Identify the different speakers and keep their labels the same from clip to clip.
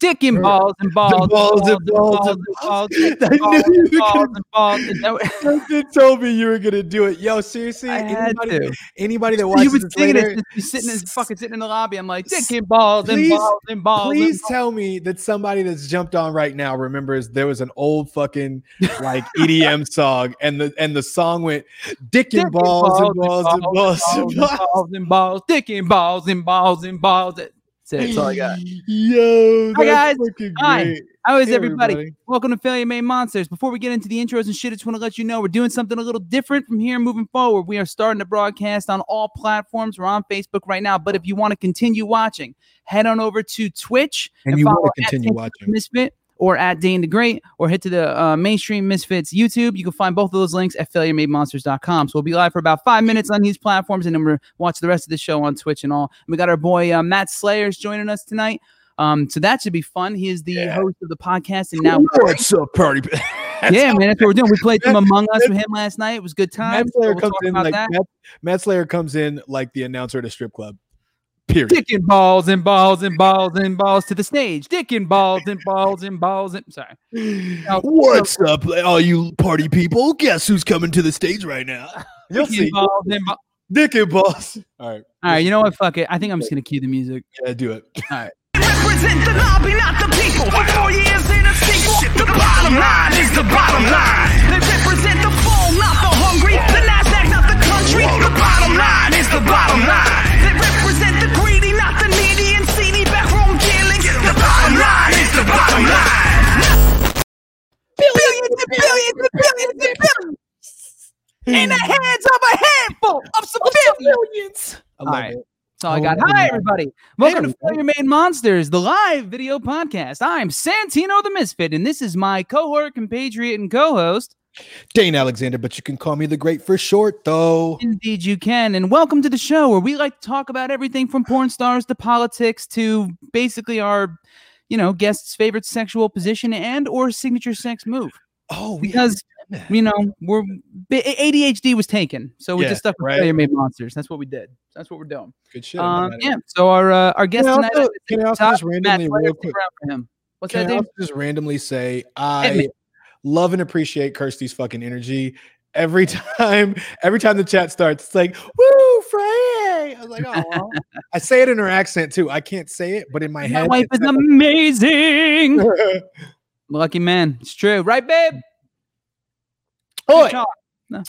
Speaker 1: sticking balls and balls, and
Speaker 2: balls and balls
Speaker 1: and balls and
Speaker 2: I
Speaker 1: balls
Speaker 2: knew
Speaker 1: and
Speaker 2: you were
Speaker 1: balls
Speaker 2: gonna-
Speaker 1: and balls. and that was-
Speaker 2: Something told me you were gonna do it. Yo, seriously,
Speaker 1: I had
Speaker 2: anybody,
Speaker 1: to.
Speaker 2: anybody that
Speaker 1: You
Speaker 2: watches
Speaker 1: were
Speaker 2: this
Speaker 1: singing
Speaker 2: later,
Speaker 1: it. You're sitting in fucking sitting in the lobby. I'm like sticking balls and
Speaker 2: Please-
Speaker 1: balls and balls. and
Speaker 2: please
Speaker 1: balls."
Speaker 2: tell me that somebody that's jumped on right now remembers there was an old fucking like EDM song, and the and the song went dick and
Speaker 1: Dick
Speaker 2: balls and balls and balls and balls.
Speaker 1: and balls, dick and balls and balls and balls. That's it. That's all I got.
Speaker 2: Yo, that's
Speaker 1: Hi, guys.
Speaker 2: fucking
Speaker 1: Hi.
Speaker 2: great.
Speaker 1: How is
Speaker 2: Hey,
Speaker 1: everybody?
Speaker 2: everybody.
Speaker 1: Welcome to Failure Made Monsters. Before we get into the intros and shit, I just want to let you know we're doing something a little different from here moving forward. We are starting to broadcast on all platforms. We're on Facebook right now, but if you want to continue watching, head on over to Twitch
Speaker 2: And you
Speaker 1: follow
Speaker 2: want to
Speaker 1: at
Speaker 2: continue
Speaker 1: Tinker
Speaker 2: watching.
Speaker 1: Misfit or at Dane the Great or hit to the uh, mainstream Misfits YouTube. You can find both of those links at failuremademonsters.com. So we'll be live for about five minutes on these platforms and then we're watch the rest of the show on Twitch and all. And we got our boy uh, Matt Slayers joining us tonight. Um, so that should be fun. He is the
Speaker 2: Yeah.
Speaker 1: host of the podcast and now
Speaker 2: what's up, party?
Speaker 1: yeah, man, that's what we're doing. We played some Among Us with him last night. It was good time.
Speaker 2: Matt
Speaker 1: So
Speaker 2: Slayer
Speaker 1: we'll
Speaker 2: comes
Speaker 1: talk
Speaker 2: in
Speaker 1: about
Speaker 2: like
Speaker 1: that.
Speaker 2: Matt, Matt Slayer comes in like the announcer at a strip club. Period.
Speaker 1: Dick and balls and balls and balls and balls to the stage. Dick and balls and balls and balls and sorry.
Speaker 2: What's up, all you party people? Guess who's coming to the stage right now? You'll
Speaker 1: Dick and
Speaker 2: see.
Speaker 1: balls and balls.
Speaker 2: Dick and balls. All right.
Speaker 1: All right, you know what? Fuck it. I think I'm just gonna cue the music.
Speaker 2: Yeah, do it.
Speaker 3: Represent the lobby, not the people. For four years in a sequel, the bottom line is the bottom line. They represent the full, not the hungry. The NASDAQ, not the country. The bottom line is the bottom line. They represent the greedy, not the needy and seedy backroom dealings. The bottom line is the bottom line.
Speaker 1: Billions and billions and billions and billions in the hands of a handful of civilians.
Speaker 2: I love
Speaker 1: right.
Speaker 2: it.
Speaker 1: That's all I got.
Speaker 2: Oh,
Speaker 1: Hi,
Speaker 2: my.
Speaker 1: everybody. Welcome to
Speaker 2: everybody.
Speaker 1: Failure Made Monsters, the live video podcast. I'm Santino the Misfit, and this is my cohort, compatriot, and co host,
Speaker 2: Dane Alexander, but you can call me the Great for short, though.
Speaker 1: Indeed, you can. And welcome to the show where we like to talk about everything from porn stars to politics to basically our, you know, guests' favorite sexual position and or signature sex move.
Speaker 2: Oh, we
Speaker 1: Because
Speaker 2: haven't done
Speaker 1: you know we're bi- ADHD was taken, so we
Speaker 2: Yeah,
Speaker 1: just stuck with
Speaker 2: right.
Speaker 1: failure made monsters. That's what we did. That's what we're doing.
Speaker 2: that. good shit. I'm
Speaker 1: Um,
Speaker 2: not mad at
Speaker 1: yeah. So our uh, our
Speaker 2: it.
Speaker 1: guest
Speaker 2: Can I
Speaker 1: tonight,
Speaker 2: also,
Speaker 1: is
Speaker 2: can I also
Speaker 1: top
Speaker 2: just randomly,
Speaker 1: Matt Slayer.
Speaker 2: real
Speaker 1: Stick
Speaker 2: quick,
Speaker 1: around for him. What's
Speaker 2: can
Speaker 1: that
Speaker 2: I
Speaker 1: name?
Speaker 2: also just randomly say
Speaker 1: me.
Speaker 2: I love and appreciate Kirsty's fucking energy. Every time, every time the chat starts, it's like, woo, Frey. I was like, oh, I say it in her accent too. I can't say it, but in my,
Speaker 1: My,
Speaker 2: head,
Speaker 1: wife
Speaker 2: it's
Speaker 1: is amazing.
Speaker 2: like-
Speaker 1: Lucky man. It's true, right, babe?
Speaker 2: Oi.
Speaker 1: Good
Speaker 2: Oh,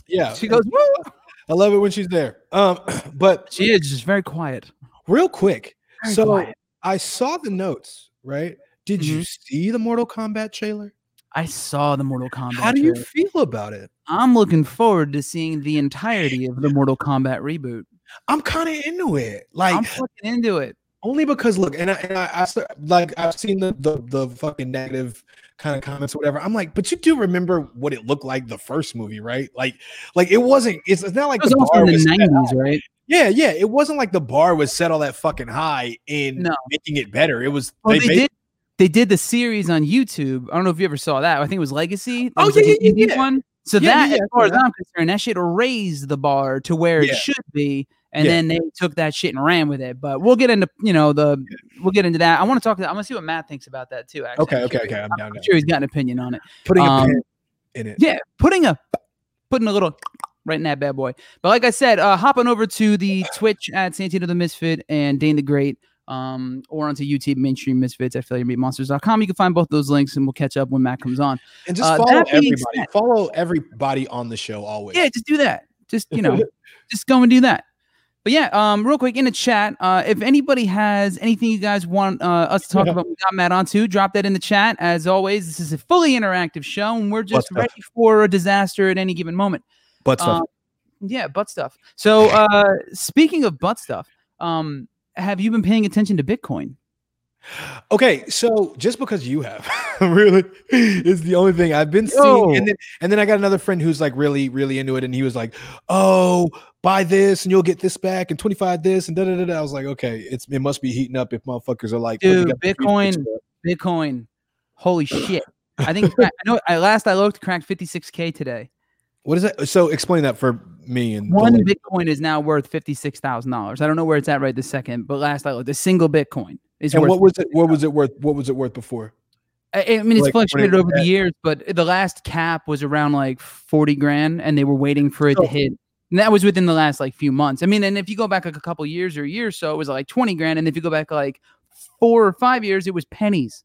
Speaker 2: yeah,
Speaker 1: job. She goes. Woo!
Speaker 2: I love it when she's there. Um, but
Speaker 1: She is just very quiet.
Speaker 2: real quick,
Speaker 1: Very
Speaker 2: so
Speaker 1: quiet. Mm-hmm.
Speaker 2: I saw the notes, right? Did you see the Mortal Kombat trailer?
Speaker 1: I saw the Mortal Kombat.
Speaker 2: How do you
Speaker 1: trailer.
Speaker 2: feel about it?
Speaker 1: I'm looking forward to seeing the entirety of the Mortal Kombat reboot.
Speaker 2: I'm kind of into it, like
Speaker 1: I'm fucking into it.
Speaker 2: only because look, and I, and I, I s- like I've seen the the, the fucking negative kind of comments or whatever. I'm like, but you do remember what it looked like the first movie, right? Like, like it wasn't. It's, it's not like
Speaker 1: It was
Speaker 2: the
Speaker 1: also
Speaker 2: bar
Speaker 1: in the
Speaker 2: was set high.
Speaker 1: 90s, right?
Speaker 2: Yeah, yeah. It wasn't like the bar was set all that fucking high in
Speaker 1: No.
Speaker 2: making it better. It was
Speaker 1: Well, they,
Speaker 2: made-
Speaker 1: did. They did the series on YouTube. I don't know if you ever saw that. I think it was Legacy. That
Speaker 2: Oh,
Speaker 1: was
Speaker 2: yeah,
Speaker 1: like an
Speaker 2: yeah, yeah,
Speaker 1: indie
Speaker 2: yeah.
Speaker 1: One. So
Speaker 2: Yeah,
Speaker 1: that,
Speaker 2: yeah, yeah,
Speaker 1: as
Speaker 2: I
Speaker 1: far as
Speaker 2: saw
Speaker 1: I'm concerned, that shit raised the bar to where
Speaker 2: Yeah.
Speaker 1: it should be, and
Speaker 2: Yeah.
Speaker 1: then they took that shit and ran with it. But we'll get into you know the we'll get into that. I want to talk. I'm gonna see what Matt thinks about that too. Actually,
Speaker 2: Okay,
Speaker 1: I'm
Speaker 2: okay,
Speaker 1: curious.
Speaker 2: okay. I'm down. now.
Speaker 1: I'm sure he's got an opinion on it.
Speaker 2: Putting a
Speaker 1: Um,
Speaker 2: pin in it.
Speaker 1: Yeah, putting a putting a little right in that bad boy. But like I said, uh hopping over to the Twitch at Santino the Misfit and Dane the Great. Um, or onto YouTube mainstream misfits at failuremeatmonsters.com. You can find both those links and we'll catch up when Matt comes on.
Speaker 2: And just
Speaker 1: Uh,
Speaker 2: follow
Speaker 1: that being
Speaker 2: everybody.
Speaker 1: said-
Speaker 2: follow everybody on the show always.
Speaker 1: Yeah, just do that. Just you know, just go and do that. But yeah, um, real quick in the chat, uh, if anybody has anything you guys want uh, us to talk
Speaker 2: Yeah.
Speaker 1: about, we got Matt on too. Drop that in the chat. As always, this is a fully interactive show, and we're just
Speaker 2: What's up?
Speaker 1: ready for a disaster at any given moment.
Speaker 2: But
Speaker 1: Um, yeah, butt stuff. So uh speaking of butt stuff, um have you been paying attention to Bitcoin?
Speaker 2: okay, so just because you have really is the only thing I've been seeing.
Speaker 1: Yo.
Speaker 2: And then, and then I got another friend who's like really, really into it, and he was like, "Oh, buy this, and you'll get this back, and twenty five this, and da da da." da." I was like, "Okay, it's it must be heating up if motherfuckers are like, oh,
Speaker 1: Dude, Bitcoin- Bitcoin. Holy shit. I think I know I last I looked cracked 56k today.
Speaker 2: What is that? So explain that for me and the
Speaker 1: One
Speaker 2: lady.
Speaker 1: Bitcoin is now worth $56,000. I don't know where it's at right this second, but last I looked, a single Bitcoin. Is
Speaker 2: and
Speaker 1: worth
Speaker 2: what was it? What was it worth? What was it worth before?
Speaker 1: I, I mean, it's
Speaker 2: Like, when
Speaker 1: fluctuated
Speaker 2: it-
Speaker 1: over the years, but the last cap was around like forty grand, and they were waiting for it
Speaker 2: So-
Speaker 1: to hit. And that was within the last like few months. I mean, and if you go back like a couple years or a year or so, it was like twenty grand, and if you go back like four or five years, it was pennies,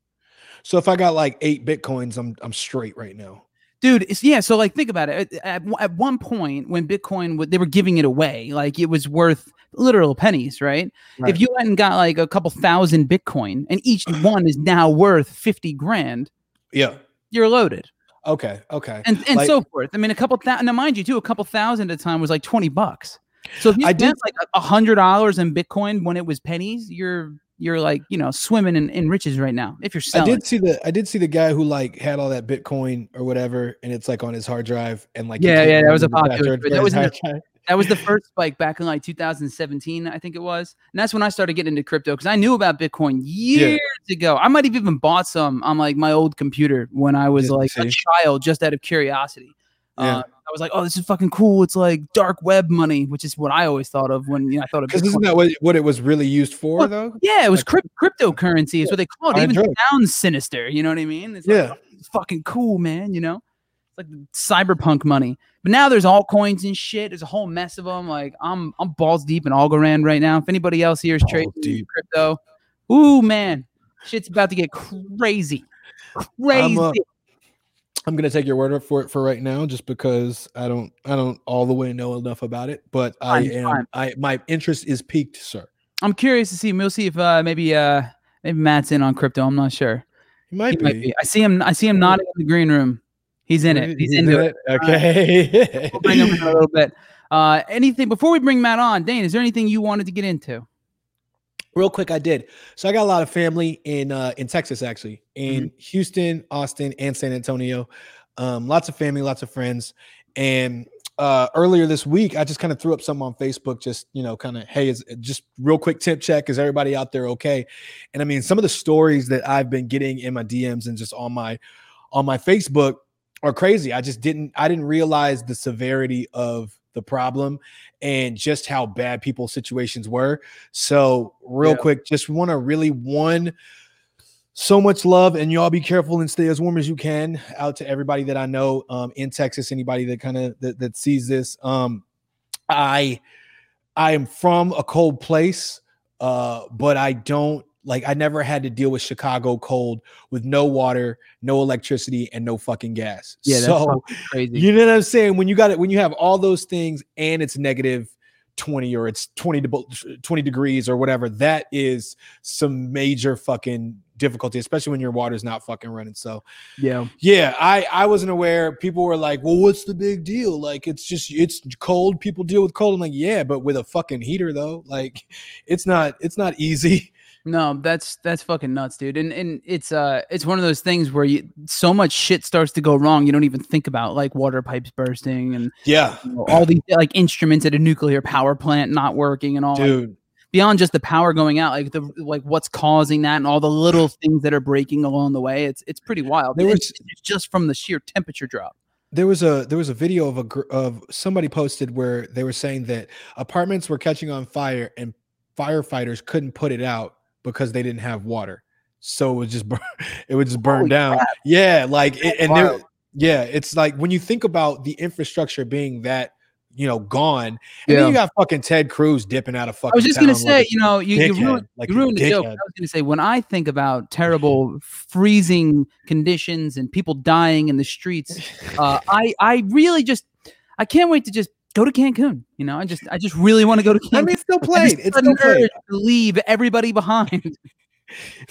Speaker 2: So if I got like eight bitcoins, I'm I'm straight right now.
Speaker 1: dude. It's, yeah, so like think about it. At- At, at one point, when Bitcoin, wa- they were giving it away, like it was worth literal pennies, right?
Speaker 2: Right.
Speaker 1: If you went and got like a couple thousand Bitcoin, and each one is now worth fifty grand,
Speaker 2: Yeah.
Speaker 1: you're loaded.
Speaker 2: Okay. Okay.
Speaker 1: and and
Speaker 2: Like-
Speaker 1: so forth. I mean, a couple thousand. Now, mind you, too, a couple thousand at a time was like twenty bucks. So if you
Speaker 2: I
Speaker 1: spent like a- a hundred dollars in Bitcoin when it was pennies, you're you're like you know swimming in, in riches right now. If you're
Speaker 2: I
Speaker 1: selling,
Speaker 2: did see the I did see the guy who like had all that Bitcoin or whatever, and it's like on his hard drive and like you
Speaker 1: Yeah,
Speaker 2: can't
Speaker 1: yeah, that was a
Speaker 2: remember the
Speaker 1: popular-
Speaker 2: password
Speaker 1: that
Speaker 2: for his
Speaker 1: was in
Speaker 2: hard
Speaker 1: the-
Speaker 2: drive.
Speaker 1: that was the first spike back in like 2017, I think it was, and that's when I started getting into crypto because I knew about Bitcoin years ago. I might have even bought some on like my old computer when I was
Speaker 2: Yeah,
Speaker 1: like a
Speaker 2: see.
Speaker 1: child, just out of curiosity.
Speaker 2: Yeah.
Speaker 1: Uh, I was like, "Oh, this is fucking cool." It's like dark web money, which is what I always thought of when you know I thought of
Speaker 2: Because
Speaker 1: Bitcoin.
Speaker 2: isn't that what, what it was really used for
Speaker 1: Well,
Speaker 2: though?
Speaker 1: Yeah, it was
Speaker 2: Like-
Speaker 1: crypt- cryptocurrency is what they call it.
Speaker 2: I
Speaker 1: It Even
Speaker 2: enjoy it.
Speaker 1: sounds sinister. You know what I mean? It's like,
Speaker 2: Yeah.
Speaker 1: "Oh, it's fucking cool, man. You know, it's like cyberpunk money. But now there's altcoins and shit. There's a whole mess of them. Like I'm, I'm balls deep in Algorand right now. If anybody else here is
Speaker 2: Balls
Speaker 1: trading
Speaker 2: deep.
Speaker 1: crypto, ooh man, shit's about to get crazy, crazy.
Speaker 2: uh, I'm gonna take your word for it for right now, just because I don't I don't all the way know enough about it, but I
Speaker 1: Fine,
Speaker 2: am
Speaker 1: fine.
Speaker 2: I my interest is peaked, sir.
Speaker 1: I'm curious to see. We'll see if uh, maybe, uh, maybe Matt's in on crypto. I'm not sure.
Speaker 2: He might,
Speaker 1: He
Speaker 2: be.
Speaker 1: might be. I see him. I see him nodding in the green room. He's in it. He's
Speaker 2: He's
Speaker 1: into it.
Speaker 2: Okay.
Speaker 1: we'll bring him in a little bit. Uh, anything before we bring Matt on, Dane? Is there anything you wanted to get into?
Speaker 2: real quick i did so i got a lot of family in uh in texas actually in houston austin and san antonio um lots of family lots of friends and uh earlier this week i just kind of threw up something on facebook just you know kind of hey is uh, just real quick tip check is everybody out there okay and i mean some of the stories that i've been getting in my dms and just on my on my facebook are crazy i just didn't i didn't realize the severity of the problem and just how bad people's situations were so, real
Speaker 1: Yeah.
Speaker 2: quick, just want to really one so much love and y'all be careful and stay as warm as you can out to everybody that I know um in Texas, anybody that kind of that, that sees this. Um I I am from a cold place, uh, but I don't like I never had to deal with Chicago cold with no water, no electricity, and no fucking gas.
Speaker 1: Yeah, that's
Speaker 2: so
Speaker 1: fucking crazy.
Speaker 2: you know what I'm saying? When you got it, when you have all those things and it's negative 20 or it's 20 de- 20 degrees or whatever, that is some major fucking difficulty, especially when your water's not fucking running. So
Speaker 1: yeah,
Speaker 2: yeah, I I wasn't aware. People were like, "Well, what's the big deal? Like, it's just it's cold. People deal with cold." I'm like, "Yeah, but with a fucking heater though, like, it's not it's not easy."
Speaker 1: no, that's that's fucking nuts, dude. And and it's uh it's one of those things where you so much shit starts to go wrong you don't even think about, like water pipes bursting and
Speaker 2: Yeah,
Speaker 1: you know, all these like instruments at a nuclear power plant not working and all like,
Speaker 2: dude.
Speaker 1: beyond just the power going out, like the like what's causing that and all the little things that are breaking along the way. It's it's pretty wild.
Speaker 2: There
Speaker 1: And
Speaker 2: was-
Speaker 1: it's just from the sheer temperature drop.
Speaker 2: there was a there was a video of a gr- of somebody posted where they were saying that apartments were catching on fire and firefighters couldn't put it out because they didn't have water so it was just bur- it would just burn
Speaker 1: Holy
Speaker 2: down yeah like it, and there,
Speaker 1: wild.
Speaker 2: yeah it's like when you think about the infrastructure being that you know gone and
Speaker 1: Yeah.
Speaker 2: then you got fucking ted cruz dipping out of fucking
Speaker 1: I was just gonna
Speaker 2: town like
Speaker 1: say,
Speaker 2: a
Speaker 1: you know, you, you
Speaker 2: dickhead,
Speaker 1: ruined
Speaker 2: like
Speaker 1: you
Speaker 2: a
Speaker 1: ruined the joke. I
Speaker 2: dickhead.
Speaker 1: was going to say when I think about terrible freezing conditions and people dying in the streets, uh, I I really just I can't wait to just go to Cancun. You know, I just I just really want to go to Cancun.
Speaker 2: I mean, it's still
Speaker 1: I just
Speaker 2: played. It's
Speaker 1: had an
Speaker 2: still played.
Speaker 1: urge to leave everybody behind.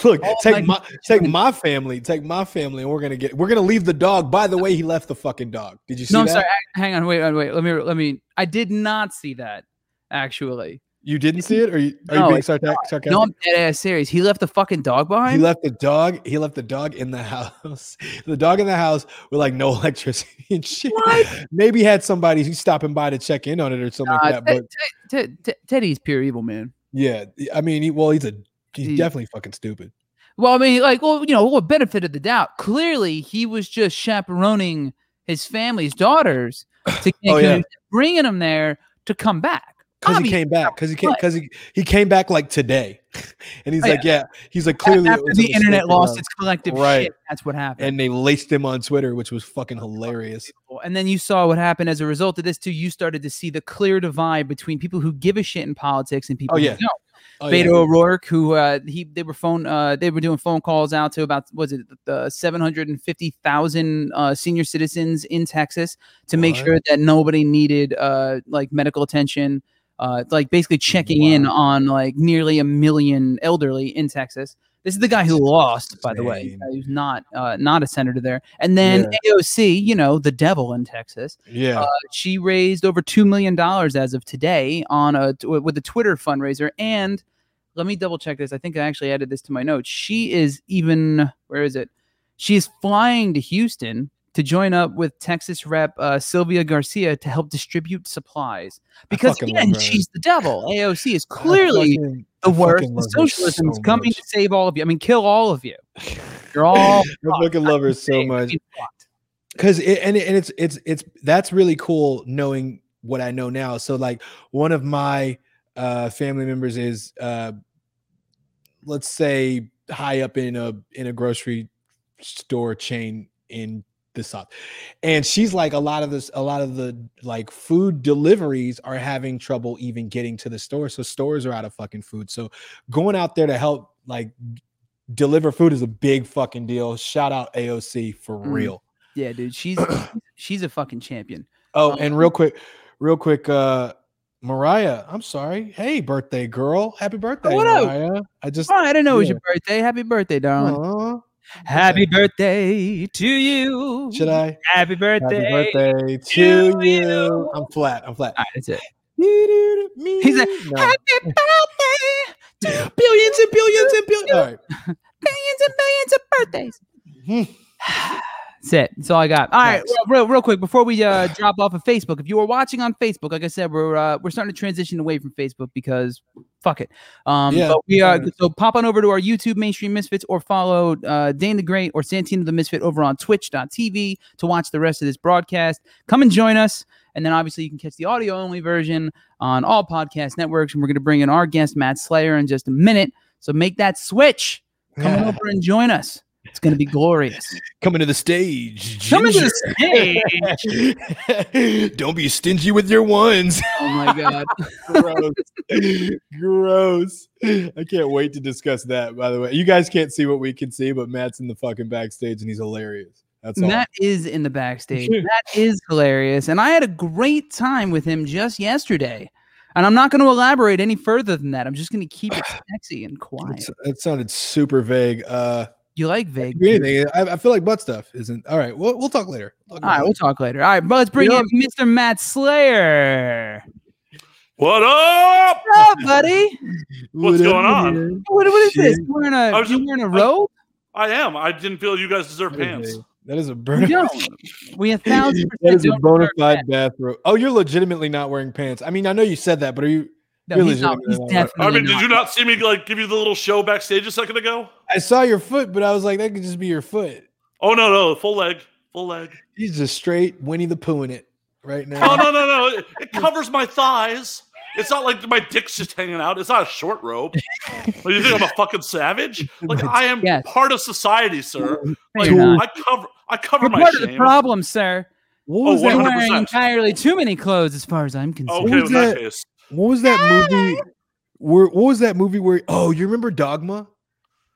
Speaker 2: Look,
Speaker 1: all
Speaker 2: take
Speaker 1: night
Speaker 2: my take my family, take my family, and we're gonna get we're gonna leave the dog. By the way, he left the fucking dog. Did you see
Speaker 1: no, I'm
Speaker 2: that?
Speaker 1: sorry. I- Hang on, wait, wait, wait. Let me let me. I did not see that actually.
Speaker 2: You didn't see it, or you, are
Speaker 1: No,
Speaker 2: you being
Speaker 1: it's
Speaker 2: sarca- sarcastic?
Speaker 1: No, I'm dead ass serious. He left the fucking dog
Speaker 2: he
Speaker 1: behind.
Speaker 2: left the dog. He left the dog in the house. the dog in the house with like no electricity and shit.
Speaker 1: What?
Speaker 2: Maybe had somebody who's stopping by to check in on it or something
Speaker 1: Uh,
Speaker 2: like that.
Speaker 1: Ted-
Speaker 2: But
Speaker 1: Ted- Ted- Teddy's pure evil, man.
Speaker 2: yeah, I mean, he, well, he's a he's
Speaker 1: He-
Speaker 2: definitely fucking stupid.
Speaker 1: Well, I mean, like, well, you know, what benefit of the doubt? Clearly, he was just chaperoning his family's daughters to
Speaker 2: Oh, yeah.
Speaker 1: Cancun, bringing them there to come back.
Speaker 2: Because he
Speaker 1: Obvious.
Speaker 2: came back. Because he came.
Speaker 1: But-
Speaker 2: Because he, he came back like today, and he's
Speaker 1: Oh,
Speaker 2: like, yeah. He's like clearly it
Speaker 1: after
Speaker 2: was a
Speaker 1: the
Speaker 2: mistake
Speaker 1: internet
Speaker 2: and,
Speaker 1: lost
Speaker 2: uh,
Speaker 1: its collective
Speaker 2: Right.
Speaker 1: shit. That's what happened.
Speaker 2: and they laced him on Twitter, which was fucking hilarious.
Speaker 1: people. And then you saw what happened as a result of this too. You started to see the clear divide between people who give a shit in politics and people
Speaker 2: yeah.
Speaker 1: who don't.
Speaker 2: Oh,
Speaker 1: Beto
Speaker 2: yeah.
Speaker 1: O'Rourke, who uh, he they were phone uh, they were doing phone calls out to about was it uh, seven hundred and fifty thousand uh, senior citizens in Texas to make
Speaker 2: What?
Speaker 1: sure that nobody needed uh, like medical attention, uh, like basically checking in
Speaker 2: Wow.
Speaker 1: on like nearly a million elderly in Texas. This is the guy who lost, by the way.
Speaker 2: Insane.
Speaker 1: Who's not uh, not a senator there? And then AOC, you know, the devil in Texas
Speaker 2: Yeah.
Speaker 1: she raised over two million dollars as of today on a with a Twitter fundraiser. And let me double check this. I think I actually added this to my notes. She is even where is it? She is flying to Houston to join up with Texas Rep uh, Sylvia Garcia to help distribute supplies. Because
Speaker 2: fucking
Speaker 1: again,
Speaker 2: love her.
Speaker 1: she's the devil. AOC is
Speaker 2: I
Speaker 1: clearly
Speaker 2: fucking-
Speaker 1: the
Speaker 2: I
Speaker 1: worst.
Speaker 2: fucking
Speaker 1: The
Speaker 2: love her
Speaker 1: socialism
Speaker 2: so
Speaker 1: is coming
Speaker 2: much.
Speaker 1: to save all of you. I mean, kill all of you. You're all
Speaker 2: Oh, I fucking love her so
Speaker 1: fucked. I
Speaker 2: much.
Speaker 1: mean, fucked.
Speaker 2: because it, and it, and it's it's it's that's really cool knowing what I know now. So like one of my uh family members is uh let's say high up in a in a grocery store chain in the south and she's like a lot of this a lot of the like food deliveries are having trouble even getting to the store so stores are out of fucking food so going out there to help like deliver food is a big fucking deal shout out aoc for
Speaker 1: Mm.
Speaker 2: real
Speaker 1: Yeah, dude, she's she's a fucking champion.
Speaker 2: Oh,
Speaker 1: Um,
Speaker 2: and real quick, real quick, uh Mariah, I'm sorry. Hey, birthday girl. Happy birthday,
Speaker 1: what up?
Speaker 2: Mariah. I just
Speaker 1: Oh, I didn't know it was your birthday. Happy birthday, darling.
Speaker 2: Aw.
Speaker 1: Happy birthday to you.
Speaker 2: should I?
Speaker 1: Happy birthday.
Speaker 2: Happy birthday
Speaker 1: to
Speaker 2: to you.
Speaker 1: you.
Speaker 2: I'm flat. I'm flat.
Speaker 1: All right, that's it.
Speaker 2: He's
Speaker 1: like,
Speaker 2: no.
Speaker 1: Happy birthday.
Speaker 2: billions and billions and billions. All right.
Speaker 1: Billions and billions of birthdays.
Speaker 2: Mhm.
Speaker 1: That's it. That's all I got. All right,
Speaker 2: Nice.
Speaker 1: real, real, real quick before we uh, drop off of Facebook. If you are watching on Facebook, like I said, we're uh, we're starting to transition away from Facebook because fuck it. Um,
Speaker 2: Yeah,
Speaker 1: but we are
Speaker 2: fair.
Speaker 1: so pop on over to our YouTube Mainstream Misfits or follow uh, Dane the Great or Santino the Misfit over on Twitch.tv to watch the rest of this broadcast. Come and join us. And then obviously you can catch the audio only version on all podcast networks. And we're going to bring in our guest, Matt Slayer, in just a minute. So make that switch. Come on over and join us. It's going to be glorious.
Speaker 2: Coming to the stage.
Speaker 1: Come into
Speaker 2: Ginger.
Speaker 1: the stage.
Speaker 2: Don't be stingy with your ones.
Speaker 1: Oh my god.
Speaker 2: Gross. Gross. I can't wait to discuss that, by the way. You guys can't see what we can see, but Matt's in the fucking backstage and he's hilarious. That's all.
Speaker 1: Matt is in the backstage. that is hilarious. And I had a great time with him just yesterday. And I'm not going to elaborate any further than that. I'm just going to keep it sexy and quiet.
Speaker 2: It's- that sounded super vague. Uh,
Speaker 1: You like vague.
Speaker 2: could be anything. I, I feel like butt stuff isn't. All right, we'll, we'll talk later. We'll talk
Speaker 1: All right,
Speaker 2: about
Speaker 1: we'll
Speaker 2: it
Speaker 1: talk later. All right, but let's bring
Speaker 2: Yeah.
Speaker 1: in Mr. Matt Slayer.
Speaker 4: What up?
Speaker 1: What's up, buddy?
Speaker 4: What's
Speaker 2: later.
Speaker 4: going on?
Speaker 1: What, what is this?
Speaker 2: Shit.
Speaker 1: You wearing a,
Speaker 4: I was-
Speaker 1: you wearing a
Speaker 4: I-
Speaker 1: robe?
Speaker 4: I am. I didn't feel you guys deserve
Speaker 2: That is
Speaker 4: pants.
Speaker 2: a- That is a
Speaker 1: We
Speaker 2: burn.
Speaker 1: don't. We a thousand percent
Speaker 2: That is a
Speaker 1: don't
Speaker 2: bona
Speaker 1: deserve
Speaker 2: fide
Speaker 1: that.
Speaker 2: bathroom. Oh, you're legitimately not wearing pants. I mean, I know you said that, but are you?
Speaker 1: No,
Speaker 2: you're
Speaker 1: he's, not,
Speaker 2: legitimately
Speaker 1: he's
Speaker 2: not. I
Speaker 1: definitely
Speaker 4: I mean,
Speaker 1: not.
Speaker 4: did you not see me like give you the little show backstage a second ago?
Speaker 2: I saw your foot, but I was like, that could just be your foot.
Speaker 4: Oh no, no, full leg, full leg.
Speaker 2: He's just straight Winnie the Pooh in it right now.
Speaker 4: Oh no, no, no. It, it covers my thighs. It's not like my dick's just hanging out. It's not a short robe. Like, you think I'm a fucking savage? Like I am
Speaker 1: Yes.
Speaker 4: part of society, sir.
Speaker 1: No,
Speaker 4: Like
Speaker 1: you're not.
Speaker 4: I cover, I cover
Speaker 1: You're
Speaker 4: my
Speaker 1: part of the
Speaker 4: shame.
Speaker 1: problem, sir.
Speaker 2: What
Speaker 4: Oh,
Speaker 2: was
Speaker 1: You're
Speaker 2: that?
Speaker 4: 100%.
Speaker 1: wearing entirely too many clothes, as far as I'm concerned.
Speaker 4: Okay,
Speaker 2: was
Speaker 4: in that
Speaker 2: that?
Speaker 4: case,
Speaker 2: What was that movie? Where what was that movie where? Oh, you remember Dogma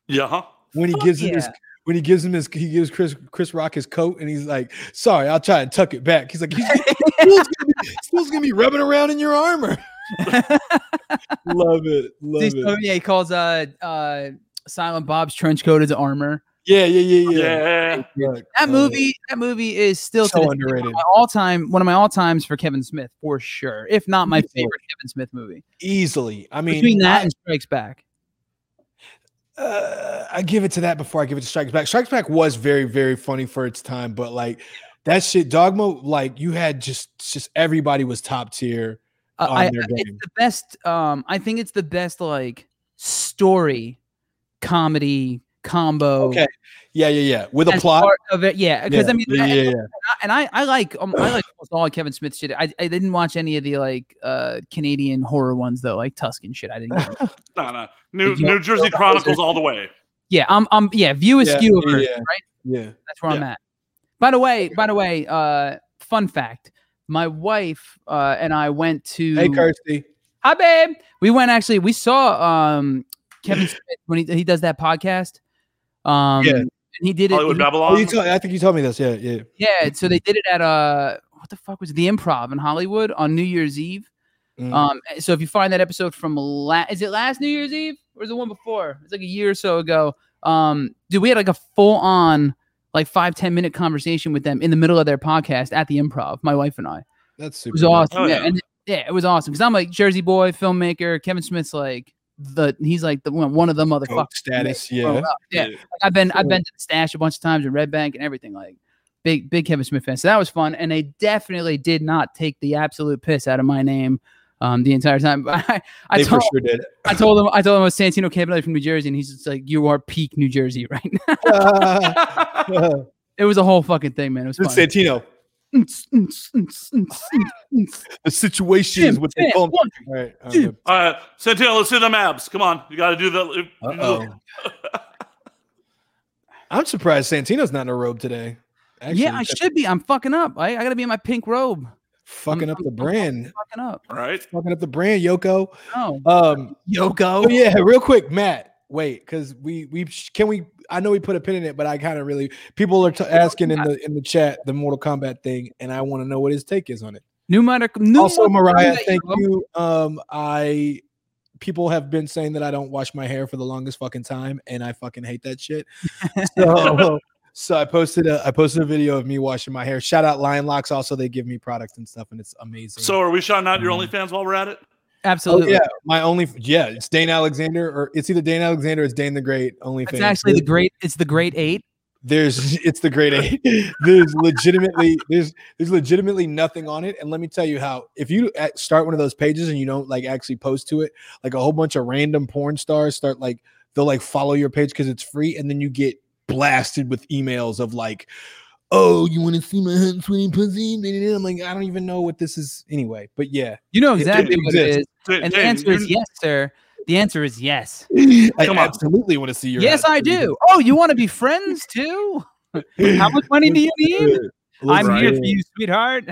Speaker 4: yeah. huh?
Speaker 2: when he
Speaker 1: Fuck
Speaker 2: gives him his
Speaker 1: yeah.
Speaker 2: when he gives him his he gives Chris Chris Rock his coat and he's like, "Sorry, I'll try and tuck it back." He's like, "He's Steel's gonna, be, Steel's gonna be rubbing around in your armor." love it, love
Speaker 1: Dude, oh,
Speaker 2: it.
Speaker 1: yeah, he calls uh, uh, Silent Bob's trench coat his armor.
Speaker 2: Yeah, yeah, yeah, yeah.
Speaker 4: Yeah.
Speaker 2: Look,
Speaker 1: That
Speaker 2: uh,
Speaker 1: movie, that movie is still to
Speaker 2: so
Speaker 1: this day
Speaker 2: underrated.
Speaker 1: my all time, one of my all times for Kevin Smith for sure, if not my
Speaker 2: Easily.
Speaker 1: favorite Kevin Smith movie.
Speaker 2: Easily, I mean,
Speaker 1: Between that and Strikes Back,
Speaker 2: uh, I give it to that before I give it to Strikes Back. Strikes Back was very, very funny for its time, but like that shit, Dogma, like you had just just everybody was top tier.
Speaker 1: uh,
Speaker 2: On
Speaker 1: I,
Speaker 2: their
Speaker 1: it's
Speaker 2: game.
Speaker 1: the best. Um, I think it's the best like story, comedy combo.
Speaker 2: Okay, yeah, yeah, yeah, with a
Speaker 1: as
Speaker 2: plot.
Speaker 1: part of it, yeah. Because
Speaker 2: yeah,
Speaker 1: I mean,
Speaker 2: yeah,
Speaker 1: I-
Speaker 2: yeah, yeah.
Speaker 1: and I, I like um, I like almost all Kevin Smith shit. I, I didn't watch any of the like uh Canadian horror ones though, like Tuscan shit. I didn't. Get it.
Speaker 4: No, no. New
Speaker 1: Did you-
Speaker 4: New Jersey Chronicles all the way.
Speaker 1: yeah, I'm. I'm. Yeah, view
Speaker 2: Yeah,
Speaker 1: askew of
Speaker 2: yeah,
Speaker 1: her,
Speaker 2: yeah.
Speaker 1: right?
Speaker 2: Yeah.
Speaker 1: That's where I'm
Speaker 4: Yeah.
Speaker 1: at. By the way, by the way, uh, fun fact: my wife uh, and I went to.
Speaker 2: Hey, Kirsty.
Speaker 1: Hi, babe. We went actually. We saw um Kevin Smith when he, he does that podcast. Um,
Speaker 2: Yeah.
Speaker 1: and he did it.
Speaker 4: Hollywood
Speaker 2: Oh,
Speaker 4: Babylon.
Speaker 2: you told, I think you told me this. Yeah, yeah.
Speaker 1: yeah, so they did it at uh, what the fuck was it? The Improv in Hollywood on New Year's Eve.
Speaker 2: Mm.
Speaker 1: Um, so if you find that episode from la- is it last New Year's Eve or is it the one before? It's like a year or so ago. Um, dude, we had like a full on like five ten minute conversation with them in the middle of their podcast at the Improv. My wife and I.
Speaker 2: That's
Speaker 1: It
Speaker 2: super.
Speaker 1: was
Speaker 2: dope.
Speaker 1: awesome.
Speaker 4: Oh,
Speaker 1: yeah.
Speaker 4: yeah.
Speaker 1: And yeah, it was awesome because I'm like Jersey boy, filmmaker. Kevin Smith's like the he's like the one one of the motherfuckers.
Speaker 2: Coke
Speaker 1: who made
Speaker 2: status.
Speaker 1: it grow
Speaker 2: Yeah.
Speaker 1: up. yeah. Like, I've been I've been to the stash a bunch of times in Red Bank and everything. Like big big Kevin Smith fan. So that was fun. And they definitely did not take the absolute piss out of my name um the entire time. I, I
Speaker 2: They for
Speaker 1: told
Speaker 2: sure did.
Speaker 1: I told him I told him I was Santino Cabanelli from New Jersey, and he's just like, You are peak New Jersey right now. It was a whole fucking thing, man. It was fun.
Speaker 2: Santino.
Speaker 1: Mm, mm, mm, mm, mm, mm.
Speaker 2: The situation is
Speaker 1: Jim,
Speaker 2: what they
Speaker 1: Jim,
Speaker 2: call me.
Speaker 1: one,
Speaker 2: All right. all
Speaker 1: Jim.
Speaker 4: All right, Santino, let's do them abs. Come on, you got to do the.
Speaker 2: right. Uh-oh. I'm surprised Santino's not in a robe today. Actually,
Speaker 1: yeah, I should be. I'm fucking up. I, I gotta be in my pink robe. I'm-
Speaker 2: Fucking up
Speaker 1: I'm-
Speaker 2: the
Speaker 1: I'm-
Speaker 2: brand.
Speaker 1: Fucking up.
Speaker 4: All right.
Speaker 2: Fucking up the brand, Yoko.
Speaker 1: No.
Speaker 2: Um,
Speaker 1: Yoko.
Speaker 2: oh yeah, real quick, Matt. Wait, because we we sh- can we. I know we put a pin in it, but I kind of really people are t- asking in the in the chat the Mortal Kombat thing, and I want to know what his take is on it.
Speaker 1: New medical. New
Speaker 2: also,
Speaker 1: Mortal
Speaker 2: Mariah,
Speaker 1: Kombat,
Speaker 2: thank
Speaker 1: Yoko.
Speaker 2: you. Um, I people have been saying that I don't wash my hair for the longest fucking time, and I fucking hate that shit. So, so I posted a I posted a video of me washing my hair. Shout out Lion Locks. Also, they give me products and stuff, and it's amazing.
Speaker 4: So are we shouting out your
Speaker 1: Mm-hmm.
Speaker 4: OnlyFans while we're at it?
Speaker 2: Oh,
Speaker 1: Absolutely.
Speaker 2: yeah, my only yeah, it's Dane Alexander, or it's either Dane Alexander or it's Dane the Great. Only
Speaker 1: It's actually the great. It's the great eight.
Speaker 2: there's it's the great eight. there's legitimately there's there's legitimately nothing on it and let me tell you how if you at, start one of those pages and you don't like actually post to it like a whole bunch of random porn stars start like they'll like follow your page because it's free and then you get blasted with emails of like oh you want to see my hot and sweaty pussy i'm like i don't even know what this is anyway but yeah
Speaker 1: You know
Speaker 2: It- it
Speaker 1: exactly what it
Speaker 2: exists.
Speaker 1: is.
Speaker 4: Da-
Speaker 1: And the
Speaker 4: Dane,
Speaker 1: answer is
Speaker 4: you-
Speaker 1: yes, sir. The answer is yes.
Speaker 2: i
Speaker 4: Come on.
Speaker 2: absolutely want to see your
Speaker 1: yes,
Speaker 2: hot
Speaker 1: I
Speaker 2: and sweaty
Speaker 1: do. Oh, you want to be friends too?
Speaker 2: pussy.
Speaker 1: How much money do you need? I'm
Speaker 4: Right.
Speaker 1: here for you, sweetheart.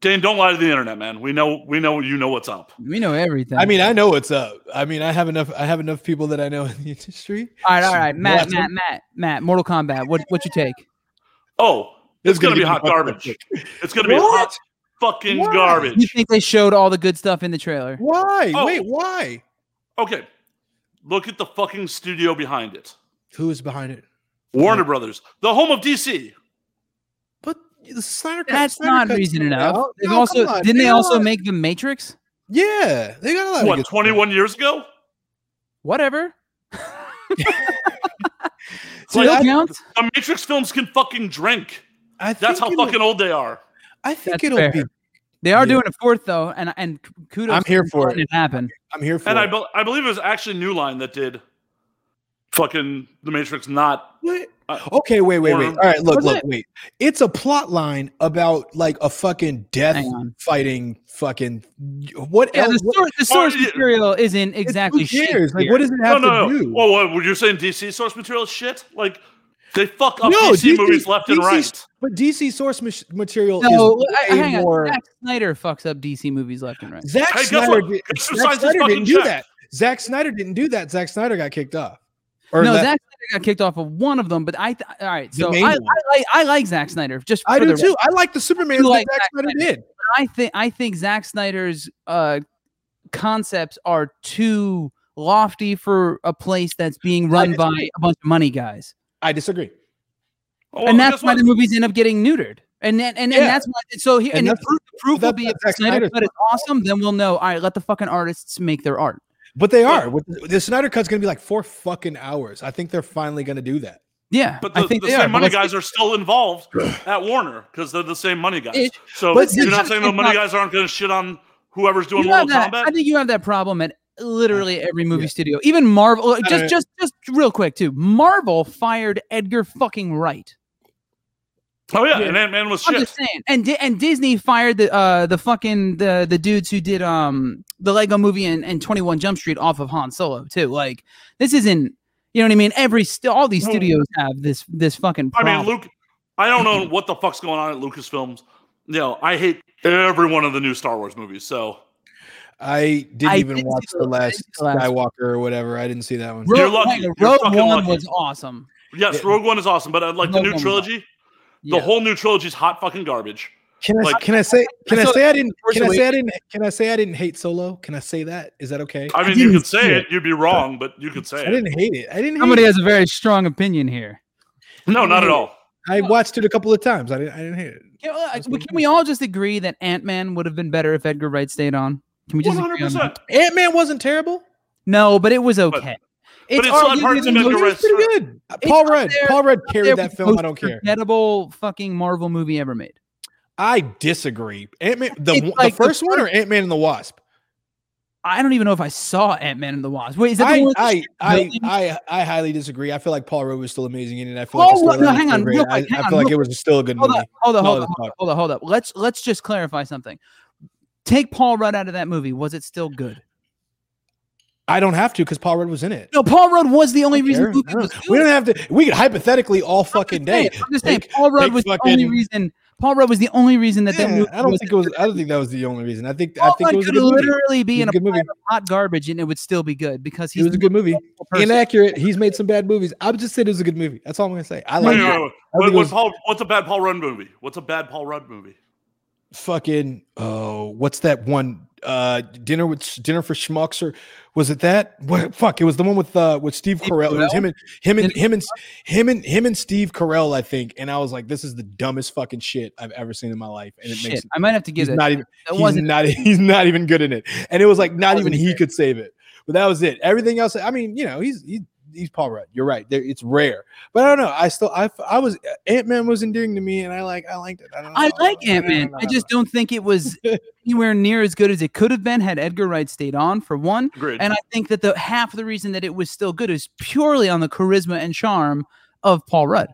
Speaker 4: Dane, don't lie to the internet, man. We know, we know, you know what's up.
Speaker 1: We know everything.
Speaker 2: I mean, I know what's up. I mean, I have enough. I have enough people that I know in the industry.
Speaker 1: all right, all right, Matt,
Speaker 2: Watson.
Speaker 1: Matt, Matt, Matt. Mortal Kombat. What, what you take?
Speaker 4: Oh, it's,
Speaker 2: It's
Speaker 4: gonna,
Speaker 2: gonna
Speaker 4: be
Speaker 2: be
Speaker 4: hot
Speaker 2: fucking
Speaker 4: garbage. It's gonna be
Speaker 2: What?
Speaker 4: hot fucking
Speaker 2: What?
Speaker 1: You
Speaker 4: garbage.
Speaker 1: think they showed all the good stuff in the trailer?
Speaker 2: Why?
Speaker 4: Oh.
Speaker 2: Wait, why?
Speaker 4: Okay, look at the fucking studio behind it.
Speaker 2: Who is behind it?
Speaker 4: Warner Brothers, the home of DC.
Speaker 2: But the Snyder Cut-
Speaker 1: That's
Speaker 2: Snyder
Speaker 1: not
Speaker 2: Cut's
Speaker 1: reason
Speaker 2: coming
Speaker 1: enough.
Speaker 2: out.
Speaker 1: They've
Speaker 2: No,
Speaker 1: also
Speaker 2: come on,
Speaker 1: didn't they
Speaker 2: got a
Speaker 1: also
Speaker 2: lot-
Speaker 1: make the Matrix?
Speaker 2: Yeah, they got a lot. of
Speaker 4: What,
Speaker 2: good stuff.
Speaker 4: 21 years ago?
Speaker 1: Whatever.
Speaker 2: See,
Speaker 1: Still
Speaker 2: I-
Speaker 1: counts.
Speaker 4: The Matrix films can fucking drink.
Speaker 2: I think
Speaker 4: That's how
Speaker 2: it'll-
Speaker 4: fucking old they are.
Speaker 2: I think
Speaker 1: That's
Speaker 2: it'll
Speaker 1: fair.
Speaker 2: be.
Speaker 1: They are
Speaker 2: Yeah.
Speaker 1: doing a fourth though, and and kudos.
Speaker 2: I'm
Speaker 1: to
Speaker 2: here
Speaker 1: them
Speaker 2: for
Speaker 1: letting
Speaker 2: it.
Speaker 1: happen.
Speaker 2: I'm here for.
Speaker 4: And I,
Speaker 2: it.
Speaker 4: be- I believe it was actually New Line that did fucking The Matrix, not
Speaker 2: What?
Speaker 4: I-
Speaker 2: Okay, wait, wait, wait. All
Speaker 4: Warner-
Speaker 2: right, look,
Speaker 1: Was
Speaker 2: look,
Speaker 1: it?
Speaker 2: wait. It's a plot line about like a fucking death
Speaker 1: Hang on.
Speaker 2: fighting fucking. What
Speaker 1: Yeah, the,
Speaker 2: else? what-
Speaker 1: source, the source
Speaker 4: yeah.
Speaker 1: material isn't
Speaker 2: it's-
Speaker 1: exactly
Speaker 2: Who cares?
Speaker 1: shit.
Speaker 2: Like, what does it
Speaker 4: No,
Speaker 2: have
Speaker 4: no,
Speaker 2: to
Speaker 4: no.
Speaker 2: do?
Speaker 4: Well, what, were you saying DC source material is shit? Like, they fuck up
Speaker 2: No,
Speaker 4: DC,
Speaker 2: DC
Speaker 4: movies left and
Speaker 2: 's
Speaker 4: right.
Speaker 2: But DC source mach- material
Speaker 1: no,
Speaker 2: is
Speaker 1: I-
Speaker 2: way
Speaker 1: hang
Speaker 2: more.
Speaker 1: on. Zack Snyder fucks up DC movies left and right.
Speaker 2: Zack
Speaker 4: Hey, guess
Speaker 2: Snyder,
Speaker 4: what?
Speaker 2: did,
Speaker 4: Guess who
Speaker 2: Zack
Speaker 4: signs this
Speaker 2: Snyder
Speaker 4: fucking
Speaker 2: didn't do
Speaker 4: check?
Speaker 2: that. Zack Snyder didn't do that. Zack Snyder got kicked off. Or
Speaker 1: no,
Speaker 2: left-
Speaker 1: Zack Snyder got kicked off of one of them, but I th- all right.
Speaker 2: The
Speaker 1: So I,
Speaker 2: main
Speaker 1: I,
Speaker 2: one.
Speaker 1: like I like Zack Snyder. Just
Speaker 2: I
Speaker 1: for
Speaker 2: do
Speaker 1: the
Speaker 2: too. I like the Superman
Speaker 1: You
Speaker 2: that
Speaker 1: like
Speaker 2: Zack
Speaker 1: Zack
Speaker 2: Snyder
Speaker 1: Snyder.
Speaker 2: did.
Speaker 1: I think I think Zack Snyder's uh, concepts are too lofty for a place that's being run by
Speaker 2: disagree.
Speaker 1: a bunch of money guys,
Speaker 2: I disagree.
Speaker 4: Oh, well,
Speaker 1: and that's
Speaker 4: guess
Speaker 1: why
Speaker 4: what?
Speaker 1: the movies end up getting neutered. And and and,
Speaker 2: Yeah.
Speaker 1: and that's why. So here
Speaker 2: And
Speaker 1: and, the
Speaker 2: that's-
Speaker 1: proof, the proof will
Speaker 2: that's
Speaker 1: be
Speaker 2: not
Speaker 1: if
Speaker 2: Zack
Speaker 1: Snyder
Speaker 2: Snyder's
Speaker 1: cut is awesome, then we'll know. All right, let the fucking artists make their art.
Speaker 2: But they are. With- The Snyder cut's going to be like four fucking hours. I think they're finally going to do that.
Speaker 1: Yeah,
Speaker 4: But the,
Speaker 1: I think
Speaker 4: the
Speaker 1: they
Speaker 4: same
Speaker 1: are. but
Speaker 4: money
Speaker 1: let's-
Speaker 4: guys are still involved at Warner because they're the same money guys.
Speaker 1: It-
Speaker 4: so
Speaker 2: but
Speaker 4: you're
Speaker 2: it's
Speaker 4: not
Speaker 1: not-
Speaker 4: saying the
Speaker 1: it's
Speaker 4: money
Speaker 1: not-
Speaker 4: guys aren't going to shit on whoever's doing
Speaker 1: You have
Speaker 4: Mortal
Speaker 1: that,
Speaker 4: Kombat?
Speaker 1: I think you have that problem at literally every movie studio, even Marvel. like, Just
Speaker 2: Uh,
Speaker 1: just just real quick too. Marvel fired Edgar fucking Wright.
Speaker 4: Oh yeah, and Ant Man was
Speaker 1: I'm
Speaker 4: shit.
Speaker 1: just saying. And Di- and Disney fired the uh the fucking the the dudes who did um the Lego movie and, and 21 Jump Street off of Han Solo too. Like this isn't you know what I mean? Every st- all these
Speaker 4: No.
Speaker 1: studios have this this fucking
Speaker 4: I
Speaker 1: problem.
Speaker 4: mean, Luke, I don't know what the fuck's going on at Lucasfilms. You know, I hate every one of the new Star Wars movies. So
Speaker 2: I didn't
Speaker 1: I
Speaker 2: even
Speaker 1: didn't see
Speaker 2: watch
Speaker 1: the-
Speaker 2: the
Speaker 1: I didn't
Speaker 2: last
Speaker 1: see the last
Speaker 2: Skywalker or whatever. I didn't see that one.
Speaker 1: Rogue,
Speaker 4: You're lucky.
Speaker 1: like,
Speaker 4: You're
Speaker 1: Rogue
Speaker 4: fucking
Speaker 1: One
Speaker 4: lucky.
Speaker 1: was awesome.
Speaker 4: yes,
Speaker 2: Yeah.
Speaker 4: Rogue One is awesome, but I like the
Speaker 1: Rogue
Speaker 4: new
Speaker 1: One was
Speaker 4: trilogy. The
Speaker 1: Yeah.
Speaker 4: whole new trilogy is hot fucking garbage.
Speaker 2: Can I
Speaker 4: Like-
Speaker 2: can I say can I
Speaker 1: saw
Speaker 2: say I didn't
Speaker 1: Force
Speaker 2: can I say I didn't can I say I didn't hate Solo? Can I say that? Is that okay?
Speaker 4: I mean, you
Speaker 1: didn't
Speaker 4: could
Speaker 1: see
Speaker 4: say it. You'd be wrong, but you could say
Speaker 2: I
Speaker 4: it.
Speaker 2: didn't hate it. I didn't. Hate
Speaker 1: Somebody
Speaker 2: it.
Speaker 1: has a very strong opinion here.
Speaker 4: No, not at all.
Speaker 2: I watched it a couple of times. I didn't. I didn't hate it.
Speaker 1: Can, uh, can we all just agree that Ant Man would have been better if Edgar Wright stayed on? Can we just
Speaker 4: One
Speaker 1: agree
Speaker 4: hundred
Speaker 1: on that?
Speaker 4: percent.
Speaker 2: Ant Man wasn't terrible.
Speaker 1: No, but it was okay.
Speaker 4: it's still had parts of
Speaker 1: arguably the
Speaker 4: Edgar
Speaker 1: most
Speaker 4: Wright
Speaker 2: It's pretty good. Paul
Speaker 1: up
Speaker 2: Rudd.
Speaker 1: there-
Speaker 2: Paul Rudd carried
Speaker 1: there
Speaker 2: that
Speaker 1: with
Speaker 2: film. I
Speaker 1: most
Speaker 2: don't care.
Speaker 1: Forgettable fucking Marvel movie ever made.
Speaker 2: I disagree. Ant Man, the,
Speaker 1: It's
Speaker 2: one-
Speaker 1: like
Speaker 2: the
Speaker 1: the
Speaker 2: first one or Ant Man and the Wasp?
Speaker 1: I don't even know if I saw Ant Man and the Wasp. Wait, is that the
Speaker 2: I,
Speaker 1: one? with the
Speaker 2: I,
Speaker 1: shit
Speaker 2: I,
Speaker 1: building?
Speaker 2: I, I highly disagree. I feel like Paul Rudd was still amazing in it. I feel
Speaker 1: Paul
Speaker 2: like
Speaker 1: Rudd-
Speaker 2: the
Speaker 1: no,
Speaker 2: storyline was
Speaker 1: hang
Speaker 2: still
Speaker 1: on,
Speaker 2: great.
Speaker 1: real
Speaker 2: I,
Speaker 1: quick,
Speaker 2: I
Speaker 1: hang on,
Speaker 2: feel like
Speaker 1: real
Speaker 2: it was still a good
Speaker 1: hold
Speaker 2: movie.
Speaker 1: on, hold on,
Speaker 2: No,
Speaker 1: hold on,
Speaker 2: it's
Speaker 1: hold
Speaker 2: not.
Speaker 1: on, hold on, hold up. Let's let's just clarify something. Take Paul Rudd out of that movie. Was it still good?
Speaker 2: I don't have to because Paul Rudd was in it.
Speaker 1: No, Paul Rudd was the only
Speaker 2: I don't
Speaker 1: reason.
Speaker 2: care.
Speaker 1: the movie
Speaker 2: I don't-
Speaker 1: was
Speaker 2: we
Speaker 1: good.
Speaker 2: don't have to. We could hypothetically all fucking
Speaker 1: I'm
Speaker 2: day.
Speaker 1: just saying- I'm just saying,
Speaker 2: Take-
Speaker 1: Paul Rudd
Speaker 2: take
Speaker 1: was the only
Speaker 2: fucking-
Speaker 1: reason. Paul Rudd was the only reason that that
Speaker 2: Yeah,
Speaker 1: movie.
Speaker 2: I don't
Speaker 1: was-
Speaker 2: think it was. I don't think that was the only reason. I think. I
Speaker 1: Paul
Speaker 2: think it
Speaker 1: Rudd
Speaker 2: was a
Speaker 1: could
Speaker 2: good movie.
Speaker 1: literally
Speaker 2: It
Speaker 1: be
Speaker 2: was
Speaker 1: in
Speaker 2: a
Speaker 1: a
Speaker 2: good movie.
Speaker 1: hot garbage and it would still be good because
Speaker 2: It
Speaker 1: he's
Speaker 2: was a good movie.
Speaker 1: person.
Speaker 2: Inaccurate. He's made some bad movies. I'm just saying it was a good movie. That's all I'm gonna say. I
Speaker 4: Wait,
Speaker 2: like
Speaker 4: wait,
Speaker 2: it.
Speaker 4: wait,
Speaker 2: I
Speaker 4: wait.
Speaker 2: think
Speaker 4: What,
Speaker 2: it
Speaker 4: what
Speaker 2: was
Speaker 4: Paul, what's a bad Paul Rudd movie? What's a bad Paul Rudd movie?
Speaker 2: fucking. Oh, what's that one? Uh, dinner with dinner for schmucks or was it that? What fuck? It was the one with uh with Steve
Speaker 1: Steve
Speaker 2: Carell. It was
Speaker 1: Carell?
Speaker 2: him and him and
Speaker 1: Dinner
Speaker 2: him and him and him and Steve Carell, I think. And I was like, this is the dumbest fucking shit I've ever seen in my life. And it
Speaker 1: Shit,
Speaker 2: makes
Speaker 1: I might have to
Speaker 2: he's
Speaker 1: give it.
Speaker 2: not even
Speaker 1: That
Speaker 2: he's
Speaker 1: wasn't.
Speaker 2: not he's not even good in it. And it was like not even
Speaker 1: wasn't
Speaker 2: he
Speaker 1: fair.
Speaker 2: could save it. But that was it. Everything else, I mean, you know, he's he's he's Paul Rudd. You're right. There, it's rare. But I don't know. I still I I was Ant Man was endearing to me, and I like I liked it. I, don't
Speaker 1: I
Speaker 2: know.
Speaker 1: like Ant Man.
Speaker 2: don't
Speaker 1: I
Speaker 2: know.
Speaker 1: just don't think it was anywhere near as good as it could have been had Edgar Wright stayed on for one.
Speaker 4: Agreed.
Speaker 1: And I think that the half of the reason that it was still good is purely on the charisma and charm of Paul Rudd.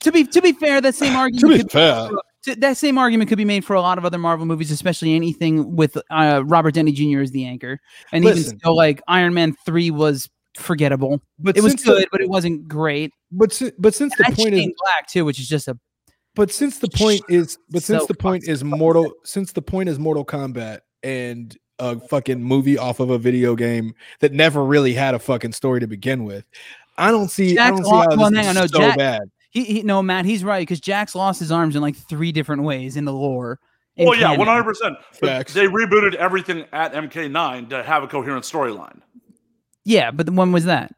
Speaker 1: To be to be fair, that same
Speaker 2: to
Speaker 1: argument
Speaker 2: be
Speaker 1: could
Speaker 2: fair,
Speaker 1: So that same argument could be made for a lot of other Marvel movies, especially anything with uh, Robert Downey Jr. as the anchor. And
Speaker 2: Listen.
Speaker 1: even still, like Iron Man three was forgettable.
Speaker 2: but
Speaker 1: It was
Speaker 2: since the-
Speaker 1: good, but it wasn't great.
Speaker 2: but si- but since the
Speaker 1: and
Speaker 2: point is
Speaker 1: Shane Black too, which is just a
Speaker 2: but since the point is but since
Speaker 1: So
Speaker 2: the point is mortal since the point is Mortal Kombat and a fucking movie off of a video game that never really had a fucking story to begin with. I don't see. I
Speaker 1: Jack's
Speaker 2: don't see how
Speaker 1: lost- well,
Speaker 2: this
Speaker 1: hang
Speaker 2: is
Speaker 1: on, no,
Speaker 2: so
Speaker 1: Jack-
Speaker 2: bad.
Speaker 1: he, he no Matt. He's right because Jack's lost his arms in like three different ways in the lore. in
Speaker 4: Well, Oh, yeah,
Speaker 1: canon.
Speaker 4: one hundred percent. But
Speaker 2: Facts.
Speaker 4: they rebooted everything at MK9 to have a coherent storyline.
Speaker 1: Yeah, but when was that?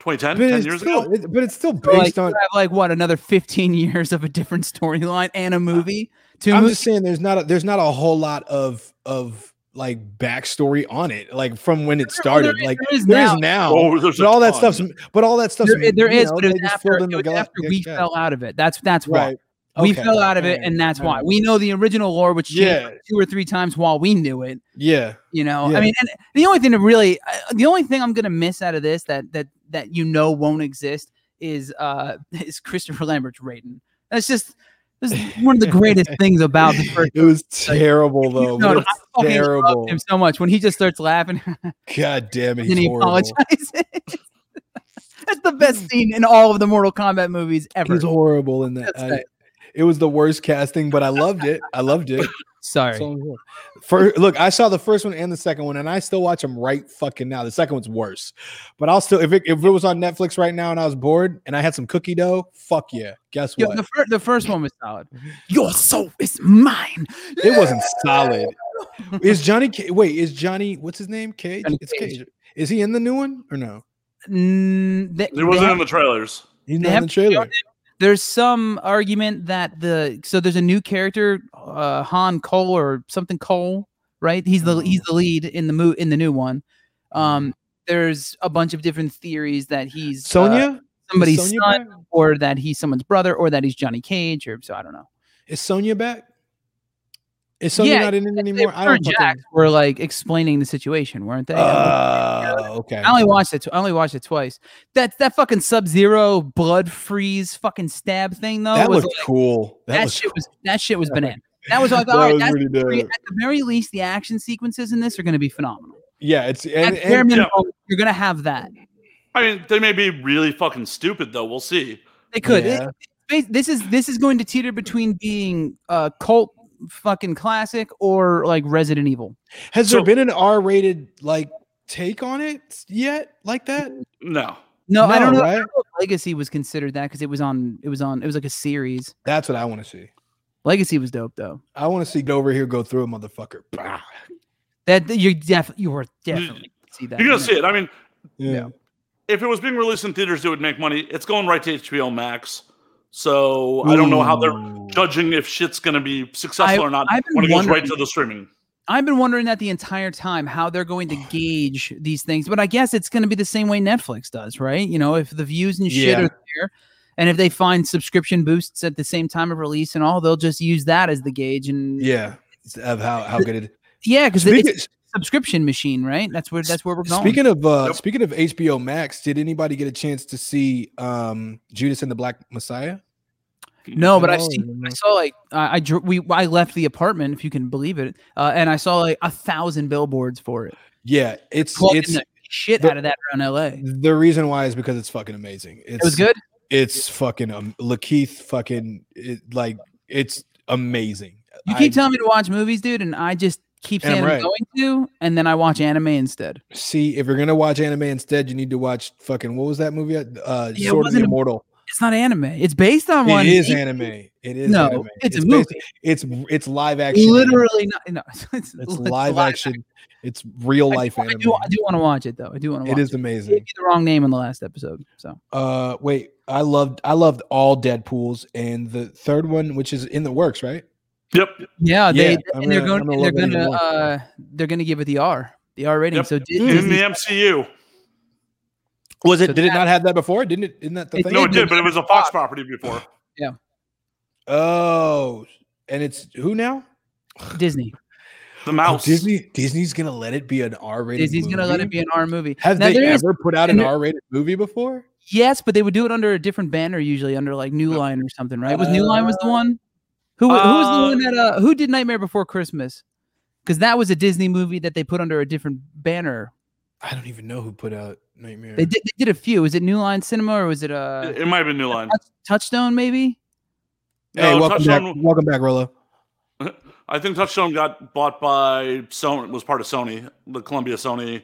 Speaker 4: 2010,
Speaker 2: But
Speaker 4: 10
Speaker 2: it's,
Speaker 4: years
Speaker 2: still,
Speaker 4: ago.
Speaker 2: it- but it's still
Speaker 1: So, like,
Speaker 2: based
Speaker 1: you
Speaker 2: on.
Speaker 1: have like what another fifteen years of a different storyline and a movie. Two
Speaker 2: I'm
Speaker 1: movies.
Speaker 2: just saying, there's not a, there's not a whole lot of of like backstory on it, like from when it
Speaker 1: Well, there
Speaker 2: started.
Speaker 1: is-
Speaker 2: like
Speaker 1: there is
Speaker 2: there is
Speaker 1: now.
Speaker 2: now,
Speaker 4: Oh, there's
Speaker 2: but
Speaker 4: a
Speaker 2: all that
Speaker 4: ton.
Speaker 2: stuff's but all that stuff's
Speaker 1: There, there
Speaker 2: you
Speaker 1: is,
Speaker 2: know,
Speaker 1: but it
Speaker 2: they
Speaker 1: was
Speaker 2: just
Speaker 1: after,
Speaker 2: filled in
Speaker 1: it
Speaker 2: the
Speaker 1: was
Speaker 2: gap-
Speaker 1: after
Speaker 2: the
Speaker 1: we
Speaker 2: gap.
Speaker 1: fell out of it. That's that's why.
Speaker 2: Right.
Speaker 1: We
Speaker 2: Okay.
Speaker 1: fell out of it,
Speaker 2: Alright.
Speaker 1: and that's why
Speaker 2: Alright.
Speaker 1: we know the original lore, which changed
Speaker 2: Yeah.
Speaker 1: two or three times while we knew it.
Speaker 2: Yeah.
Speaker 1: You know,
Speaker 2: Yeah.
Speaker 1: I mean, and the only thing that really, uh, the only thing I'm gonna miss out of this that that that you know won't exist is uh is Christopher Lambert's Raiden. That's just that's one of the greatest things about the first.
Speaker 2: It was terrible though.
Speaker 1: No,
Speaker 2: but
Speaker 1: no,
Speaker 2: it's
Speaker 1: I fucking love
Speaker 2: Oh, terrible.
Speaker 1: him so much when he just starts laughing and
Speaker 2: God damn
Speaker 1: then
Speaker 2: it. He's
Speaker 1: he
Speaker 2: horrible.
Speaker 1: apologizes. That's the best scene in all of the Mortal Kombat movies ever.
Speaker 2: He's horrible in that.
Speaker 1: That's
Speaker 2: I-
Speaker 1: right.
Speaker 2: it was the worst casting, but I loved it. I loved it.
Speaker 1: Sorry.
Speaker 2: That's all I'm saying. Fir- look, I saw the first one and the second one, and I still watch them right fucking now. The second one's worse, but I'll still if it, if it was on Netflix right now and I was bored and I had some cookie dough, fuck yeah! Guess
Speaker 1: Yo,
Speaker 2: what?
Speaker 1: the, fir- the first one was solid. Your soul is mine.
Speaker 2: it wasn't solid. Is Johnny? Ca- wait, is Johnny? What's his name? Cage.
Speaker 1: Johnny
Speaker 2: It's
Speaker 1: Cage.
Speaker 2: Cage. Is he in the new one or no?
Speaker 1: Mm, they-
Speaker 4: It wasn't
Speaker 1: they-
Speaker 4: in the trailers.
Speaker 2: He's
Speaker 1: They
Speaker 2: not in
Speaker 1: have uh,
Speaker 2: the trailer.
Speaker 1: shown there's some argument that the so there's a new character, uh, Han Cole or something Cole, right? He's the he's the lead in the mo- in the new one.
Speaker 2: Mm-hmm.
Speaker 1: Um, there's a bunch of different theories that he's uh,
Speaker 2: Sonya? Is
Speaker 1: somebody's
Speaker 2: Sonya
Speaker 1: son,
Speaker 2: back?
Speaker 1: or that he's someone's brother, or that he's Johnny Cage, or so I don't know.
Speaker 2: Is Sonya back? Is Sony
Speaker 1: Yeah,
Speaker 2: not in it
Speaker 1: They
Speaker 2: anymore? I
Speaker 1: were,
Speaker 2: don't fucking-
Speaker 1: were like explaining the situation, weren't they?
Speaker 4: Uh,
Speaker 2: Oh, okay.
Speaker 1: I only watched it. tw- I only watched it twice. That that fucking Sub Zero blood freeze fucking stab thing though
Speaker 2: That
Speaker 1: was
Speaker 2: looked
Speaker 1: like,
Speaker 2: cool. That,
Speaker 1: that,
Speaker 2: was
Speaker 1: shit
Speaker 2: cool.
Speaker 1: was that shit was banana. That was like
Speaker 2: That
Speaker 1: all right.
Speaker 2: was
Speaker 1: That's
Speaker 2: pretty
Speaker 1: pretty-
Speaker 2: dope.
Speaker 1: at the very least, the action sequences in this are going to be phenomenal.
Speaker 2: Yeah, it's and,
Speaker 1: at bare
Speaker 2: and-
Speaker 1: minimum, you're going to have that.
Speaker 4: I mean, they may be really fucking stupid though. We'll see.
Speaker 1: They could. It-
Speaker 2: Yeah.
Speaker 1: it- this is this is going to teeter between being a cult fucking classic or like Resident Evil.
Speaker 2: has
Speaker 4: So-
Speaker 2: there been an R-rated like take on it yet, like that?
Speaker 4: No.
Speaker 1: No, I don't know.
Speaker 2: No,
Speaker 1: I
Speaker 2: right?
Speaker 1: don't know if Legacy was considered that because it was on. It was on. It was like a series.
Speaker 2: That's what I want to see.
Speaker 1: Legacy was dope though.
Speaker 2: I want to see Dover here go through a motherfucker. Bah.
Speaker 1: That that you def you were definitely gonna see that.
Speaker 4: You're
Speaker 1: yeah.
Speaker 4: gonna see it. I mean,
Speaker 2: Yeah.
Speaker 4: if it was being released in theaters, it would make money. It's going right to HBO Max. So I don't know how they're
Speaker 2: Ooh.
Speaker 4: judging if shit's gonna be successful or not
Speaker 1: I've been
Speaker 4: when it goes right
Speaker 1: wondering-
Speaker 4: to the streaming.
Speaker 1: I've been wondering that the entire time how they're going to gauge these things, but I guess it's going to be the same way Netflix does, right? You know, if the views and shit
Speaker 2: Yeah.
Speaker 1: are there, and if they find subscription boosts at the same time of release and all, they'll just use that as the gauge. And
Speaker 2: Yeah. Of how how good it
Speaker 1: yeah, because
Speaker 2: Speaking,
Speaker 1: it's a subscription machine, right? That's where that's where we're going.
Speaker 2: speaking of uh
Speaker 4: Yep.
Speaker 2: speaking of HBO Max, did anybody get a chance to see um Judas and the Black Messiah?
Speaker 1: No, but I've
Speaker 2: No,
Speaker 1: seen. I
Speaker 2: no.
Speaker 1: saw like I, I dro- we I left the apartment, if you can believe it, uh, and I saw like a thousand billboards for it.
Speaker 2: Yeah, it's
Speaker 1: Plugging
Speaker 2: it's
Speaker 1: the shit
Speaker 2: the-
Speaker 1: out of that around L.A.
Speaker 2: the reason why is because it's fucking amazing. It's,
Speaker 1: It was good.
Speaker 2: It's fucking um Lakeith fucking it, like it's amazing.
Speaker 1: You
Speaker 2: I-
Speaker 1: keep telling me to watch movies, dude, and I just keep
Speaker 2: And I'm
Speaker 1: saying I'm
Speaker 2: right.
Speaker 1: going to, and then I watch anime instead.
Speaker 2: see if you're gonna watch anime instead, you need to watch fucking what was that movie? Uh
Speaker 1: Yeah, it
Speaker 2: Sword of the
Speaker 1: wasn't a-
Speaker 2: Immortal.
Speaker 1: It's not anime. It's based on one.
Speaker 2: It is
Speaker 1: It-
Speaker 2: anime. It is
Speaker 1: No,
Speaker 2: anime.
Speaker 1: it's, a
Speaker 2: based-
Speaker 1: movie.
Speaker 2: It's it's live action. anime.
Speaker 1: Literally not. No, it's, it's
Speaker 2: It's live action. It's real
Speaker 1: I do-
Speaker 2: life
Speaker 1: I,
Speaker 2: anime.
Speaker 1: do, I do want to watch it though. I do want to
Speaker 2: It
Speaker 1: watch it.
Speaker 2: is
Speaker 1: They gave
Speaker 2: amazing.
Speaker 1: you the wrong name in the last episode. So
Speaker 2: Uh, wait, I loved I loved all Deadpool's, and the third one, which is in the works, right?
Speaker 4: Yep.
Speaker 1: yeah, they
Speaker 2: Yeah, I'm
Speaker 1: and they're going.
Speaker 2: gonna- I'm
Speaker 1: and
Speaker 2: gonna
Speaker 1: they're
Speaker 2: love it even
Speaker 1: gonna.
Speaker 2: more.
Speaker 1: Uh, they're gonna give it the R, the R rating.
Speaker 4: Yep.
Speaker 1: So Di-
Speaker 4: In the
Speaker 1: Disney,
Speaker 4: MCU.
Speaker 2: Was
Speaker 1: So
Speaker 2: it? Did it not have that before? Didn't it? Isn't that the
Speaker 1: It
Speaker 2: thing?
Speaker 4: No, it
Speaker 1: did.
Speaker 4: did, but it was a Fox property before.
Speaker 2: Oh, and it's who now?
Speaker 1: Disney,
Speaker 4: The
Speaker 2: Oh,
Speaker 4: mouse.
Speaker 2: Disney. Disney's gonna let it be an R-rated.
Speaker 1: Disney's gonna let
Speaker 2: movie?
Speaker 1: it be an R movie.
Speaker 2: Have
Speaker 1: Now,
Speaker 2: they
Speaker 1: there is-
Speaker 2: ever put out an
Speaker 1: and there-
Speaker 2: R-rated movie before?
Speaker 1: Yes, but they would do it under a different banner, usually under like New Line or something, right? Was New Line was
Speaker 4: Uh,
Speaker 1: the one? Who wa- who was the one that uh who did Nightmare Before Christmas? Because that was a Disney movie that they put under a different banner.
Speaker 2: I don't even know who put out Nightmare.
Speaker 1: They did they did a few. Was it New Line Cinema or was it uh
Speaker 4: It it might have been New Line.
Speaker 1: Touch- Touchstone maybe?
Speaker 2: Hey,
Speaker 4: No,
Speaker 2: welcome back,
Speaker 4: Touchstone-
Speaker 2: welcome back, Rolo.
Speaker 4: I think Touchstone got bought by Sony. Was part of Sony, the Columbia Sony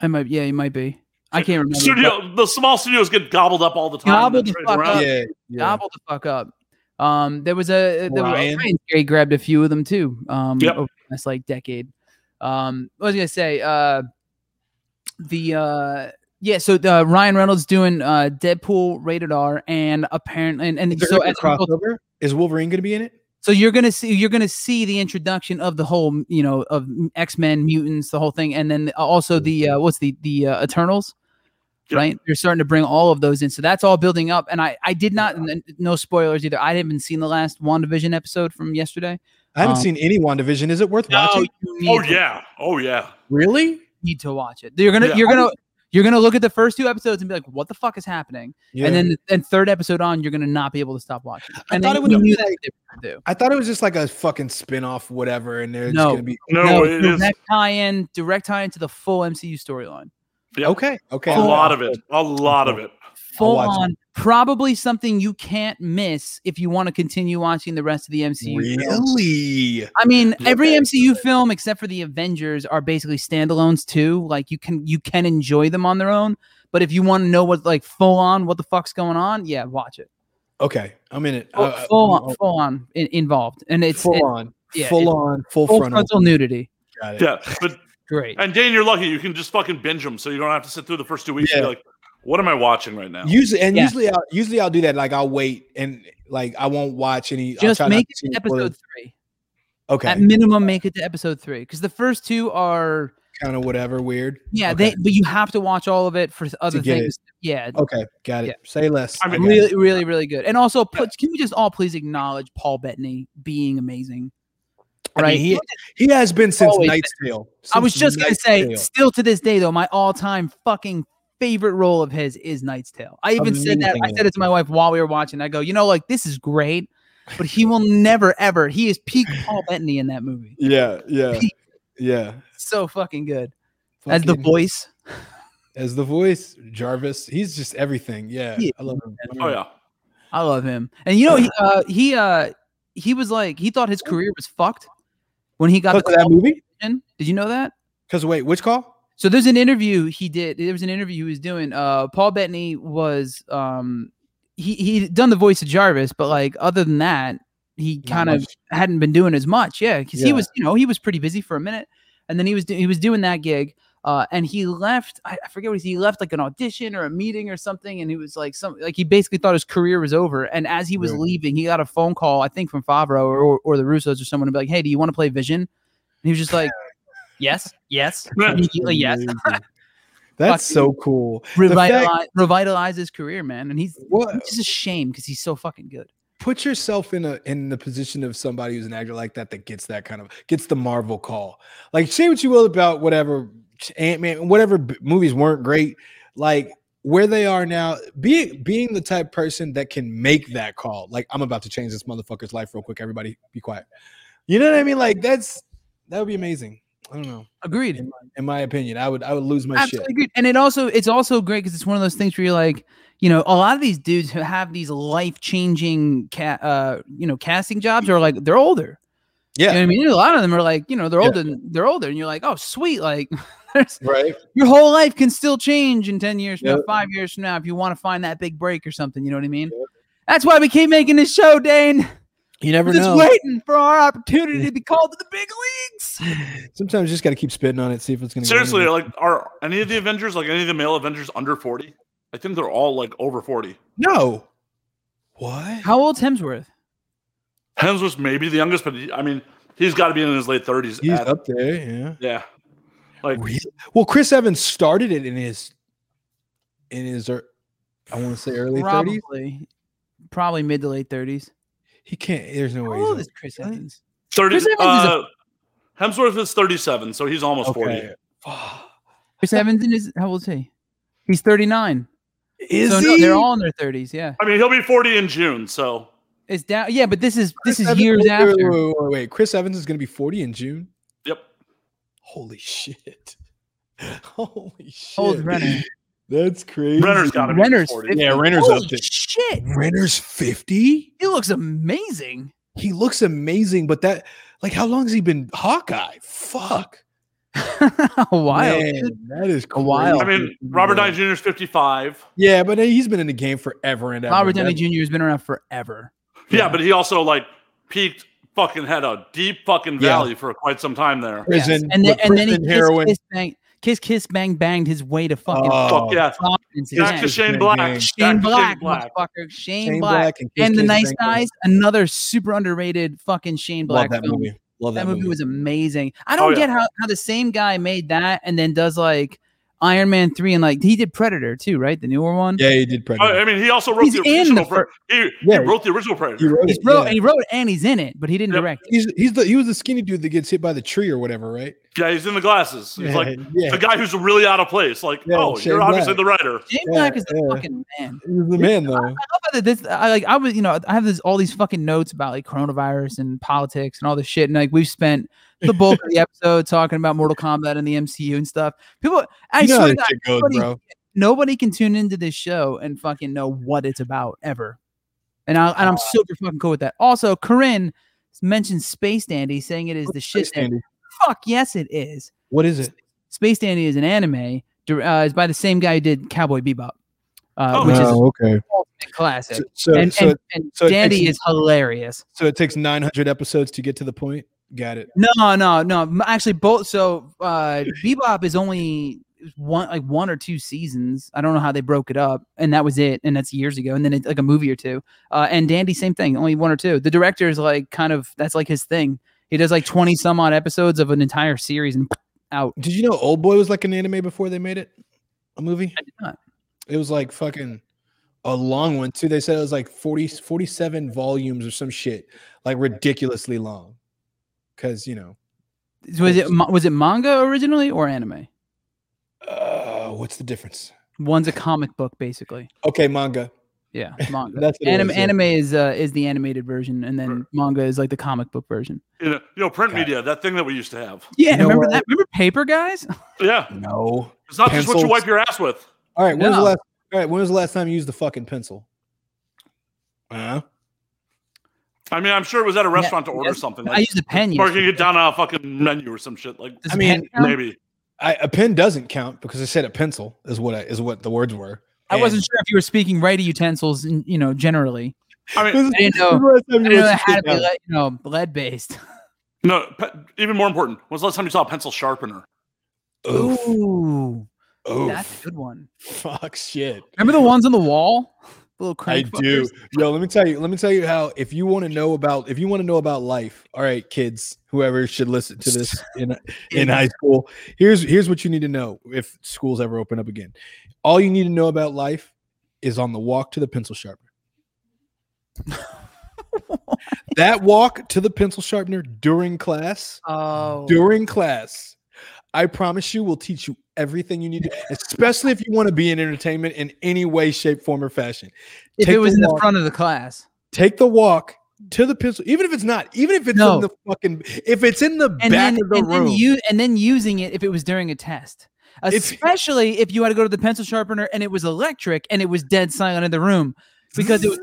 Speaker 1: I might yeah, it might be. I can't remember. but
Speaker 4: studio. The small studios get gobbled up all the time.
Speaker 1: Gobbled
Speaker 4: They're
Speaker 1: the
Speaker 4: trading
Speaker 1: fuck
Speaker 4: around.
Speaker 1: up.
Speaker 2: Yeah, yeah.
Speaker 1: Gobble the fuck up. Um there was a there
Speaker 2: Ryan.
Speaker 1: was Ryan Gary grabbed a few of them too. Um
Speaker 4: Yep.
Speaker 1: over the last like decade. Um what was I gonna say? Uh the uh yeah, so the Ryan Reynolds doing uh Deadpool rated R and apparently and, and
Speaker 2: Is there
Speaker 1: so
Speaker 2: gonna be
Speaker 1: as
Speaker 2: a
Speaker 1: a result-
Speaker 2: crossover? Is Wolverine gonna be in it?
Speaker 1: so you're gonna see you're gonna see the introduction of the whole you know of X-Men mutants the whole thing and then also the uh, what's the the uh, Eternals
Speaker 4: Yep.
Speaker 1: right you're starting to bring all of those in so that's all building up and I I did not and then no spoilers either I haven't seen the last WandaVision episode from yesterday
Speaker 2: I haven't
Speaker 1: Um,
Speaker 2: seen any WandaVision. Is it worth watching?
Speaker 1: you need,
Speaker 4: Oh
Speaker 1: to-
Speaker 4: yeah. Oh yeah.
Speaker 2: Really?
Speaker 1: need to watch it you're gonna
Speaker 4: Yeah.
Speaker 1: you're gonna you're gonna look at the first two episodes and be like what the fuck is happening
Speaker 2: Yeah.
Speaker 1: and then and third episode on you're gonna not be able to stop watching
Speaker 2: I
Speaker 1: and
Speaker 2: thought
Speaker 1: then
Speaker 2: it would
Speaker 1: you
Speaker 2: be
Speaker 1: knew that's
Speaker 2: like-
Speaker 1: what they were gonna do.
Speaker 2: I thought it was just like a fucking spin-off, whatever, and they're
Speaker 1: No.
Speaker 2: just gonna be
Speaker 4: No, it is
Speaker 1: direct tie-in, direct tie-in to the full MCU storyline.
Speaker 4: Yeah.
Speaker 2: okay, okay.
Speaker 4: a lot of it. A lot of it.
Speaker 1: full
Speaker 2: watch it.
Speaker 1: on, probably something you can't miss if you want to continue watching the rest of the MCU. films.
Speaker 2: Really?
Speaker 1: I mean, every
Speaker 2: Okay.
Speaker 1: MCU film except for the Avengers are basically standalones too. Like you can you can enjoy them on their own, but if you want to know what like full on what the fuck's going on, yeah, watch it.
Speaker 2: Okay, I'm in it.
Speaker 1: Full,
Speaker 2: Uh,
Speaker 1: full
Speaker 2: uh,
Speaker 1: on, full on in, involved, and it's
Speaker 2: full
Speaker 1: it's
Speaker 2: on,
Speaker 1: yeah,
Speaker 2: full
Speaker 1: it's
Speaker 2: on, full
Speaker 1: full
Speaker 2: frontal.
Speaker 1: frontal nudity.
Speaker 2: Got it.
Speaker 4: Yeah. But
Speaker 1: Great.
Speaker 4: and Dan, you're lucky. You can just fucking binge them, so you don't have to sit through the first two weeks and
Speaker 2: Yeah.
Speaker 4: be like, "What am I watching right now?"
Speaker 2: Usually, and
Speaker 1: Yeah.
Speaker 2: usually, I'll, usually I'll do that. Like I'll wait and like I won't watch any. I'll
Speaker 1: Just
Speaker 2: try not
Speaker 1: make
Speaker 2: to see
Speaker 1: it to
Speaker 2: any
Speaker 1: episode
Speaker 2: spoilers.
Speaker 1: three.
Speaker 2: Okay,
Speaker 1: At minimum, make it to episode three because the first two are
Speaker 2: kind of whatever. Weird.
Speaker 1: yeah.
Speaker 2: Okay.
Speaker 1: They but you have to watch all of it for other
Speaker 2: get it.
Speaker 1: things. Yeah,
Speaker 2: Okay, got it.
Speaker 1: Yeah.
Speaker 2: Say less.
Speaker 4: I
Speaker 2: I
Speaker 4: mean,
Speaker 2: got it.
Speaker 1: really, really, really good. And also, put, can we just all please acknowledge Paul Bettany being amazing?
Speaker 2: I mean,
Speaker 1: right?
Speaker 2: he- He has been since
Speaker 1: Always
Speaker 2: Knight's Tale.
Speaker 1: I was
Speaker 2: Since
Speaker 1: just gonna
Speaker 2: Knight's
Speaker 1: say,
Speaker 2: Tale.
Speaker 1: still to this day, though, my all-time fucking favorite role of his is Knight's Tale. I even said that. I
Speaker 2: Amazing.
Speaker 1: said it to my wife while we were watching. I go, you know, like this is great, but he will never ever. He is peak Paul Bettany in that movie.
Speaker 2: Yeah, yeah, yeah.
Speaker 1: So fucking good as the
Speaker 2: Fucking-
Speaker 1: voice.
Speaker 2: as the voice, Jarvis. He's just everything. Yeah,
Speaker 1: Yeah.
Speaker 2: I love him.
Speaker 4: Oh yeah.
Speaker 1: I love him. And you know, he uh, he uh, he was like he thought his career was fucked when he got
Speaker 2: Because
Speaker 1: the
Speaker 2: of that
Speaker 1: call.
Speaker 2: movie.
Speaker 1: in. Did you know that?
Speaker 2: Because wait, which call?
Speaker 1: So there's an interview he did. There was an interview he was doing. Uh, Paul Bettany was um, he he done the voice of Jarvis, but like other than that, he
Speaker 2: Not
Speaker 1: kind of
Speaker 2: much.
Speaker 1: hadn't been doing as much. Yeah, because he
Speaker 2: Yeah.
Speaker 1: was you know he was pretty busy for a minute, and then he was do- he was doing that gig. Uh, and he left. I, I forget what he, he left, like an audition or a meeting or something. And he was like, some like he basically thought his career was over. And as he was
Speaker 2: Right.
Speaker 1: leaving, he got a phone call, I think, from Favreau or, or, or the Russos or someone, to be like, "Hey, do you want to play Vision?" And he was just like, "Yes, yes, immediately, yes."
Speaker 2: Amazing. That's so cool. The
Speaker 1: revitalize,
Speaker 2: fact-
Speaker 1: revitalize uh, his career, man. And he's
Speaker 2: what
Speaker 1: it's just a shame because he's so fucking good.
Speaker 2: put yourself in a in the position of somebody who's an actor like that that gets that kind of gets the Marvel call. Like say what you will about whatever Ant Man, whatever b- movies weren't great. Like where they are now, being being the type person that can make that call. Like I'm about to change this motherfucker's life real quick. Everybody, be quiet. You know what I mean? Like that's that would be amazing. I don't know.
Speaker 1: Agreed.
Speaker 2: In my opinion, I would I would lose my
Speaker 1: Absolutely agreed. And it also it's also great because it's one of those things where you're like, you know, a lot of these dudes who have these life changing ca- uh, you know, casting jobs are like they're older.
Speaker 2: shit.
Speaker 1: You know what I mean, a lot of them are like, you know, they're
Speaker 2: Yeah.
Speaker 1: older than they're older, and you're like, oh sweet, like there's-
Speaker 2: Right.
Speaker 1: your whole life can still change in 10 years from now,
Speaker 2: Yep.
Speaker 1: five years from now, if you want to find that big break or something, you know what I mean? That's why we keep making this show, Dane.
Speaker 2: You never
Speaker 1: We're just
Speaker 2: know.
Speaker 1: waiting for our opportunity to be called to the big leagues.
Speaker 2: Sometimes you just got to keep spitting on it, see if it's going to.
Speaker 4: Seriously, like are any of the Avengers, like any of the male Avengers under 40? I think they're all like over 40.
Speaker 2: no. What?
Speaker 1: How old's Hemsworth?
Speaker 4: Hemsworth's maybe the youngest, but he- I mean, he's got to be in his late 30s.
Speaker 2: He's
Speaker 4: at-
Speaker 2: up there, yeah.
Speaker 4: yeah. Like,
Speaker 2: Really? Well, Chris Evans started it in his in his ear- I want to say early
Speaker 1: Probably,
Speaker 2: thirties.
Speaker 1: probably mid to late thirties.
Speaker 2: He can't. There's no
Speaker 1: How
Speaker 2: way.
Speaker 1: old
Speaker 2: he's
Speaker 1: is Chris Evans?
Speaker 4: 30,
Speaker 1: Chris Evans is
Speaker 4: uh, Hemsworth is 37, so he's almost
Speaker 2: on-
Speaker 4: 40.
Speaker 2: Fuck.
Speaker 1: Chris Evans in his how old is he? He's thirty nine.
Speaker 2: Is
Speaker 1: so
Speaker 2: he?
Speaker 1: no, they're all in their thirties. Yeah,
Speaker 4: I mean, he'll be 40 in June, so
Speaker 1: it's down. Yeah, but this is this
Speaker 2: Chris
Speaker 1: is
Speaker 2: Evans-
Speaker 1: years
Speaker 2: wait, wait,
Speaker 1: after.
Speaker 2: Wait, wait, wait, wait. Chris Evans is going to be 40 in June.
Speaker 4: yep.
Speaker 2: Holy shit! Holy shit!
Speaker 1: How old's Renner?
Speaker 2: That's crazy.
Speaker 4: Renner's got to be in
Speaker 1: Renner's
Speaker 4: his 40s.
Speaker 1: 50.
Speaker 2: Yeah, Renner's
Speaker 1: Holy
Speaker 2: up there.
Speaker 1: Shit,
Speaker 2: Renner's 50.
Speaker 1: he looks amazing.
Speaker 2: He looks amazing, but that like how long has he been Hawkeye? Fuck.
Speaker 1: a while.
Speaker 2: Man, that is
Speaker 1: A while.
Speaker 4: I
Speaker 2: crazy,
Speaker 4: mean, Robert
Speaker 2: bro.
Speaker 4: Downey Jr. is 55.
Speaker 2: Yeah, but he's been in the game forever and ever.
Speaker 1: Robert Downey
Speaker 2: That-
Speaker 1: Jr. has been around forever.
Speaker 4: Yeah,
Speaker 2: Yeah.
Speaker 4: but he also like peaked fucking head out deep fucking
Speaker 2: Yeah.
Speaker 4: valley for quite some time there.
Speaker 1: Yes.
Speaker 2: Prison,
Speaker 1: and then
Speaker 2: but
Speaker 1: and then he
Speaker 2: prison,
Speaker 1: kiss,
Speaker 2: heroin.
Speaker 1: kiss, bang, kiss, kiss, bang, banged his way to fucking.
Speaker 2: Oh,
Speaker 4: Fuck yeah.
Speaker 1: confidence
Speaker 4: Back
Speaker 1: again.
Speaker 4: to Shane
Speaker 2: Shane
Speaker 4: Black.
Speaker 2: Black.
Speaker 4: Back to
Speaker 1: Shane Black, motherfucker. Shane,
Speaker 2: Shane
Speaker 1: Black.
Speaker 2: and, Kiss
Speaker 1: And the
Speaker 2: Kiss
Speaker 1: Nice
Speaker 2: Bang Bang.
Speaker 1: Guys, another super underrated fucking Shane Black
Speaker 2: Love that
Speaker 1: film.
Speaker 2: movie. Love
Speaker 1: That,
Speaker 2: that,
Speaker 1: movie was amazing. I
Speaker 4: Oh,
Speaker 1: don't
Speaker 4: yeah.
Speaker 1: get how, how the same guy made that and then does like Iron Man 3 and like he did Predator too, right? The newer one.
Speaker 2: Yeah, he did
Speaker 4: I, Oh, I
Speaker 2: Predator.
Speaker 4: mean, he also wrote
Speaker 1: He's
Speaker 4: the
Speaker 1: in the
Speaker 4: original. Pre- he, he
Speaker 2: Yeah.
Speaker 4: wrote the original
Speaker 2: He
Speaker 4: Predator.
Speaker 2: wrote
Speaker 1: He's
Speaker 2: it.
Speaker 1: wrote
Speaker 2: yeah.
Speaker 1: and he wrote it and he's in it, but he didn't
Speaker 4: Yep.
Speaker 1: direct it.
Speaker 2: He's, he's the he was the skinny dude that gets hit by the tree or whatever, right?
Speaker 4: Yeah, he's in the glasses. He's like
Speaker 2: yeah.
Speaker 4: the guy who's really out of place. Like,
Speaker 2: Yeah,
Speaker 4: oh,
Speaker 2: Shane
Speaker 4: you're obviously
Speaker 2: Black.
Speaker 4: the writer.
Speaker 1: Shane
Speaker 2: Yeah,
Speaker 1: Black is the
Speaker 2: yeah.
Speaker 1: fucking man.
Speaker 2: He was the man though.
Speaker 1: I love that this I like I was you know I have this all these fucking notes about like coronavirus and politics and all this shit and like we've spent the bulk of the episode talking about Mortal Kombat and the MCU and stuff. People, I
Speaker 2: you know how
Speaker 1: swear to
Speaker 2: this
Speaker 1: God,
Speaker 2: shit goes,
Speaker 1: nobody-
Speaker 2: bro.
Speaker 1: nobody can tune into this show and fucking know what it's about ever. And I and I'm super fucking cool with that. Also, Corinne mentioned Space Dandy, saying it is the shit. that-
Speaker 2: Andy?
Speaker 1: Fuck yes, it is.
Speaker 2: What is it?
Speaker 1: Space Dandy is an anime. dir- Uh, is by the same guy who did Cowboy Bebop, uh,
Speaker 4: Oh,
Speaker 1: which is
Speaker 2: oh, okay.
Speaker 1: a classic.
Speaker 2: So, so,
Speaker 1: and,
Speaker 2: so,
Speaker 1: and, and
Speaker 2: so it
Speaker 1: Dandy
Speaker 2: takes-
Speaker 1: is hilarious.
Speaker 2: so it takes 900 episodes to get to the point. Got it.
Speaker 1: No, no, no. M- Actually, both. So uh, Bebop is only one, like one or two seasons. I don't know how they broke it up, and that was it. And that's years ago. And then it's like a movie or two. Uh, and Dandy, same thing, only one or two. The director is like kind of that's like his thing. He does like twenty some odd episodes of an entire series and out.
Speaker 2: Did you know Old Boy was like an anime before they made it a movie?
Speaker 1: I did not.
Speaker 2: It was like fucking a long one too. They said it was like 40 47 volumes or some shit, like ridiculously long. because you know
Speaker 1: Was it ma- was it manga originally or anime?
Speaker 2: uh, what's the difference?
Speaker 1: One's a comic book, basically.
Speaker 2: Okay, manga.
Speaker 1: Yeah, manga.
Speaker 2: That's what it
Speaker 1: Anim-
Speaker 2: is, yeah.
Speaker 1: Anime is uh, is the animated version, and then manga is like the comic book version.
Speaker 4: You know, you know print
Speaker 2: Okay.
Speaker 4: media, that thing that we used to have.
Speaker 1: Yeah,
Speaker 2: You know
Speaker 1: remember
Speaker 2: what?
Speaker 1: that? Remember paper, guys?
Speaker 4: Yeah,
Speaker 2: No.
Speaker 4: it's not just what you
Speaker 2: Pencils.
Speaker 4: wipe your ass with.
Speaker 2: All right. When was the
Speaker 1: No.
Speaker 2: last? All right. When was the last time you used the fucking pencil? Uh,
Speaker 4: I mean, I'm sure it was at a restaurant to order
Speaker 1: yes,
Speaker 4: something.
Speaker 1: I
Speaker 4: Like,
Speaker 1: used a pen.
Speaker 4: marking
Speaker 1: yesterday.
Speaker 4: it down on a fucking menu or some shit. Like
Speaker 1: Does
Speaker 2: I mean,
Speaker 1: pen count?
Speaker 4: maybe.
Speaker 2: I, a pen doesn't count because I said a pencil is what I, is what the words were.
Speaker 1: I wasn't
Speaker 2: And-
Speaker 1: sure if you were speaking writing utensils, in, you know, generally.
Speaker 4: I mean,
Speaker 2: This is-
Speaker 1: I didn't
Speaker 2: this is
Speaker 1: know-
Speaker 2: the last time
Speaker 1: I
Speaker 2: you
Speaker 1: didn't know
Speaker 2: wrote
Speaker 1: it had to
Speaker 2: something
Speaker 1: be,
Speaker 2: down.
Speaker 1: like, you know, lead based.
Speaker 4: no. Pe- even more important, when's the last time you saw a pencil sharpener?
Speaker 2: Oof.
Speaker 1: Ooh,
Speaker 2: Oof.
Speaker 1: that's a good one.
Speaker 2: Fuck shit.
Speaker 1: Remember the ones on the wall? The little
Speaker 2: I
Speaker 1: crank
Speaker 2: do.
Speaker 1: fuckers?
Speaker 2: Yo, let me tell you, let me tell you how if you want to know about if you want to know about life, all right, kids, whoever should listen to this in in high school, here's here's what you need to know if schools ever open up again. All you need to know about life is on the walk to the pencil sharpener. that walk to the pencil sharpener during class,
Speaker 1: Oh,
Speaker 2: during class, I promise you will teach you everything you need to, especially if you want to be in entertainment in any way, shape, form, or fashion.
Speaker 1: if
Speaker 2: take
Speaker 1: it was
Speaker 2: the
Speaker 1: in the
Speaker 2: walk.
Speaker 1: front of the class.
Speaker 2: take the walk to the pencil, even if it's not, even if it's
Speaker 1: No.
Speaker 2: in the fucking, if it's in the
Speaker 1: and
Speaker 2: back
Speaker 1: then,
Speaker 2: of the
Speaker 1: and
Speaker 2: room,
Speaker 1: Then you, and then using it if it was during a test.
Speaker 2: If-
Speaker 1: Especially if, you had to go to the pencil sharpener and it was electric and it was dead silent in the room because it was.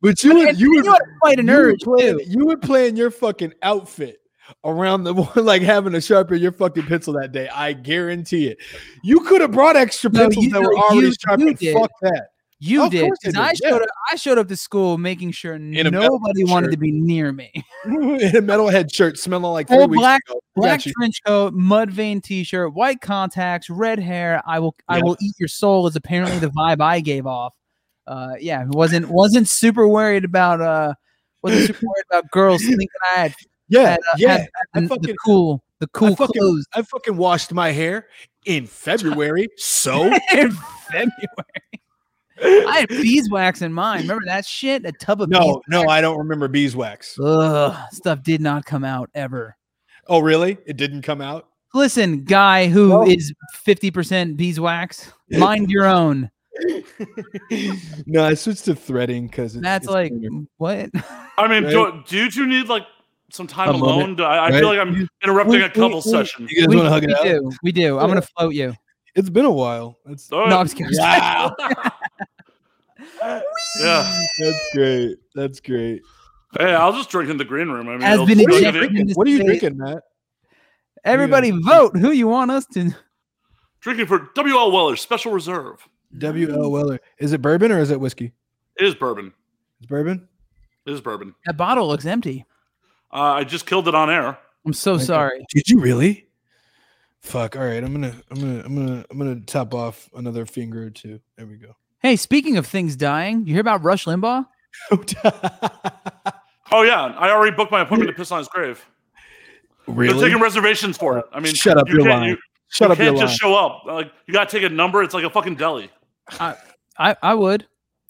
Speaker 2: but you, would,
Speaker 1: And
Speaker 2: you would,
Speaker 1: you had to fight an
Speaker 2: you would
Speaker 1: urge
Speaker 2: plan-
Speaker 1: too.
Speaker 2: you would plan your fucking outfit around the one, like having to sharpen your fucking pencil that day. I guarantee it. You could have brought extra
Speaker 1: No,
Speaker 2: pencils
Speaker 1: you-
Speaker 2: that
Speaker 1: no,
Speaker 2: were already
Speaker 1: you- you
Speaker 2: sharpened.
Speaker 1: did.
Speaker 2: Fuck that.
Speaker 1: You
Speaker 2: Of
Speaker 1: did.
Speaker 2: course I
Speaker 1: 'cause I
Speaker 2: did, yeah.
Speaker 1: showed up. I showed up to school making sure
Speaker 2: a belt
Speaker 1: nobody wanted to
Speaker 2: shirt.
Speaker 1: be near me.
Speaker 2: in a metalhead shirt smelling like
Speaker 1: Full
Speaker 2: three weeks
Speaker 1: black-
Speaker 2: ago. We got
Speaker 1: Black
Speaker 2: you.
Speaker 1: trench coat, mud vein T-shirt, white contacts, red hair. I will. I
Speaker 2: Yeah.
Speaker 1: will eat your soul. Is apparently the vibe I gave off. Uh, yeah, wasn't wasn't super worried about. Uh, wasn't super worried about girls thinking I had,
Speaker 2: Yeah,
Speaker 1: had, uh,
Speaker 2: yeah.
Speaker 1: had- had
Speaker 2: I fucking-
Speaker 1: the cool the
Speaker 2: I
Speaker 1: cool
Speaker 2: fucking,
Speaker 1: clothes.
Speaker 2: I fucking washed my hair in February. So
Speaker 1: in February. I had beeswax in mine. Remember that shit? A tub of
Speaker 2: no, no, I don't remember beeswax.
Speaker 1: bees- Ugh, stuff did not come out ever.
Speaker 2: Oh, really? It didn't come out.
Speaker 1: Listen, guy who
Speaker 2: Well-
Speaker 1: is fifty percent beeswax, mind your own.
Speaker 2: no, I switched to threading because
Speaker 1: That's like what?
Speaker 4: I mean,
Speaker 2: Right.
Speaker 4: do, do you two need like some time
Speaker 2: A moment,
Speaker 4: alone? Do I, I feel like I'm interrupting a couple session.
Speaker 2: You guys
Speaker 1: we,
Speaker 2: want to hug
Speaker 1: we
Speaker 2: it out?
Speaker 1: do. We do. I'm gonna float you.
Speaker 2: It's been a while. That's
Speaker 4: All
Speaker 1: No, I'm
Speaker 4: right.
Speaker 1: just kidding.
Speaker 2: wow.
Speaker 4: yeah.
Speaker 2: That's great. That's great.
Speaker 4: Hey, I'll just drink in the green room. I mean,
Speaker 1: Has
Speaker 4: it'll-
Speaker 1: been
Speaker 4: it'll
Speaker 2: What are you
Speaker 4: give you-
Speaker 1: injected-
Speaker 2: drinking?
Speaker 1: this
Speaker 2: What are you
Speaker 1: space.
Speaker 2: drinking, Matt?
Speaker 1: Everybody vote who you want us to.
Speaker 4: drinking for W.L. Weller's Special Reserve.
Speaker 2: W L Weller. Is it bourbon or is it whiskey?
Speaker 4: It is bourbon.
Speaker 2: It's bourbon.
Speaker 4: It is bourbon.
Speaker 1: That bottle looks empty.
Speaker 4: Uh, I just killed it on air.
Speaker 1: I'm so
Speaker 2: Okay.
Speaker 1: Oh, sorry.
Speaker 2: Did you really? Fuck. All right. I'm gonna. I'm gonna. I'm gonna. I'm gonna top off another finger or two. There we go.
Speaker 1: Hey, speaking of things dying, you hear about Rush Limbaugh?
Speaker 4: Oh yeah, I already booked my appointment to piss on his grave. They're taking reservations for it. I mean,
Speaker 2: Shut up,
Speaker 4: you
Speaker 2: you're
Speaker 4: can't-
Speaker 2: lying.
Speaker 4: You,
Speaker 2: Shut
Speaker 4: you
Speaker 2: up. Your
Speaker 4: can't
Speaker 2: line.
Speaker 4: just show up. Like you gotta take a number. It's like a fucking deli.
Speaker 1: I I would.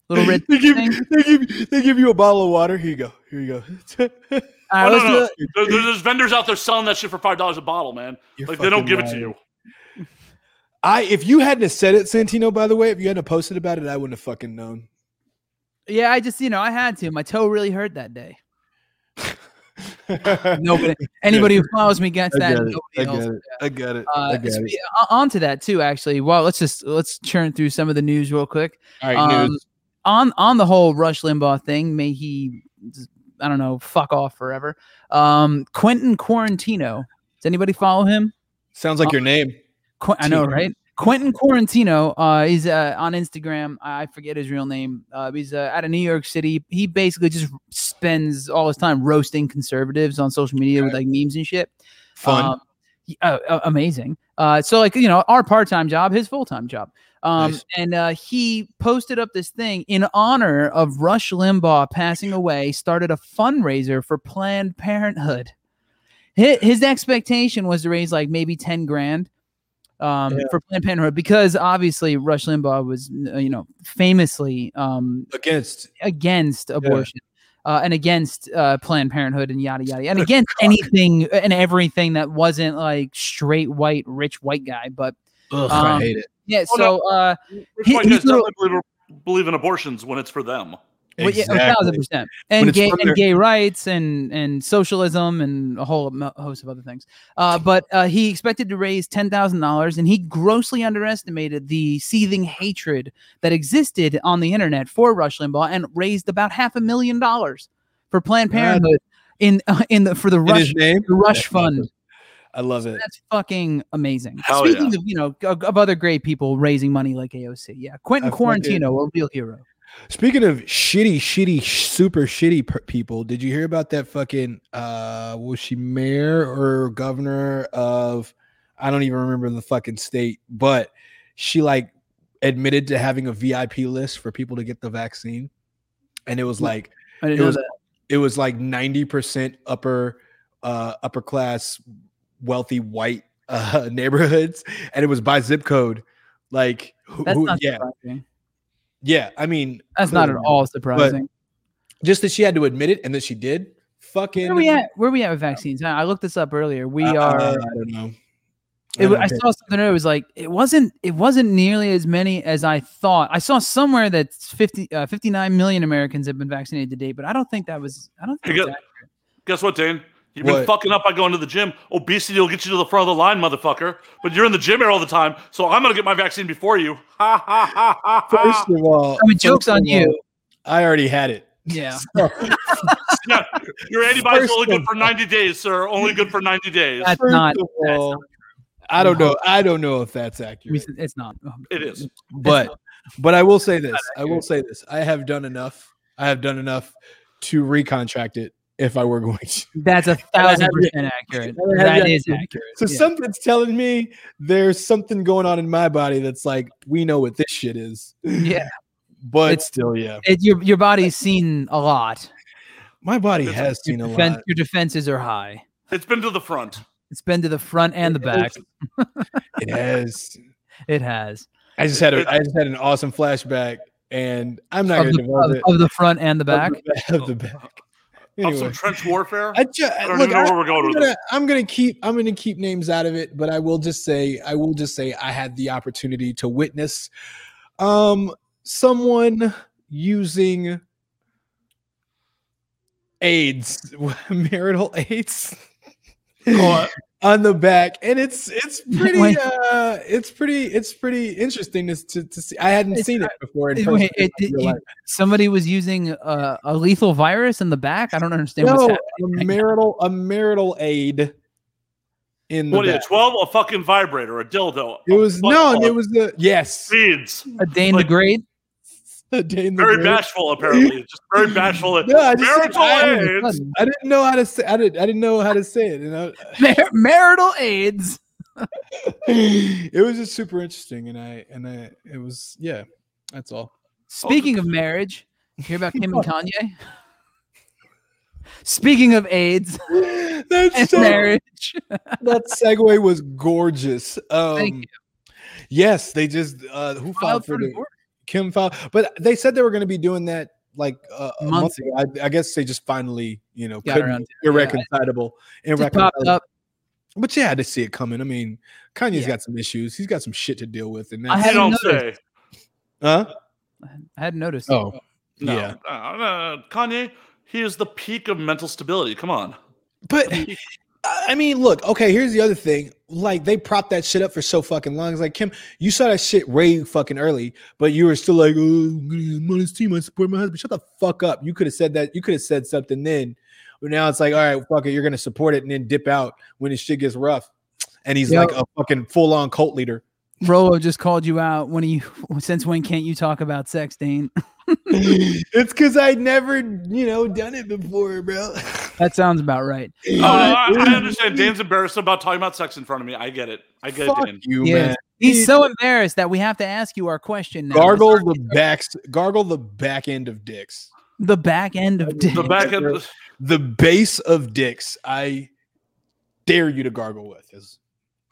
Speaker 1: Little red.
Speaker 2: they, give,
Speaker 1: thing.
Speaker 2: they, give, they give you a bottle of water. Here you go. Here you go.
Speaker 1: All right,
Speaker 4: Oh, no,
Speaker 1: let's do
Speaker 4: no.
Speaker 1: it.
Speaker 4: There, there- there's vendors out there selling that shit for five dollars a bottle, man.
Speaker 2: You're
Speaker 4: like they don't
Speaker 2: fucking
Speaker 4: give it to
Speaker 2: lying.
Speaker 4: you.
Speaker 2: I if you hadn't have said it, Santino. By the way, if you hadn't have posted about it, I wouldn't have fucking known.
Speaker 1: Yeah, I just you know I had to. My toe really hurt that day. Nobody, anybody who follows me gets
Speaker 2: I
Speaker 1: that.
Speaker 2: get
Speaker 1: and
Speaker 2: it. I
Speaker 1: Nobody
Speaker 2: get
Speaker 1: else.
Speaker 2: it. I get it. I
Speaker 1: Uh,
Speaker 2: get
Speaker 1: spe-
Speaker 2: it.
Speaker 1: o- onto that too, actually. Well, let's just let's churn through some of the news real quick.
Speaker 2: All
Speaker 1: um, on on the whole Rush Limbaugh thing, may he I don't know, fuck off forever. Um Quentin Quarantino. Does anybody follow him?
Speaker 2: Sounds like your
Speaker 1: uh,
Speaker 2: name.
Speaker 1: Qu- I know,
Speaker 2: Tino.
Speaker 1: right? Quentin Quarantino uh, is uh, on Instagram. I I forget his real name. Uh, he's uh, out of New York City. He basically just spends all his time roasting conservatives on social media with like memes and shit.
Speaker 2: Fun.
Speaker 1: Um, y- uh, uh, amazing. Uh, so like you know, our part-time job, his full-time job. Um,
Speaker 2: Nice.
Speaker 1: and uh, he posted up this thing in honor of Rush Limbaugh passing away. Started a fundraiser for Planned Parenthood. His, his expectation was to raise like maybe ten grand um,
Speaker 2: Yeah.
Speaker 1: for Planned Parenthood because obviously Rush Limbaugh was uh, you know famously um,
Speaker 2: Against
Speaker 1: against abortion. uh, and against uh, Planned Parenthood and yada yada, and against anything uh, and everything that wasn't like straight white rich white guy. But
Speaker 2: Ugh,
Speaker 1: Um,
Speaker 2: I hate it.
Speaker 1: yeah,
Speaker 4: Oh,
Speaker 1: so
Speaker 4: no.
Speaker 1: uh,
Speaker 4: Rich
Speaker 1: He-
Speaker 4: white
Speaker 1: he's
Speaker 4: guys don't
Speaker 1: little-
Speaker 4: believe, believe in abortions when it's for them.
Speaker 1: well, yeah, a thousand percent, and
Speaker 2: it's
Speaker 1: gay
Speaker 2: from
Speaker 1: and
Speaker 2: their-
Speaker 1: gay rights and and socialism and a whole mo- host of other things. Uh, but uh, he expected to raise ten thousand dollars, and he grossly underestimated the seething hatred that existed on the internet for Rush Limbaugh, and raised about half a million dollars for Planned
Speaker 2: God.
Speaker 1: Parenthood in in the for the
Speaker 2: In
Speaker 1: Rush
Speaker 2: his name,
Speaker 1: the Rush
Speaker 2: That's awesome.
Speaker 1: Fund.
Speaker 2: I love it.
Speaker 1: That's fucking amazing.
Speaker 4: Hell
Speaker 1: Speaking
Speaker 4: yeah.
Speaker 1: of you know of, of other great people raising money like AOC, yeah, Quentin
Speaker 2: I fucking-
Speaker 1: Quarantino, a real hero.
Speaker 2: Speaking of shitty, shitty, sh- super shitty per- people, did you hear about that fucking uh was she mayor or governor of I don't even remember the fucking state, but she like admitted to having a VIP list for people to get the vaccine. And it was like
Speaker 1: I didn't
Speaker 2: It
Speaker 1: know
Speaker 2: was-
Speaker 1: that.
Speaker 2: it was like 90% upper uh upper class wealthy white uh neighborhoods and it was by zip code. Like who,
Speaker 1: That's
Speaker 2: who-
Speaker 1: not
Speaker 2: yeah,
Speaker 1: surprising.
Speaker 2: yeah. I mean
Speaker 1: That's not at
Speaker 2: clearly.
Speaker 1: all surprising.
Speaker 2: just that she had to admit it and that she did. Fucking.
Speaker 1: Where we at? Where we at with vaccines? I I looked this up earlier. We
Speaker 2: Uh,
Speaker 1: are.
Speaker 2: I don't know.
Speaker 1: it,
Speaker 2: don't
Speaker 1: I
Speaker 2: know.
Speaker 1: saw something. It was like it wasn't. It wasn't nearly as many as I thought. I saw somewhere that 50, uh, 59 million Americans have been vaccinated to date, but I don't think that was. I don't think.
Speaker 4: Hey,
Speaker 1: that's
Speaker 4: guys.
Speaker 1: accurate.
Speaker 4: Guess what, Dane? You've been
Speaker 2: What?
Speaker 4: fucking up by going to the gym. Obesity will get you to the front of the line, motherfucker. But you're in the gym here all the time, so I'm gonna get my vaccine before you. Ha ha ha ha. ha.
Speaker 2: First of all,
Speaker 1: Ah, I mean, joke's
Speaker 2: first of
Speaker 1: on you.
Speaker 2: all, I already had it.
Speaker 1: Yeah.
Speaker 2: So,
Speaker 4: Yeah, your antibodies
Speaker 2: First
Speaker 4: are only good
Speaker 2: of
Speaker 4: for 90 days, sir. Only good for 90 days.
Speaker 1: That's
Speaker 2: first
Speaker 1: not-
Speaker 2: of
Speaker 1: that's
Speaker 2: all, I don't know. I don't know if that's
Speaker 1: We
Speaker 2: accurate,
Speaker 1: said- It's not. Um,
Speaker 4: It is.
Speaker 2: but but I will say this. I will
Speaker 1: accurate.
Speaker 2: say this. I have done enough. I have done enough to recontract it if I were going to.
Speaker 1: That's a thousand percent accurate.
Speaker 2: I had
Speaker 1: That
Speaker 2: yet
Speaker 1: is
Speaker 2: to-
Speaker 1: accurate.
Speaker 2: So
Speaker 1: yeah.
Speaker 2: something's telling me there's something going on in my body that's like we know what this shit is,
Speaker 1: yeah.
Speaker 2: but
Speaker 1: It's-
Speaker 2: still, yeah,
Speaker 1: It, your your body's seen a lot.
Speaker 2: my body
Speaker 4: it's-
Speaker 2: has
Speaker 1: Your,
Speaker 2: seen a
Speaker 1: defen-
Speaker 2: lot.
Speaker 1: your defenses are high.
Speaker 4: It's been to the front.
Speaker 1: It's been to the front and the back.
Speaker 2: It has.
Speaker 1: It has
Speaker 2: I just had
Speaker 4: It-
Speaker 2: a I just had an awesome flashback, and I'm not
Speaker 1: of
Speaker 2: going to
Speaker 1: the,
Speaker 2: divulge
Speaker 1: of-
Speaker 2: it.
Speaker 1: of the front and the back.
Speaker 2: Of the back. Of the back.
Speaker 4: Of
Speaker 2: Anyway,
Speaker 4: some trench warfare.
Speaker 2: I, ju-
Speaker 4: I don't
Speaker 2: look,
Speaker 4: even know
Speaker 2: I,
Speaker 4: where we're going
Speaker 2: I'm
Speaker 4: with
Speaker 2: gonna,
Speaker 4: this.
Speaker 2: I'm gonna keep I'm gonna keep names out of it, but I will just say I will just say I had the opportunity to witness um someone using AIDS, marital AIDS. on the back and it's it's pretty
Speaker 1: Wait.
Speaker 2: uh it's pretty it's pretty interesting to, to, to see i hadn't
Speaker 1: It's-
Speaker 2: seen it before in
Speaker 1: Wait,
Speaker 2: person in
Speaker 1: it-
Speaker 2: my
Speaker 1: it-
Speaker 2: real
Speaker 1: you-
Speaker 2: life.
Speaker 1: somebody was using a, a lethal virus in the back. I don't understand what's
Speaker 2: no,
Speaker 1: happening.
Speaker 2: a marital a marital aid in the
Speaker 4: What is
Speaker 2: back.
Speaker 4: it? 12? A fucking vibrator, a dildo.
Speaker 2: It
Speaker 4: a
Speaker 2: was no,
Speaker 4: football,
Speaker 2: it was the yes.
Speaker 4: seeds.
Speaker 1: A Dane
Speaker 4: Like-
Speaker 1: the Great.
Speaker 2: The day in the
Speaker 4: Very
Speaker 2: grave.
Speaker 4: bashful, apparently. Just very bashful.
Speaker 2: No, I, just said,
Speaker 4: Marital
Speaker 2: I,
Speaker 1: All of a
Speaker 4: AIDS.
Speaker 1: sudden.
Speaker 2: I didn't know how to say. I didn't. I didn't know how to say it. You know,
Speaker 1: Mar- marital AIDS.
Speaker 2: it was just super interesting, and I and I it was yeah. That's all.
Speaker 1: Speaking of marriage, you hear about Kim and Kanye? Speaking of AIDS and
Speaker 2: That's so,
Speaker 1: marriage,
Speaker 2: that segue was gorgeous. Um,
Speaker 1: Thank
Speaker 2: Yes, they just uh, who filed for the
Speaker 1: divorce.
Speaker 2: Kim filed, but they said they were going to be doing that like uh, a month
Speaker 1: Months
Speaker 2: ago. I, I guess they just finally, you know,
Speaker 1: Got
Speaker 2: couldn't-
Speaker 1: around to
Speaker 2: irreconcilable,
Speaker 1: Just popped
Speaker 2: irreconcilable.
Speaker 1: up.
Speaker 2: But yeah, I had to see it coming. I mean, Kanye's
Speaker 1: Yeah.
Speaker 2: got some issues. He's got some shit to deal with, and
Speaker 1: I
Speaker 2: that's,
Speaker 4: You
Speaker 1: hadn't
Speaker 4: don't say.
Speaker 1: noticed.
Speaker 2: huh?
Speaker 1: I hadn't noticed.
Speaker 2: Oh,
Speaker 4: No.
Speaker 2: Yeah.
Speaker 4: Uh, no, Kanye, he is the peak of mental stability. Come on.
Speaker 2: but I I mean, look, okay. Here's the other thing. Like they propped that shit up for so fucking long. It's like Kim, you saw that shit way fucking early, but you were still like, "Oh, I'm gonna I'm on his team. I support my husband." Shut the fuck up. You could have said that. You could have said something then. But now it's like, all right, fuck it. You're gonna support it and then dip out when his shit gets rough. And he's
Speaker 1: Yeah.
Speaker 2: like a fucking full on cult leader.
Speaker 1: Rolo just called you out. When are you? Since when can't you talk about sex, Dane?
Speaker 2: it's because I'd never, you know, done it before, bro.
Speaker 1: That sounds about right.
Speaker 4: Oh, I, I understand. Dane's embarrassed about talking about sex in front of me. I get it. I get
Speaker 2: Fuck
Speaker 4: it, Dan.
Speaker 2: you,
Speaker 1: Yes.
Speaker 2: man.
Speaker 1: He's so embarrassed that we have to ask you our question now.
Speaker 2: Gargle the back, gargle the back end of dicks,
Speaker 1: the back end of dick.
Speaker 4: The back end.
Speaker 2: the base of dicks. I dare you to gargle with. Is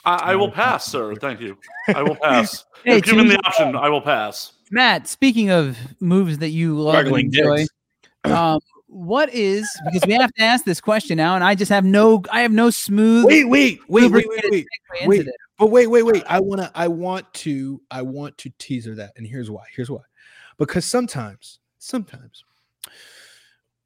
Speaker 4: I, I will pass, sir. Thank you. I will pass.
Speaker 1: Hey,
Speaker 4: if given
Speaker 1: Tim,
Speaker 4: the option, I will pass.
Speaker 1: Matt, speaking of moves that you love and
Speaker 2: Gargling
Speaker 1: enjoy,
Speaker 2: dicks.
Speaker 1: um, what is because we have to ask this question now, and I just have no, I have no smooth.
Speaker 2: Wait, wait, wait, wait, wait,
Speaker 1: lubricated
Speaker 2: wait.
Speaker 1: segue into
Speaker 2: wait.
Speaker 1: this.
Speaker 2: But wait, wait, wait. I wanna, I want to, I want to teaser that, and here's why. Here's why. Because sometimes, sometimes,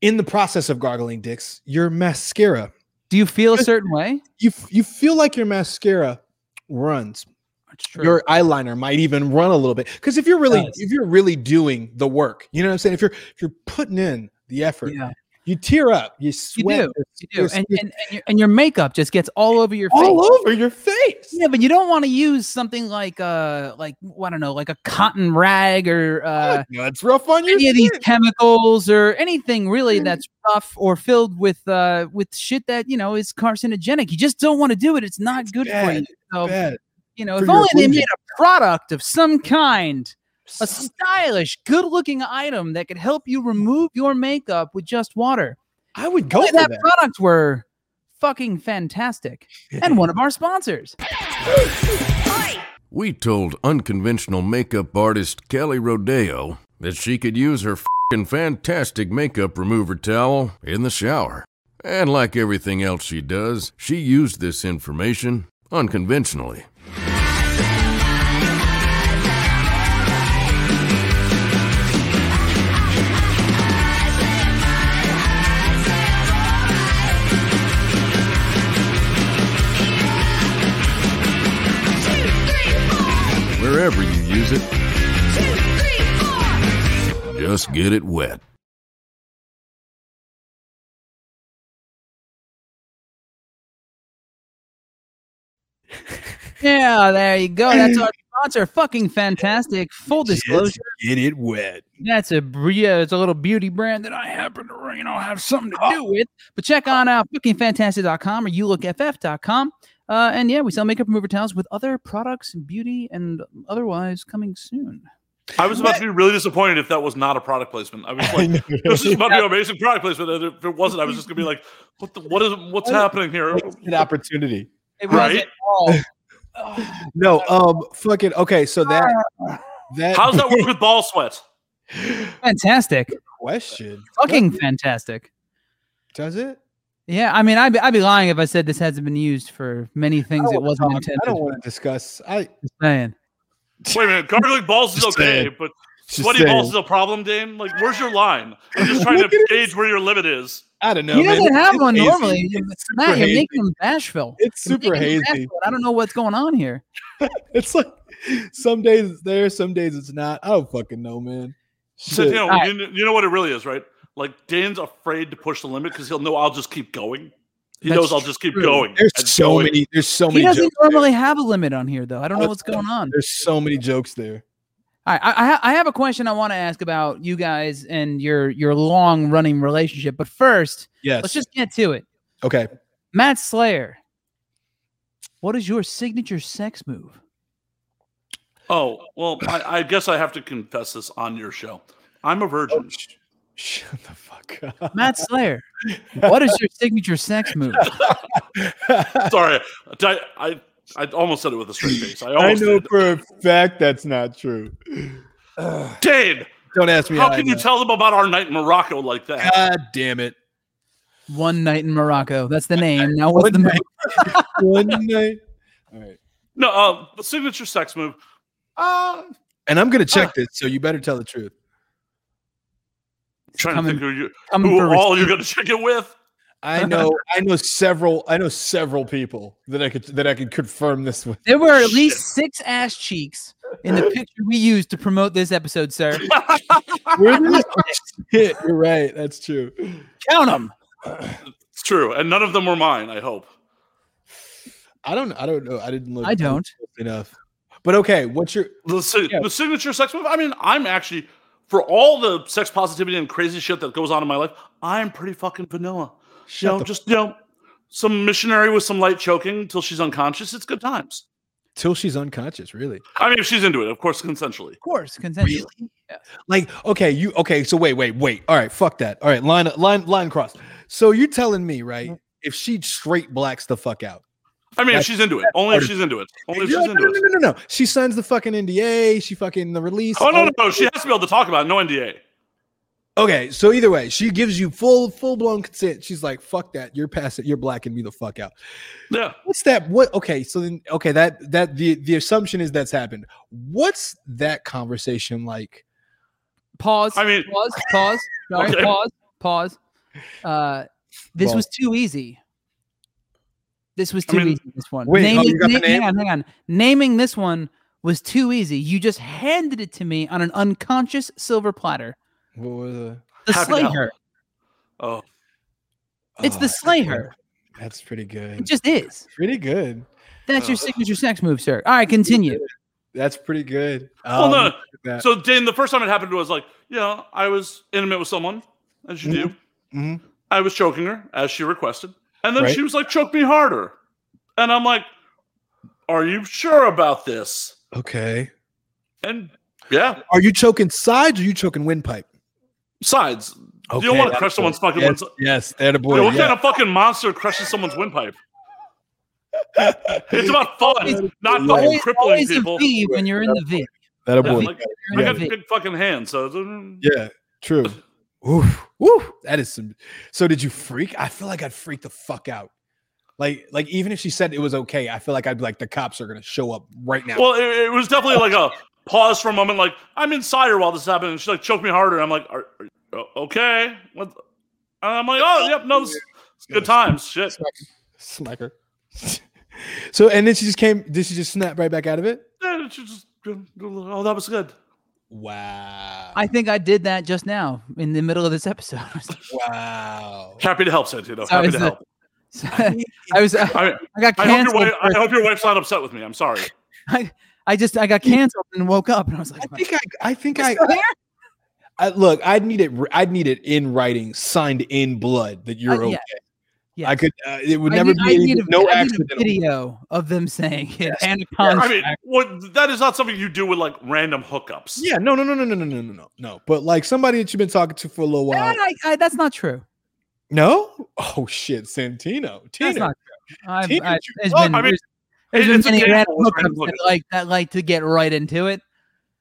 Speaker 2: in the process of gargling dicks, your mascara,
Speaker 1: Do you feel a
Speaker 2: Just-
Speaker 1: certain way?
Speaker 2: you f- you feel like your mascara runs.
Speaker 1: That's true.
Speaker 2: Your eyeliner might even run a little bit. Because if you're really,
Speaker 1: does.
Speaker 2: if you're really doing the work, you know what I'm saying. If you're, if you're putting in the effort,
Speaker 1: yeah,
Speaker 2: you tear up, you sweat,
Speaker 1: do,
Speaker 2: your-
Speaker 1: you
Speaker 2: your-
Speaker 1: do, and, and, and, your, and your makeup just gets all over your face.
Speaker 2: all over your face.
Speaker 1: Yeah, but you don't want to use something like uh like I don't know, like a cotton rag or uh
Speaker 2: Fuck, no, Oh it's rough on your
Speaker 1: any of these
Speaker 2: skin.
Speaker 1: chemicals or anything really that's rough or filled with uh with shit that you know is carcinogenic. You just don't want to do it. It's not good for
Speaker 2: bad,
Speaker 1: you. So
Speaker 2: Bad.
Speaker 1: you know,
Speaker 2: for
Speaker 1: if
Speaker 2: your
Speaker 1: only they
Speaker 2: illusion.
Speaker 1: made a product of some kind, a stylish, good-looking item that could help you remove your makeup with just water.
Speaker 2: I would go
Speaker 1: Only
Speaker 2: for
Speaker 1: that
Speaker 2: that.
Speaker 1: product were fucking fantastic and one of our sponsors.
Speaker 5: We told unconventional makeup artist Kelly Rodeo that she could use her fing fantastic makeup remover towel in the shower. And like everything else she does, she used this information unconventionally. Wherever you use it, just get it wet.
Speaker 1: Yeah, there you go. That's our sponsor. Fucking fantastic. Full disclosure.
Speaker 2: Get it wet.
Speaker 1: That's a br- yeah, it's a little beauty brand that I happen to you know have something to do with. But check on uh, out fuckingfantastic.com or youlookff.com. Uh, and yeah, we sell makeup remover towels with other products, and beauty, and otherwise coming soon.
Speaker 4: I was about to be really disappointed if that was not a product placement. I was like, this is about to be an amazing product placement. And if it wasn't, I was just gonna be like, what the, what is what's happening here?
Speaker 2: An opportunity.
Speaker 1: It
Speaker 4: Right?
Speaker 1: wasn't all-
Speaker 2: No, um, fucking okay. So that
Speaker 1: Ah.
Speaker 2: that
Speaker 4: How's that work with ball sweat?
Speaker 1: fantastic.
Speaker 2: question
Speaker 1: Fucking fantastic.
Speaker 2: does it?
Speaker 1: Yeah, I mean, I'd be, I'd be lying if I said this hasn't been used for many things it wasn't
Speaker 2: I
Speaker 1: intended.
Speaker 2: don't want to discuss. I
Speaker 1: Just saying.
Speaker 4: Wait a minute, gargling balls is
Speaker 2: Just
Speaker 4: okay,
Speaker 2: saying.
Speaker 4: but
Speaker 2: just
Speaker 4: sweaty
Speaker 2: saying.
Speaker 4: balls is a problem, Dame. Like, where's your line? I'm just trying
Speaker 2: Look at
Speaker 4: to
Speaker 2: it.
Speaker 4: gauge where your limit is.
Speaker 2: I don't know.
Speaker 1: he
Speaker 2: man.
Speaker 1: doesn't have
Speaker 2: It's
Speaker 1: one
Speaker 2: hazy.
Speaker 1: normally.
Speaker 2: It's super
Speaker 1: Matt, you're
Speaker 2: hazy.
Speaker 1: making him bashful.
Speaker 2: It's
Speaker 1: You're
Speaker 2: super
Speaker 1: making him
Speaker 2: hazy.
Speaker 1: bashful. I don't know what's going on here.
Speaker 2: It's like some days it's there, some days it's not. I don't fucking know, man.
Speaker 4: So, you,
Speaker 2: Shit.
Speaker 4: know,
Speaker 1: Alright.
Speaker 4: you, kn- you know what it really is, right? Like Dan's afraid to push the limit because he'll know I'll just keep going. He
Speaker 1: That's
Speaker 4: knows I'll just keep
Speaker 1: true.
Speaker 4: going. and
Speaker 2: There's so
Speaker 4: going.
Speaker 2: many. There's so
Speaker 1: He
Speaker 2: many.
Speaker 1: doesn't
Speaker 2: Jokes.
Speaker 1: normally have a limit on here, though. I don't know
Speaker 2: That's
Speaker 1: what's going
Speaker 2: tough.
Speaker 1: on.
Speaker 2: There's so many jokes there.
Speaker 1: All right, I, I, ha- I have a question I want to ask about you guys and your your long running relationship. But first,
Speaker 2: Yes.
Speaker 1: let's just get to it.
Speaker 2: okay.
Speaker 1: Matt Slayer, what is your signature sex move?
Speaker 4: Oh well, I, I guess I have to confess this on your show. I'm a
Speaker 1: Oh,
Speaker 4: virgin.
Speaker 2: Shut the fuck up.
Speaker 1: Matt Slayer, what is your signature sex move?
Speaker 4: Sorry, I, I I almost said it with a straight face. I
Speaker 2: I
Speaker 4: almost
Speaker 2: know
Speaker 4: did.
Speaker 2: for a fact that's not true. Ugh,
Speaker 4: Dane,
Speaker 2: don't ask me.
Speaker 4: how
Speaker 2: I
Speaker 4: can you
Speaker 2: know.
Speaker 4: tell them about our night in Morocco like that?
Speaker 2: God damn it!
Speaker 1: One night in Morocco. That's the name. Now what's
Speaker 2: One
Speaker 1: the move?
Speaker 2: night. One night. All right.
Speaker 4: No, uh, the signature sex move. Uh,
Speaker 1: Um,
Speaker 2: And I'm gonna
Speaker 1: uh,
Speaker 2: check this, so you better tell the truth.
Speaker 4: trying
Speaker 1: coming-
Speaker 4: to think who, you,
Speaker 1: coming
Speaker 4: who
Speaker 1: for
Speaker 4: all you're going to check it with.
Speaker 2: I know. I know several. I know several people that I could that I could confirm this with.
Speaker 1: There were at least six ass cheeks in the picture we used to promote this episode, sir.
Speaker 2: Where did this- Shit, you're right. That's true.
Speaker 1: Count them.
Speaker 4: It's true, and none of them were mine. I hope.
Speaker 2: I don't. I don't know. I didn't look.
Speaker 1: I don't.
Speaker 2: enough. But okay. What's your?
Speaker 4: The, si-
Speaker 2: Yeah.
Speaker 4: the signature sex move. I mean, I'm actually for all the sex positivity and crazy shit that goes on in my life, I'm pretty fucking vanilla. you
Speaker 2: Shut
Speaker 4: know,
Speaker 2: the
Speaker 4: just you know, some missionary with some light choking until she's unconscious. It's good times.
Speaker 2: till she's unconscious. Really.
Speaker 4: I mean, if she's into it, of course, consensually.
Speaker 1: Of course, consensual.
Speaker 2: Like, okay, you okay, so wait, wait, wait. All right, fuck that. All right, line line line cross. So you're telling me, right?
Speaker 1: Mm-hmm.
Speaker 2: If she straight blacks the fuck out.
Speaker 4: I mean,
Speaker 2: That's-
Speaker 4: if she's into it, only if
Speaker 2: part of-
Speaker 4: she's into it,
Speaker 2: You're
Speaker 4: only if she's
Speaker 2: like, no,
Speaker 4: into
Speaker 2: no,
Speaker 4: it.
Speaker 2: no, no, no. She signs the fucking NDA, she fucking the release.
Speaker 4: Oh no,
Speaker 2: all
Speaker 4: no,
Speaker 2: that
Speaker 4: no, she
Speaker 2: shit.
Speaker 4: has to be able to talk about it, no NDA.
Speaker 2: Okay, so either way, she gives you full full blown consent. She's like, "Fuck that, you're passing, you're blacking me the fuck out."
Speaker 4: Yeah.
Speaker 2: What's that? What? Okay, so then, okay, that that the the assumption is that's happened. What's that conversation like?
Speaker 1: Pause.
Speaker 4: I mean-
Speaker 1: pause. Pause. Sorry,
Speaker 4: Okay.
Speaker 1: Pause. Pause. Uh, this
Speaker 2: Well-
Speaker 1: was too easy. This was
Speaker 4: I
Speaker 1: too
Speaker 4: mean-
Speaker 1: easy. This one.
Speaker 2: Wait, oh,
Speaker 1: Naming-
Speaker 2: you got the
Speaker 1: na-
Speaker 2: name?
Speaker 1: Hang on, hang on. Naming this one was too easy. You just handed it to me on an unconscious silver platter.
Speaker 2: What was the?
Speaker 1: The
Speaker 4: Happy Hour.
Speaker 1: Slayer.
Speaker 4: Oh,
Speaker 1: It's the
Speaker 2: Oh, that's
Speaker 1: Slayer.
Speaker 2: good. That's pretty good.
Speaker 1: It just is.
Speaker 2: pretty good.
Speaker 1: That's your
Speaker 4: Ugh.
Speaker 1: signature sex move, sir. All right, continue.
Speaker 2: That's pretty good.
Speaker 4: well, no.
Speaker 2: Um, that-
Speaker 4: So then the first time it happened to us, like, yeah, I was intimate with someone, as you do.
Speaker 2: mhm.
Speaker 4: I was choking her as she requested. And then
Speaker 2: Right.
Speaker 4: she was like, choke me harder. And I'm like, are you sure about this?
Speaker 2: Okay.
Speaker 4: And yeah,
Speaker 2: Are you choking sides or you choking windpipe?
Speaker 4: sides.
Speaker 2: Okay,
Speaker 4: you don't want to
Speaker 2: that's
Speaker 4: crush someone's
Speaker 2: good.
Speaker 4: fucking
Speaker 2: yes,
Speaker 4: windpipe.
Speaker 2: Yes, that a boy.
Speaker 4: Dude, what
Speaker 2: yeah.
Speaker 4: kind of fucking monster crushes someone's windpipe? It's about fun,
Speaker 1: Always-
Speaker 4: not fucking
Speaker 1: Always,
Speaker 4: crippling
Speaker 1: always a
Speaker 4: people.
Speaker 1: V when you're in the V.
Speaker 2: that a
Speaker 4: Yeah,
Speaker 2: boy.
Speaker 4: like, I
Speaker 1: You're in
Speaker 4: got
Speaker 1: the V.
Speaker 4: big fucking hands, so mm,
Speaker 2: Yeah, true. Oof, woof. That is some. So did you freak? I feel like I'd freak the fuck out. Like, like even if she said it was okay, I feel like I'd be like, the cops are gonna show up right now.
Speaker 4: Well, it, it was definitely like a pause for a moment. Like I'm inside her while this is happening. And she like choked me harder. I'm like, are, are, oh, okay. What? the- And I'm like, oh, yep, no, this, it's good times. Shit.
Speaker 2: Smack her. so and then she just came. Did she just snap right back out of it?
Speaker 4: Yeah, she just- Oh, that was good.
Speaker 2: Wow.
Speaker 1: I think I did that just now in the middle of this episode.
Speaker 2: wow.
Speaker 4: Happy to help,
Speaker 1: Sorry,
Speaker 4: Santino. Happy
Speaker 1: it's
Speaker 4: to
Speaker 1: a-
Speaker 4: help.
Speaker 1: I was I,
Speaker 4: I, mean,
Speaker 1: got
Speaker 4: I, hope your
Speaker 1: canceled.
Speaker 4: wife, I hope your wife's not upset with me. I'm sorry.
Speaker 1: I, I just I got canceled and woke up and I was like,
Speaker 2: I think I. I think
Speaker 1: "Am I
Speaker 2: I.
Speaker 1: still here?"
Speaker 2: I look, I'd need it. I'd need it in writing, signed in blood, that you're
Speaker 1: Uh,
Speaker 2: okay.
Speaker 1: yeah. Yes.
Speaker 2: I could. Uh, it would
Speaker 1: I
Speaker 2: never
Speaker 1: need-
Speaker 2: be
Speaker 1: I
Speaker 2: any,
Speaker 1: need a- I
Speaker 2: no
Speaker 1: need
Speaker 2: accidental.
Speaker 1: a video of them saying it and a
Speaker 4: I
Speaker 1: contract.
Speaker 4: mean, what, that is not something you do with like random hookups.
Speaker 2: Yeah, no, no, no, no, no, no, no, no, no, no. But like somebody that you've been talking to for a little while.
Speaker 1: And I, I, that's not true.
Speaker 2: No? Oh shit, Santino.
Speaker 1: That's
Speaker 2: Tina.
Speaker 1: not true. I've,
Speaker 2: Tina,
Speaker 1: I,
Speaker 2: you
Speaker 1: there's
Speaker 2: fuck.
Speaker 1: been,
Speaker 4: I mean,
Speaker 1: there's, there's
Speaker 4: it-
Speaker 1: been
Speaker 4: it's a
Speaker 1: many
Speaker 4: game
Speaker 1: random
Speaker 4: with random
Speaker 1: hookups that
Speaker 4: hookups.
Speaker 1: like that like to get right into it.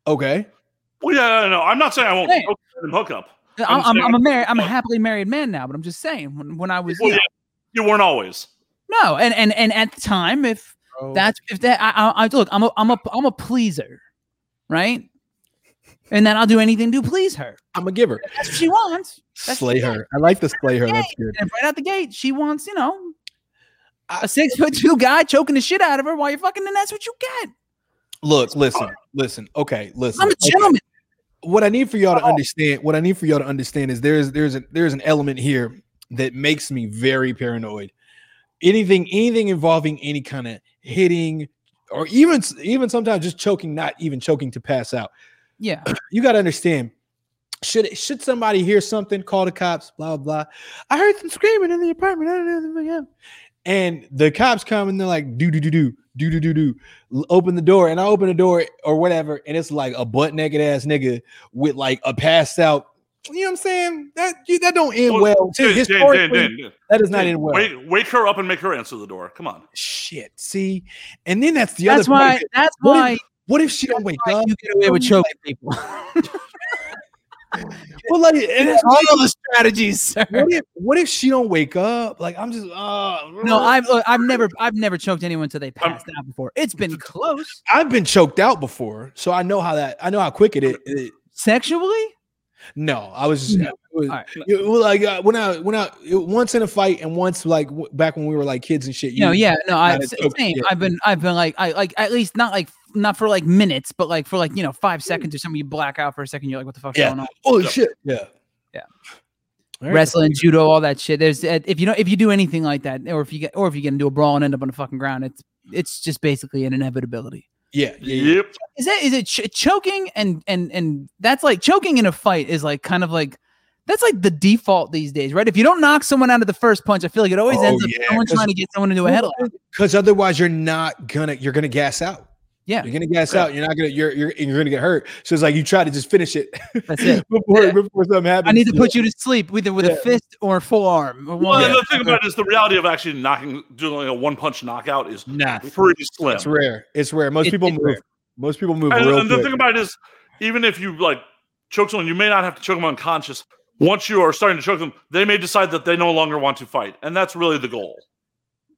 Speaker 2: Okay.
Speaker 4: Well, yeah, no, no, I'm not saying I won't
Speaker 1: Hey.
Speaker 4: hook- hookup.
Speaker 1: I'm, I'm,
Speaker 4: saying-
Speaker 1: I'm a married, I'm a happily married man now, but I'm just saying when, when I was
Speaker 4: Well,
Speaker 1: you know,
Speaker 4: yeah, you weren't always.
Speaker 1: no, and, and and at the time, if That's if that I, I, I look. I'm a I'm a I'm a pleaser, right? And then I'll do anything to please her.
Speaker 2: I'm a giver.
Speaker 1: That's what she wants. That's
Speaker 2: Slay her. I like the slay her. That's good.
Speaker 1: And right out the gate, she wants you know
Speaker 2: I-
Speaker 1: a six foot two guy choking the shit out of her while you're fucking, and that's what you get.
Speaker 2: Look, listen, listen. Okay, listen.
Speaker 1: I'm a Oh.
Speaker 2: Okay.
Speaker 1: gentleman.
Speaker 2: What I need for y'all to understand, what I need for y'all to understand is there's there's a, there's an element here that makes me very paranoid. Anything anything involving any kind of hitting or even even sometimes just choking, not even choking to pass out.
Speaker 1: Yeah,
Speaker 2: you got to understand. Should should somebody hear something, call the cops, blah blah. blah. I heard them screaming in the apartment. I don't know what the fuck happened. And the cops come and they're like, do do do do do do do do. L- Open the door, and I open the door or whatever, and it's like a butt naked ass nigga with like a passed out. You know what I'm saying? That you, that don't end
Speaker 4: Well,
Speaker 2: well.
Speaker 4: Dan, Dan, Dan,
Speaker 2: Historically,
Speaker 4: Dan, Dan.
Speaker 2: that does not
Speaker 4: Dan,
Speaker 2: end well.
Speaker 4: Wake, wake her up and make her answer the door. Come on.
Speaker 2: Shit. See, and then that's the
Speaker 1: that's
Speaker 2: other. part
Speaker 1: why.
Speaker 2: of it.
Speaker 1: That's
Speaker 2: What if-
Speaker 1: why
Speaker 2: What if she don't wake up?
Speaker 1: you get away with choking people.
Speaker 2: Well, like, and that's
Speaker 1: All the strategies, sir.
Speaker 2: what if what if she don't wake up? Like I'm just uh
Speaker 1: No, I've look, I've never I've never choked anyone until they
Speaker 2: Um,
Speaker 1: passed out before. It's been close
Speaker 2: I've been choked out before, so I know how that I know how quick it is. It-
Speaker 1: sexually.
Speaker 2: no, I was just
Speaker 1: No.
Speaker 2: it was-
Speaker 1: All right.
Speaker 2: it was like uh, when I when I it- once in a fight and once like w- back when we were like kids and shit.
Speaker 1: No, yeah, no, I
Speaker 2: gotta
Speaker 1: s-
Speaker 2: choke
Speaker 1: same.
Speaker 2: shit.
Speaker 1: I've been, I've been like, I like at least not like not for like minutes, but like for like you know five seconds or something. You black out for a second. You're like, what the fuck's
Speaker 2: Yeah.
Speaker 1: going on?
Speaker 2: Oh
Speaker 4: Yeah.
Speaker 2: shit. Yeah.
Speaker 1: Yeah.
Speaker 2: All right.
Speaker 1: Wrestling, judo, all that shit. There's uh, if you know if you do anything like that, or if you get or if you get into a brawl and end up on the fucking ground, it's it's just basically an inevitability.
Speaker 2: Yeah. Yeah. yeah.
Speaker 4: Yep.
Speaker 1: Is that is it ch- choking and and and that's like choking in a fight is like kind of like. That's like the default these days, right? If you don't knock someone out of the first punch, I feel like it always
Speaker 2: Oh,
Speaker 1: ends up
Speaker 2: yeah,
Speaker 1: someone
Speaker 2: 'cause-
Speaker 1: trying to get someone into a headlock.
Speaker 2: Because otherwise, you're not gonna you're gonna gas out.
Speaker 1: Yeah.
Speaker 2: You're gonna gas out. You're not gonna you're you're, you're gonna get hurt. So it's like you try to just finish it
Speaker 1: That's it.
Speaker 2: before
Speaker 1: Yeah.
Speaker 2: before something happens.
Speaker 1: I need to
Speaker 2: Yeah.
Speaker 1: put you to sleep either with
Speaker 2: Yeah.
Speaker 1: a fist or a forearm. Or
Speaker 4: Well,
Speaker 1: one-
Speaker 4: and the thing about it is the reality of actually knocking, doing a one punch knockout is
Speaker 2: Nah.
Speaker 4: pretty slim.
Speaker 2: It's rare. It's rare. Most
Speaker 1: It-
Speaker 2: people
Speaker 1: it's
Speaker 2: move.
Speaker 1: rare.
Speaker 2: Most people move
Speaker 4: And,
Speaker 2: real
Speaker 4: and the
Speaker 2: quick.
Speaker 4: thing about it is, even if you like choke someone, you may not have to choke them unconscious. once you are starting to choke them, they may decide that they no longer want to fight, and that's really the goal.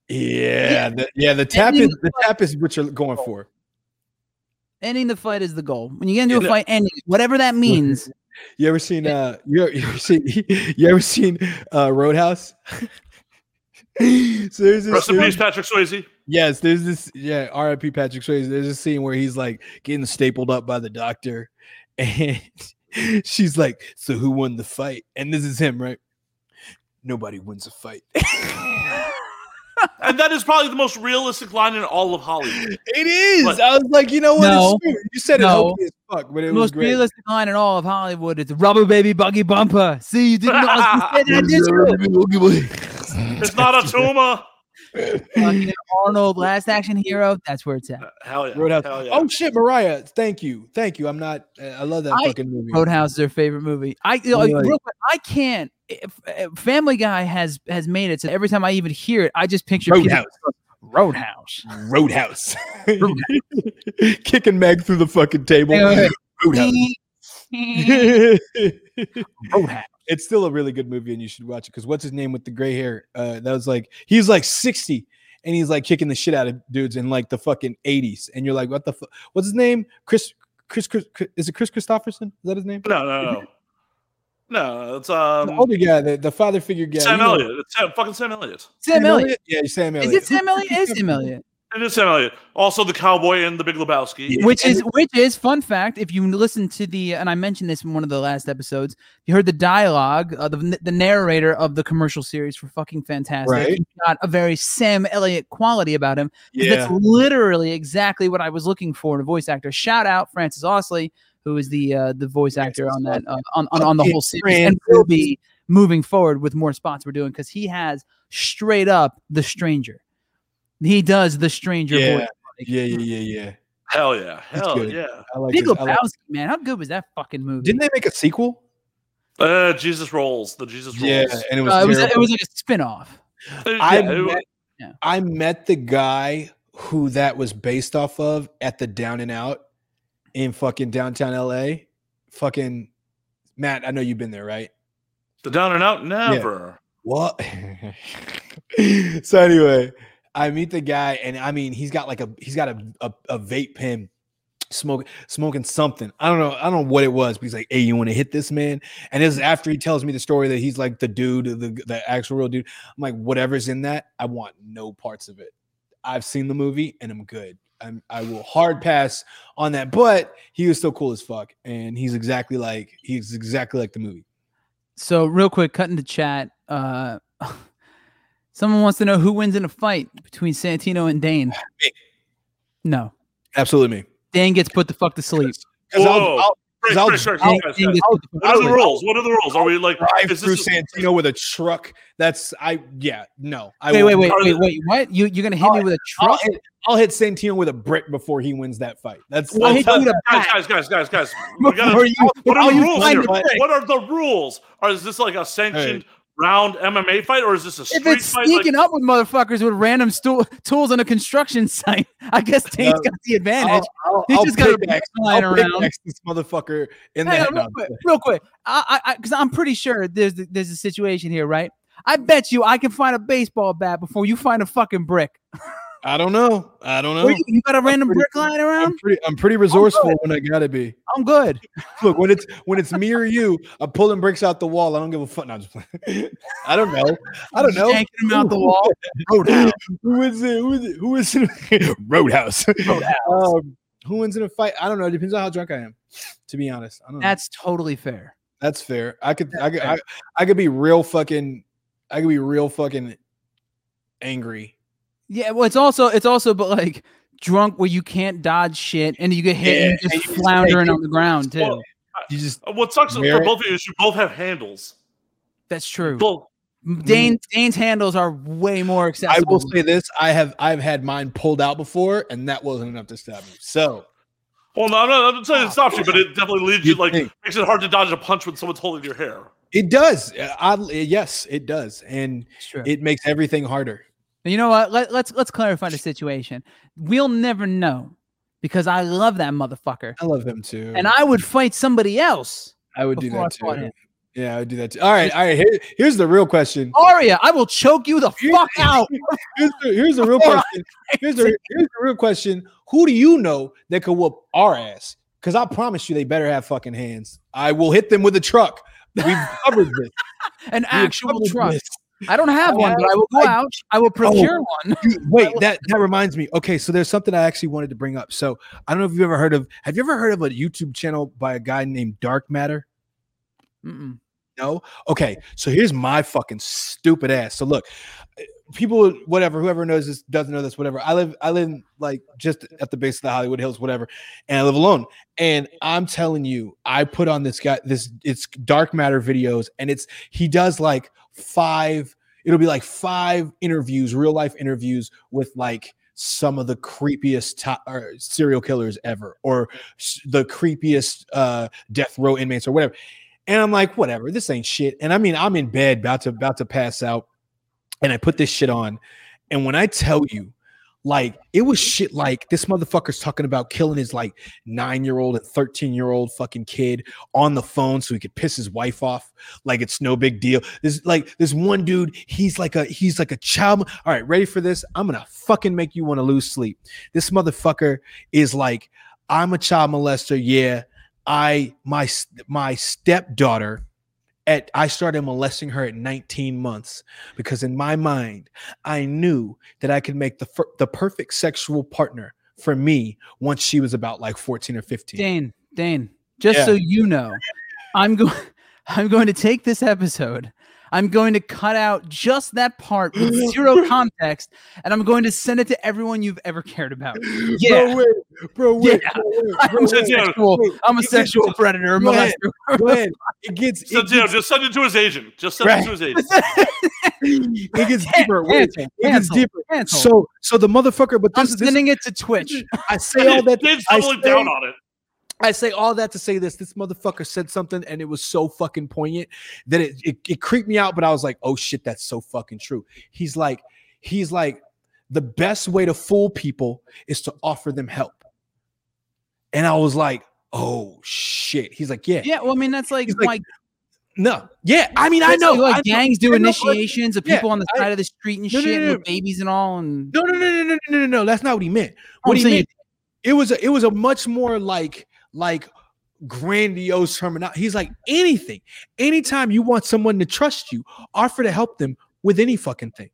Speaker 2: Yeah, the, yeah. The tap is the tap is what you're going for.
Speaker 1: Ending the fight is the goal. When you get into a
Speaker 4: Yeah.
Speaker 1: fight, ending it, whatever that means.
Speaker 2: You ever seen uh you ever, you ever seen you ever seen uh Roadhouse? so there's this
Speaker 4: Rest in
Speaker 2: dude-
Speaker 4: peace, Patrick Swayze.
Speaker 2: Yes, there's this yeah, RIP Patrick Swayze. There's a scene where he's like getting stapled up by the doctor and she's like, "So who won the fight?" And this is him, right? Nobody wins a fight.
Speaker 4: And that is probably the most realistic line in all of Hollywood.
Speaker 2: it is.
Speaker 4: What?
Speaker 2: I was like, you know what? It's
Speaker 1: No.
Speaker 2: true. You said
Speaker 1: No.
Speaker 2: it hokey as fuck, but it
Speaker 1: The
Speaker 2: was
Speaker 1: most
Speaker 2: great.
Speaker 1: realistic line in all of Hollywood is rubber baby buggy bumper. See, you didn't know I was gonna say that, did you?
Speaker 4: It's not a tumor.
Speaker 1: Fucking Arnold, last action hero. That's where it's at.
Speaker 4: Hell yeah.
Speaker 2: Roadhouse.
Speaker 4: Hell yeah.
Speaker 2: Oh shit, Mariah! Thank you, thank you. I'm not. uh, I love that
Speaker 1: I-
Speaker 2: fucking movie.
Speaker 1: Roadhouse is their favorite movie. I you know,
Speaker 2: Really?
Speaker 1: real quick, I can't. If, if Family Guy has has made it, so every time I even hear it, I just picture Peter-
Speaker 2: Roadhouse.
Speaker 1: Roadhouse.
Speaker 2: Roadhouse. Kicking Meg through the fucking table.
Speaker 1: Yeah.
Speaker 2: Roadhouse.
Speaker 1: Roadhouse.
Speaker 2: it's still a really good movie, and you should watch it. Because what's his name with the gray hair? Uh, that was like he's like sixty, and he's like kicking the shit out of dudes in like the fucking eighties. And you're like, what the fuck? What's his name? Chris, Chris. Chris. Chris. Is it Chris Christopherson? Is that his name?
Speaker 4: No, no, no. No, it's
Speaker 2: the
Speaker 4: um,
Speaker 2: older guy, the, the father figure guy. you
Speaker 4: Sam
Speaker 2: know-
Speaker 4: Elliott. It's Sam, fucking Sam Elliott.
Speaker 1: Sam Elliott.
Speaker 2: Yeah, Sam
Speaker 1: Is
Speaker 2: Elliott.
Speaker 1: it Sam Elliott? It is Sam Elliott.
Speaker 4: It is Sam Elliott. Also, the cowboy in The Big Lebowski.
Speaker 2: Yeah.
Speaker 1: Which
Speaker 2: And
Speaker 1: is which is fun fact. If you listen to the and I mentioned this in one of the last episodes, you heard the dialogue, uh, the the narrator of the commercial series for fucking fantastic.
Speaker 2: Right.
Speaker 1: He's got a very Sam Elliott quality about him. 'cause
Speaker 2: Yeah.
Speaker 1: That's literally exactly what I was looking for in a voice actor. Shout out Francis Osley, who is the uh, the voice actor on that uh, on, on on the whole series, and will be moving forward with more spots we're doing because he has straight up the stranger. He does the stranger
Speaker 2: Yeah.
Speaker 1: voice. Like,
Speaker 2: Yeah, yeah, yeah, yeah.
Speaker 4: Hell yeah. Hell
Speaker 2: good.
Speaker 4: yeah.
Speaker 2: hmm. I like.
Speaker 1: Big
Speaker 2: this. I like-
Speaker 1: Lebowski, man, how good was that fucking movie?
Speaker 2: Didn't they make a sequel?
Speaker 4: Uh, Jesus rolls. The Jesus rolls.
Speaker 2: Yeah, and it was.
Speaker 1: Uh, it was
Speaker 2: terrible.
Speaker 1: it was like a spin-off.
Speaker 4: Uh,
Speaker 2: I
Speaker 4: yeah, it was-
Speaker 2: met,
Speaker 1: yeah.
Speaker 2: I met the guy who that was based off of at the Down and Out in fucking downtown LA. Fucking Matt, I know you've been there, right?
Speaker 4: the down and out. Never.
Speaker 2: What? so anyway, I meet the guy, and I mean, he's got like a he's got a a, a vape pen. Smoking, smoking something. I don't know. I don't know what it was. But he's like, "Hey, you want to hit this man?" And this is after he tells me the story that he's like the dude, the the actual real dude. I'm like, whatever's in that, I want no parts of it. I've seen the movie and I'm good. I'm, I will hard pass on that. But he was still cool as fuck, and he's exactly like he's exactly like the movie.
Speaker 1: So real quick, cut into chat. Uh, someone wants to know who wins in a fight between Santino and Dane.
Speaker 2: Me.
Speaker 1: No,
Speaker 2: Absolutely me.
Speaker 1: Dane gets put the fuck to sleep.
Speaker 2: 'Cause I'll-
Speaker 4: Whoa.
Speaker 2: I'll-
Speaker 4: Chris,
Speaker 2: I'll-
Speaker 4: Chris, Chris,
Speaker 1: Dane-
Speaker 4: Chris,
Speaker 1: Dane
Speaker 4: Chris.
Speaker 1: gets put the fuck
Speaker 4: What
Speaker 1: to
Speaker 4: are the
Speaker 1: sleep.
Speaker 4: rules? What are the rules? Are we like
Speaker 2: drive
Speaker 4: is
Speaker 2: through
Speaker 4: this?
Speaker 2: Santino with a truck. That's I yeah no. I
Speaker 1: Wait, wait, wait,
Speaker 2: won't.
Speaker 4: Are
Speaker 1: wait,
Speaker 4: the-
Speaker 1: wait. What? You you're gonna hit me with a
Speaker 2: I'll
Speaker 1: truck?
Speaker 2: hit, I'll hit Santino with a brick before he wins that fight. That's
Speaker 1: I'll hit you with a
Speaker 4: Guys,
Speaker 1: bat
Speaker 4: guys, guys, guys, guys. We gotta,
Speaker 1: before you-
Speaker 4: what are
Speaker 1: before
Speaker 4: the
Speaker 1: you
Speaker 4: rules
Speaker 1: find
Speaker 4: here?
Speaker 1: the trick.
Speaker 4: What are the rules? Or is this like a sanctioned round MMA fight, or is this a
Speaker 1: If
Speaker 4: street
Speaker 1: it's
Speaker 4: fight? Like,
Speaker 1: sneaking up with motherfuckers with random stool tools on a construction site, I guess Dane's got the advantage.
Speaker 2: I'll,
Speaker 1: He's
Speaker 2: I'll
Speaker 1: just got a
Speaker 2: pickaxe-
Speaker 1: line
Speaker 2: I'll
Speaker 1: around.
Speaker 2: pickaxe this motherfucker in the
Speaker 1: Hang
Speaker 2: head.
Speaker 1: on, real quick, real quick. I, I, because I'm pretty sure there's there's a situation here, right? I bet you I can find a baseball bat before you find a fucking brick.
Speaker 2: I don't know. I don't
Speaker 1: Where
Speaker 2: know.
Speaker 1: You, you got a random
Speaker 2: Oh, pretty
Speaker 1: brick lying
Speaker 2: I'm
Speaker 1: around?
Speaker 2: pretty, I'm pretty resourceful when I gotta be.
Speaker 1: I'm good.
Speaker 2: Look, when it's when it's me or you, I'm pulling bricks out the wall. I don't give a fuck. No, I'm just playing. I don't know. I don't know.
Speaker 1: Yanking him out the wall. Roadhouse.
Speaker 2: who wins it? Who is it? Who is it? Roadhouse. Um, who wins in a fight? I don't know. It depends on how drunk I am. To be honest, I don't know.
Speaker 1: That's totally fair.
Speaker 2: That's fair. I could, I could, I, I could be real fucking, I could be real fucking angry.
Speaker 1: Yeah. Well, it's also it's also but like drunk where you can't dodge shit and you get hit and
Speaker 2: Yeah,
Speaker 1: you're
Speaker 2: and
Speaker 1: just
Speaker 2: you just
Speaker 1: floundering
Speaker 2: take
Speaker 1: on the ground too.
Speaker 4: Well,
Speaker 2: You just
Speaker 4: uh, what sucks for
Speaker 2: Merit.
Speaker 4: both of you is you both have handles.
Speaker 1: That's true.
Speaker 4: Both.
Speaker 1: Dane Dane's handles are way more
Speaker 2: I
Speaker 1: accessible.
Speaker 2: will say this: I have, I've had mine pulled out before, and that wasn't enough to stab me. So
Speaker 4: Well, no, I'm not, I'm not
Speaker 2: Oh,
Speaker 4: saying it stops you, but it definitely leads you
Speaker 2: You'd
Speaker 4: like
Speaker 2: think.
Speaker 4: makes it hard to dodge a punch when someone's holding your hair.
Speaker 2: it does. Uh, Oddly, yes, it does, and
Speaker 1: It's true.
Speaker 2: it makes everything harder.
Speaker 1: And You know what? Let, let's let's clarify the situation. We'll never know because I love that motherfucker,
Speaker 2: I love him too,
Speaker 1: and I would fight somebody else.
Speaker 2: I would do
Speaker 1: Before I
Speaker 2: that
Speaker 1: fought
Speaker 2: too.
Speaker 1: him.
Speaker 2: Yeah, I would do that too. All right, all right. Here, here's the real question.
Speaker 1: Aria, I will choke you the Oh, fuck out.
Speaker 2: Here's the, here's the real question. Here's the, here's the real question. Who do you know that could whoop our ass? Because I promise you, they better have fucking hands. I will hit them with a truck. We've covered this.
Speaker 1: An
Speaker 2: We've
Speaker 1: actual
Speaker 2: covered
Speaker 1: truck.
Speaker 2: this.
Speaker 1: I don't have one, but I will go out. I will procure one.
Speaker 2: Dude, Wait, that that reminds me. Okay, so there's something I actually wanted to bring up. So I don't know if you've ever heard of. Have you ever heard of a YouTube channel by a guy named Dark Matter?
Speaker 1: Mm-mm.
Speaker 2: No. Okay. So here's my fucking stupid ass. So look, people, whatever, whoever knows this doesn't know this, whatever. I live, I live like just at the base of the Hollywood Hills, whatever, and I live alone. And I'm telling you, I put on this guy, this it's dark matter videos, and it's he does like five. It'll be like five interviews, real life interviews with like some of the creepiest top, or serial killers ever, or s- the creepiest uh, death row inmates, or whatever. And I'm like, whatever, this ain't shit. And I mean, I'm in bed about to about to pass out. And I put this shit on. And when I tell you, like, it was shit like this motherfucker's talking about killing his like nine-year-old and 13-year-old fucking kid on the phone so he could piss his wife off. Like it's no big deal. This like this one dude, he's like a he's like a child. All right, ready for this? I'm gonna fucking make you want to lose sleep. This motherfucker is like, I'm a child molester, yeah. I my s- my stepdaughter at I started molesting her at 19 months because in my mind I knew that I could make the fir- the perfect sexual partner for me once she was about like 14 or 15.
Speaker 1: Dane, Dane, just
Speaker 2: Yeah.
Speaker 1: so you know, I'm going I'm going to take this episode. I'm going to cut out just that part with zero context, and I'm going to send it to everyone you've ever cared about. Yeah.
Speaker 2: Bro, wait, bro, wait,
Speaker 1: Yeah.
Speaker 2: bro, wait, bro,
Speaker 1: I'm,
Speaker 2: wait.
Speaker 1: sexual,
Speaker 2: wait.
Speaker 1: I'm a
Speaker 2: You-
Speaker 1: sexual predator.
Speaker 2: Go ahead.
Speaker 1: molester.
Speaker 2: Go ahead. It gets
Speaker 4: So,
Speaker 2: it
Speaker 4: you know,
Speaker 2: gets,
Speaker 4: just send it to his agent. Just send it to his agent.
Speaker 2: it gets deeper. Wait,
Speaker 1: Cancel,
Speaker 2: it gets
Speaker 1: cancel,
Speaker 2: deeper.
Speaker 1: cancel.
Speaker 2: So so the motherfucker, but
Speaker 1: I'm
Speaker 2: this is this,
Speaker 1: sending it to Twitch.
Speaker 2: I say all that
Speaker 4: Dave's
Speaker 2: I
Speaker 4: doubling
Speaker 2: say-
Speaker 4: down on it.
Speaker 2: I say all that to say this. This motherfucker said something and it was so fucking poignant that it, it, it creeped me out, but I was like, oh shit, that's so fucking true. He's like, he's like, the best way to fool people is to offer them help. And I was like, oh shit. He's like, yeah,
Speaker 1: Yeah, well, I mean that's like
Speaker 2: He's like,
Speaker 1: like
Speaker 2: no, yeah. I mean, I
Speaker 1: that's
Speaker 2: know.
Speaker 1: like,
Speaker 2: I know.
Speaker 1: gangs do
Speaker 2: I know, but-
Speaker 1: initiations of
Speaker 2: yeah,
Speaker 1: people on the
Speaker 2: I-
Speaker 1: side of the street and
Speaker 2: No, no,
Speaker 1: shit,
Speaker 2: no,
Speaker 1: with babies and all. And
Speaker 2: No, no, no, no, no, no, no, no. That's not what he meant.
Speaker 1: I'm
Speaker 2: What he
Speaker 1: saying-
Speaker 2: meant. It was a, it was a much more like like grandiose terminology. He's like anything, anytime you want someone to trust you, offer to help them with any fucking thing,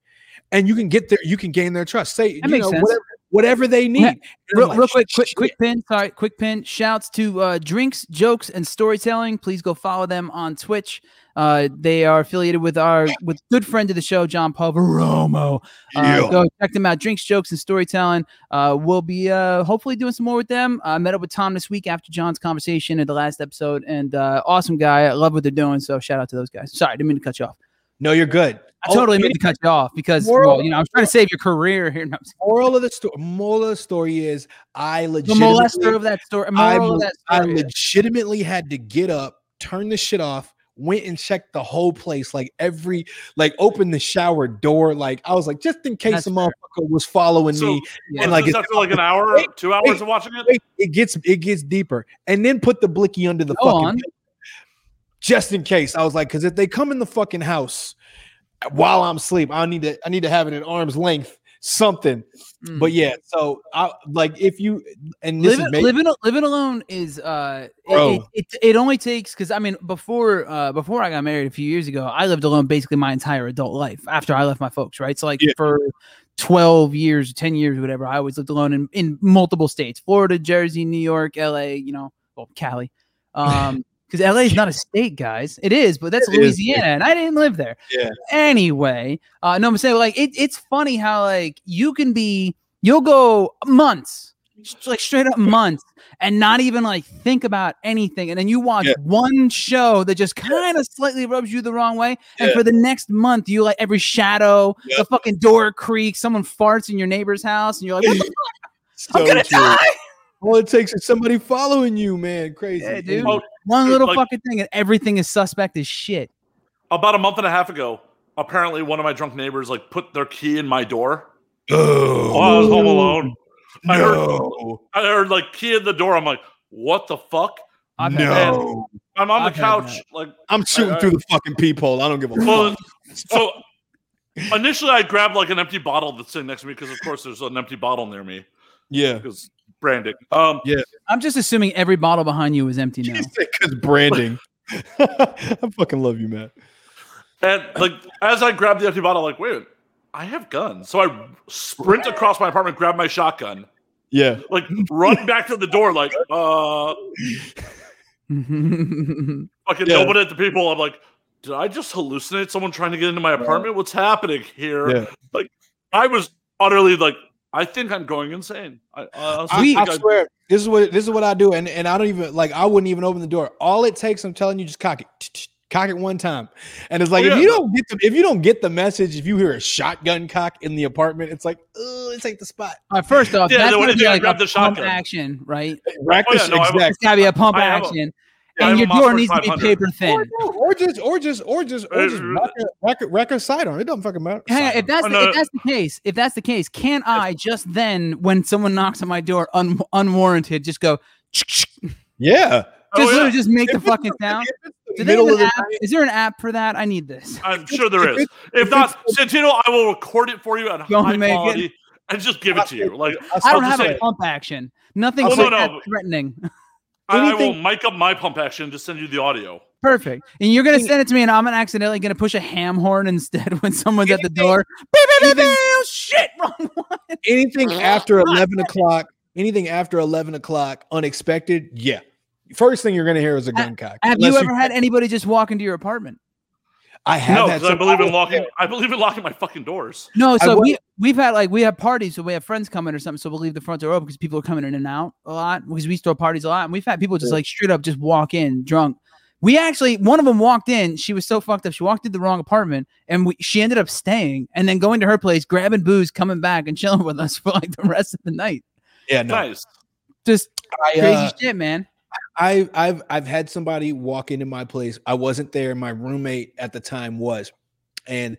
Speaker 2: and you can get their you can gain their trust. Say you
Speaker 1: makes
Speaker 2: know
Speaker 1: sense.
Speaker 2: whatever whatever they need. And I'm
Speaker 1: real,
Speaker 2: like,
Speaker 1: real quick, quick,
Speaker 2: shit.
Speaker 1: quick pin. Sorry, quick pin. Shouts to uh, Drinks, Jokes, and Storytelling. Please go follow them on Twitch. Uh, they are affiliated with our with good friend of the show, John Paul Romo. Uh,
Speaker 2: Yeah.
Speaker 1: Go check them out. Drinks, Jokes, and Storytelling. Uh, we'll be uh, hopefully doing some more with them. I met up with Tom this week after John's conversation in the last episode, and uh, awesome guy. I love what they're doing. So shout out to those guys. Sorry, didn't mean to cut you off.
Speaker 2: No, you're good.
Speaker 1: I totally
Speaker 2: Oh,
Speaker 1: meant to cut you off because
Speaker 2: Moral-
Speaker 1: well, you know I was trying to save your career here. No,
Speaker 2: moral of the story. Moral of the story is I
Speaker 1: the
Speaker 2: legitimately
Speaker 1: molester of that story.
Speaker 2: I,
Speaker 1: Moral of
Speaker 2: le-
Speaker 1: that
Speaker 2: I
Speaker 1: story. is-
Speaker 2: legitimately had to get up, turn the shit off, went and checked the whole place, like every, like opened the shower door. Like I was like, just in case
Speaker 1: That's
Speaker 2: the
Speaker 1: fair.
Speaker 2: motherfucker was following
Speaker 4: So,
Speaker 2: me.
Speaker 1: yeah.
Speaker 4: Was
Speaker 2: and, like,
Speaker 4: this
Speaker 2: it's-
Speaker 4: after like an hour,
Speaker 2: Wait,
Speaker 4: two hours
Speaker 2: wait,
Speaker 4: of watching it.
Speaker 2: Wait, It gets it gets deeper, and then put the blicky under the
Speaker 1: Go
Speaker 2: fucking
Speaker 1: on.
Speaker 2: pillow. just in case. I was like, because if they come in the fucking house while I'm asleep, I need to I need to have it at arm's length. Something,
Speaker 1: Mm.
Speaker 2: but yeah. So I like if you and this
Speaker 1: living,
Speaker 2: is maybe,
Speaker 1: living al- living alone is uh it-
Speaker 2: Bro.
Speaker 1: it, it, it only takes because i mean before uh before i got married a few years ago i lived alone basically my entire adult life after i left my folks right so like
Speaker 2: Yeah.
Speaker 1: for 12 years 10 years whatever i always lived alone in, in multiple states florida jersey new york la you know well cali um because la is not a state guys it is but that's
Speaker 2: It is.
Speaker 1: louisiana and i didn't live there
Speaker 2: Yeah.
Speaker 1: anyway uh no i'm saying like it, it's funny how like you can be you'll go months just, like straight up months and not even like think about anything and then you watch
Speaker 2: Yeah.
Speaker 1: one show that just kind of slightly rubs you the wrong way and
Speaker 2: Yeah.
Speaker 1: for the next month you like every shadow the
Speaker 2: Yep.
Speaker 1: fucking door creaks someone farts in your neighbor's house and you're like what the fuck? i'm
Speaker 2: So
Speaker 1: gonna
Speaker 2: true.
Speaker 1: die
Speaker 2: All it takes is somebody following you, man. Crazy.
Speaker 1: Yeah, dude.
Speaker 4: Oh,
Speaker 1: one
Speaker 4: dude,
Speaker 1: little
Speaker 4: like-
Speaker 1: fucking thing and everything is suspect as shit
Speaker 4: About a month and a half ago, apparently one of my drunk neighbors like put their key in my door.
Speaker 2: Oh,
Speaker 4: While I was home alone. I heard
Speaker 2: no.
Speaker 4: I heard like key in the door. I'm like, what the fuck?
Speaker 1: I've had that.
Speaker 4: No.
Speaker 2: no,
Speaker 4: I'm on
Speaker 1: I've
Speaker 4: the
Speaker 1: had
Speaker 4: couch, like
Speaker 2: I'm shooting through the fucking peephole. I don't give a
Speaker 4: well.
Speaker 2: fuck.
Speaker 4: So initially, I grabbed like an empty bottle that's sitting next to me because, of course, there's an empty bottle near me
Speaker 2: Yeah,
Speaker 4: because branding. Um,
Speaker 1: I'm just assuming every bottle behind you is empty now.
Speaker 2: because branding. I fucking love you, man.
Speaker 4: And like as I grabbed the empty bottle, like, wait, I have guns. So I sprint across my apartment, grab my shotgun,
Speaker 2: Yeah,
Speaker 4: like run back to the door, like, uh fucking
Speaker 2: Yeah.
Speaker 4: nobody at the people. I'm like, did I just hallucinate someone trying to get into my apartment? What's happening here?
Speaker 2: yeah.
Speaker 4: I was utterly like, I think I'm going insane. I, uh,
Speaker 2: I,
Speaker 1: We-
Speaker 2: I swear, this is what this is what I do, and and I don't even like I wouldn't even open the door. All it takes, I'm telling you, just cock it, cock it one time, and it's like
Speaker 4: yeah.
Speaker 2: if you don't get the if you don't get the message, if you hear a shotgun cock in the apartment, it's like, oh, it's ain't the spot.
Speaker 1: All right, first off,
Speaker 4: Yeah,
Speaker 1: that's
Speaker 4: they
Speaker 1: going
Speaker 4: wanna
Speaker 1: to be
Speaker 4: do- I
Speaker 1: like a
Speaker 4: grabbed the
Speaker 1: pump
Speaker 4: shotgun.
Speaker 1: action, right?
Speaker 2: Rack
Speaker 4: Oh,
Speaker 2: the
Speaker 4: yeah,
Speaker 2: sh-
Speaker 4: no, I would-
Speaker 1: It's
Speaker 2: exactly.
Speaker 1: got to be a pump
Speaker 4: I have a-
Speaker 1: action,
Speaker 4: yeah, I
Speaker 1: and
Speaker 4: have
Speaker 1: your
Speaker 4: a Moss
Speaker 1: door needs to be
Speaker 4: 500.
Speaker 1: paper thin.
Speaker 2: Or, no, or just, or just, or just, or just
Speaker 4: Uh,
Speaker 2: rack a, rack a, rack a sidearm. It doesn't fucking matter.
Speaker 1: Hang on, if that's
Speaker 4: Oh,
Speaker 1: the,
Speaker 4: no.
Speaker 1: if that's the case, if that's the case, can I just then, when someone knocks on my door un- unwarranted, just go, just
Speaker 2: yeah.
Speaker 1: literally
Speaker 4: Oh, yeah.
Speaker 1: just make
Speaker 2: If
Speaker 1: the
Speaker 2: it's
Speaker 1: fucking
Speaker 2: the-
Speaker 1: sound?
Speaker 2: if it's the
Speaker 1: Do they have
Speaker 2: middle
Speaker 1: an
Speaker 2: of the
Speaker 1: app? Is there an app for that? I need this.
Speaker 4: I'm sure there
Speaker 2: if
Speaker 4: is. If not, Santino, I will record it for you at
Speaker 1: Don't
Speaker 4: high
Speaker 1: make it.
Speaker 4: quality and just give it to you. Like
Speaker 2: night-
Speaker 1: I don't
Speaker 4: I'll
Speaker 1: have
Speaker 4: just
Speaker 1: a
Speaker 4: say-
Speaker 1: pump action. Nothing
Speaker 4: Well, no,
Speaker 1: like that
Speaker 4: no.
Speaker 1: threatening.
Speaker 4: I, I will
Speaker 2: anything-
Speaker 4: mic up my pump action to send you the audio.
Speaker 1: Perfect. And you're gonna send it to me, and I'm accidentally gonna push a ham horn instead when someone's at the door. Beep, beep, beep,
Speaker 2: anything-
Speaker 1: beep. Shit, wrong one.
Speaker 2: anything after 11 o'clock, anything after 11 o'clock, unexpected, yeah. First thing you're going to hear is a gun cock.
Speaker 1: Have you
Speaker 2: Unless
Speaker 1: ever had anybody just walk into your apartment?
Speaker 2: I have
Speaker 4: no,
Speaker 2: had
Speaker 4: because I
Speaker 2: some-
Speaker 4: believe
Speaker 1: Oh,
Speaker 4: in locking. I believe in locking my fucking doors.
Speaker 1: No, so
Speaker 2: would-
Speaker 1: we we've had like we have parties, so we have friends coming or something, so we'll leave the front door open because people are coming in and out a lot because we throw parties a lot, and we've had people just like straight up just walk in drunk. We actually one of them walked in. She was so fucked up. She walked into the wrong apartment, and we, she ended up staying and then going to her place, grabbing booze, coming back, and chilling with us for like the rest of the night.
Speaker 2: Yeah, no.
Speaker 4: Nice.
Speaker 1: Just
Speaker 2: I,
Speaker 1: crazy
Speaker 2: uh,
Speaker 1: shit, man.
Speaker 2: I, I've I've had somebody walk into my place. I wasn't there. My roommate at the time was, and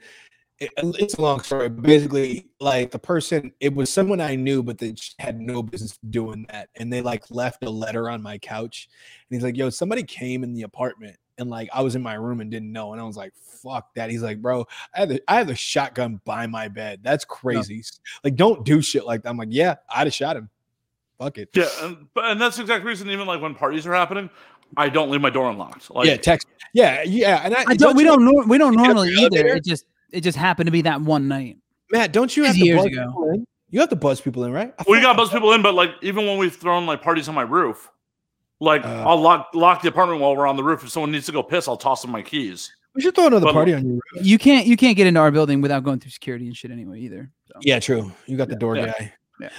Speaker 2: it- it's a long story. but Basically, like the person, it was someone I knew, but they just had no business doing that. And they like left a letter on my couch, and he's like, "Yo, somebody came in the apartment." And like I was in my room and didn't know, and I was like, "Fuck that." He's like, "Bro, I had the, I had the shotgun by my bed. That's crazy. Like, don't do shit like that." I'm like, "Yeah, I'd have shot him. Fuck it.
Speaker 4: Yeah, and, but, and that's the exact reason. Even like when parties are happening, I don't leave my door unlocked. Like,
Speaker 2: yeah, text. Yeah, yeah. And I,
Speaker 1: I don't. We
Speaker 2: you-
Speaker 1: don't. Nor- we don't
Speaker 2: have
Speaker 1: normally
Speaker 2: the
Speaker 1: either.
Speaker 2: elevator?
Speaker 1: It just. It just happened to be that one night.
Speaker 2: Matt, don't you have
Speaker 1: Years
Speaker 2: to buzz
Speaker 1: ago.
Speaker 2: people in? You have to buzz people in, right? I
Speaker 4: we
Speaker 2: thought-
Speaker 4: got buzz people in, but like even when we've thrown like parties on my roof, like
Speaker 2: Uh.
Speaker 4: I'll lock lock the apartment while we're on the roof. If someone needs to go piss, I'll toss them my keys.
Speaker 2: We should throw another
Speaker 4: Well,
Speaker 2: party on you.
Speaker 1: You can't. You can't get into our building without going through security and shit anyway either. So.
Speaker 2: Yeah, true. You got the door
Speaker 4: yeah.
Speaker 2: guy.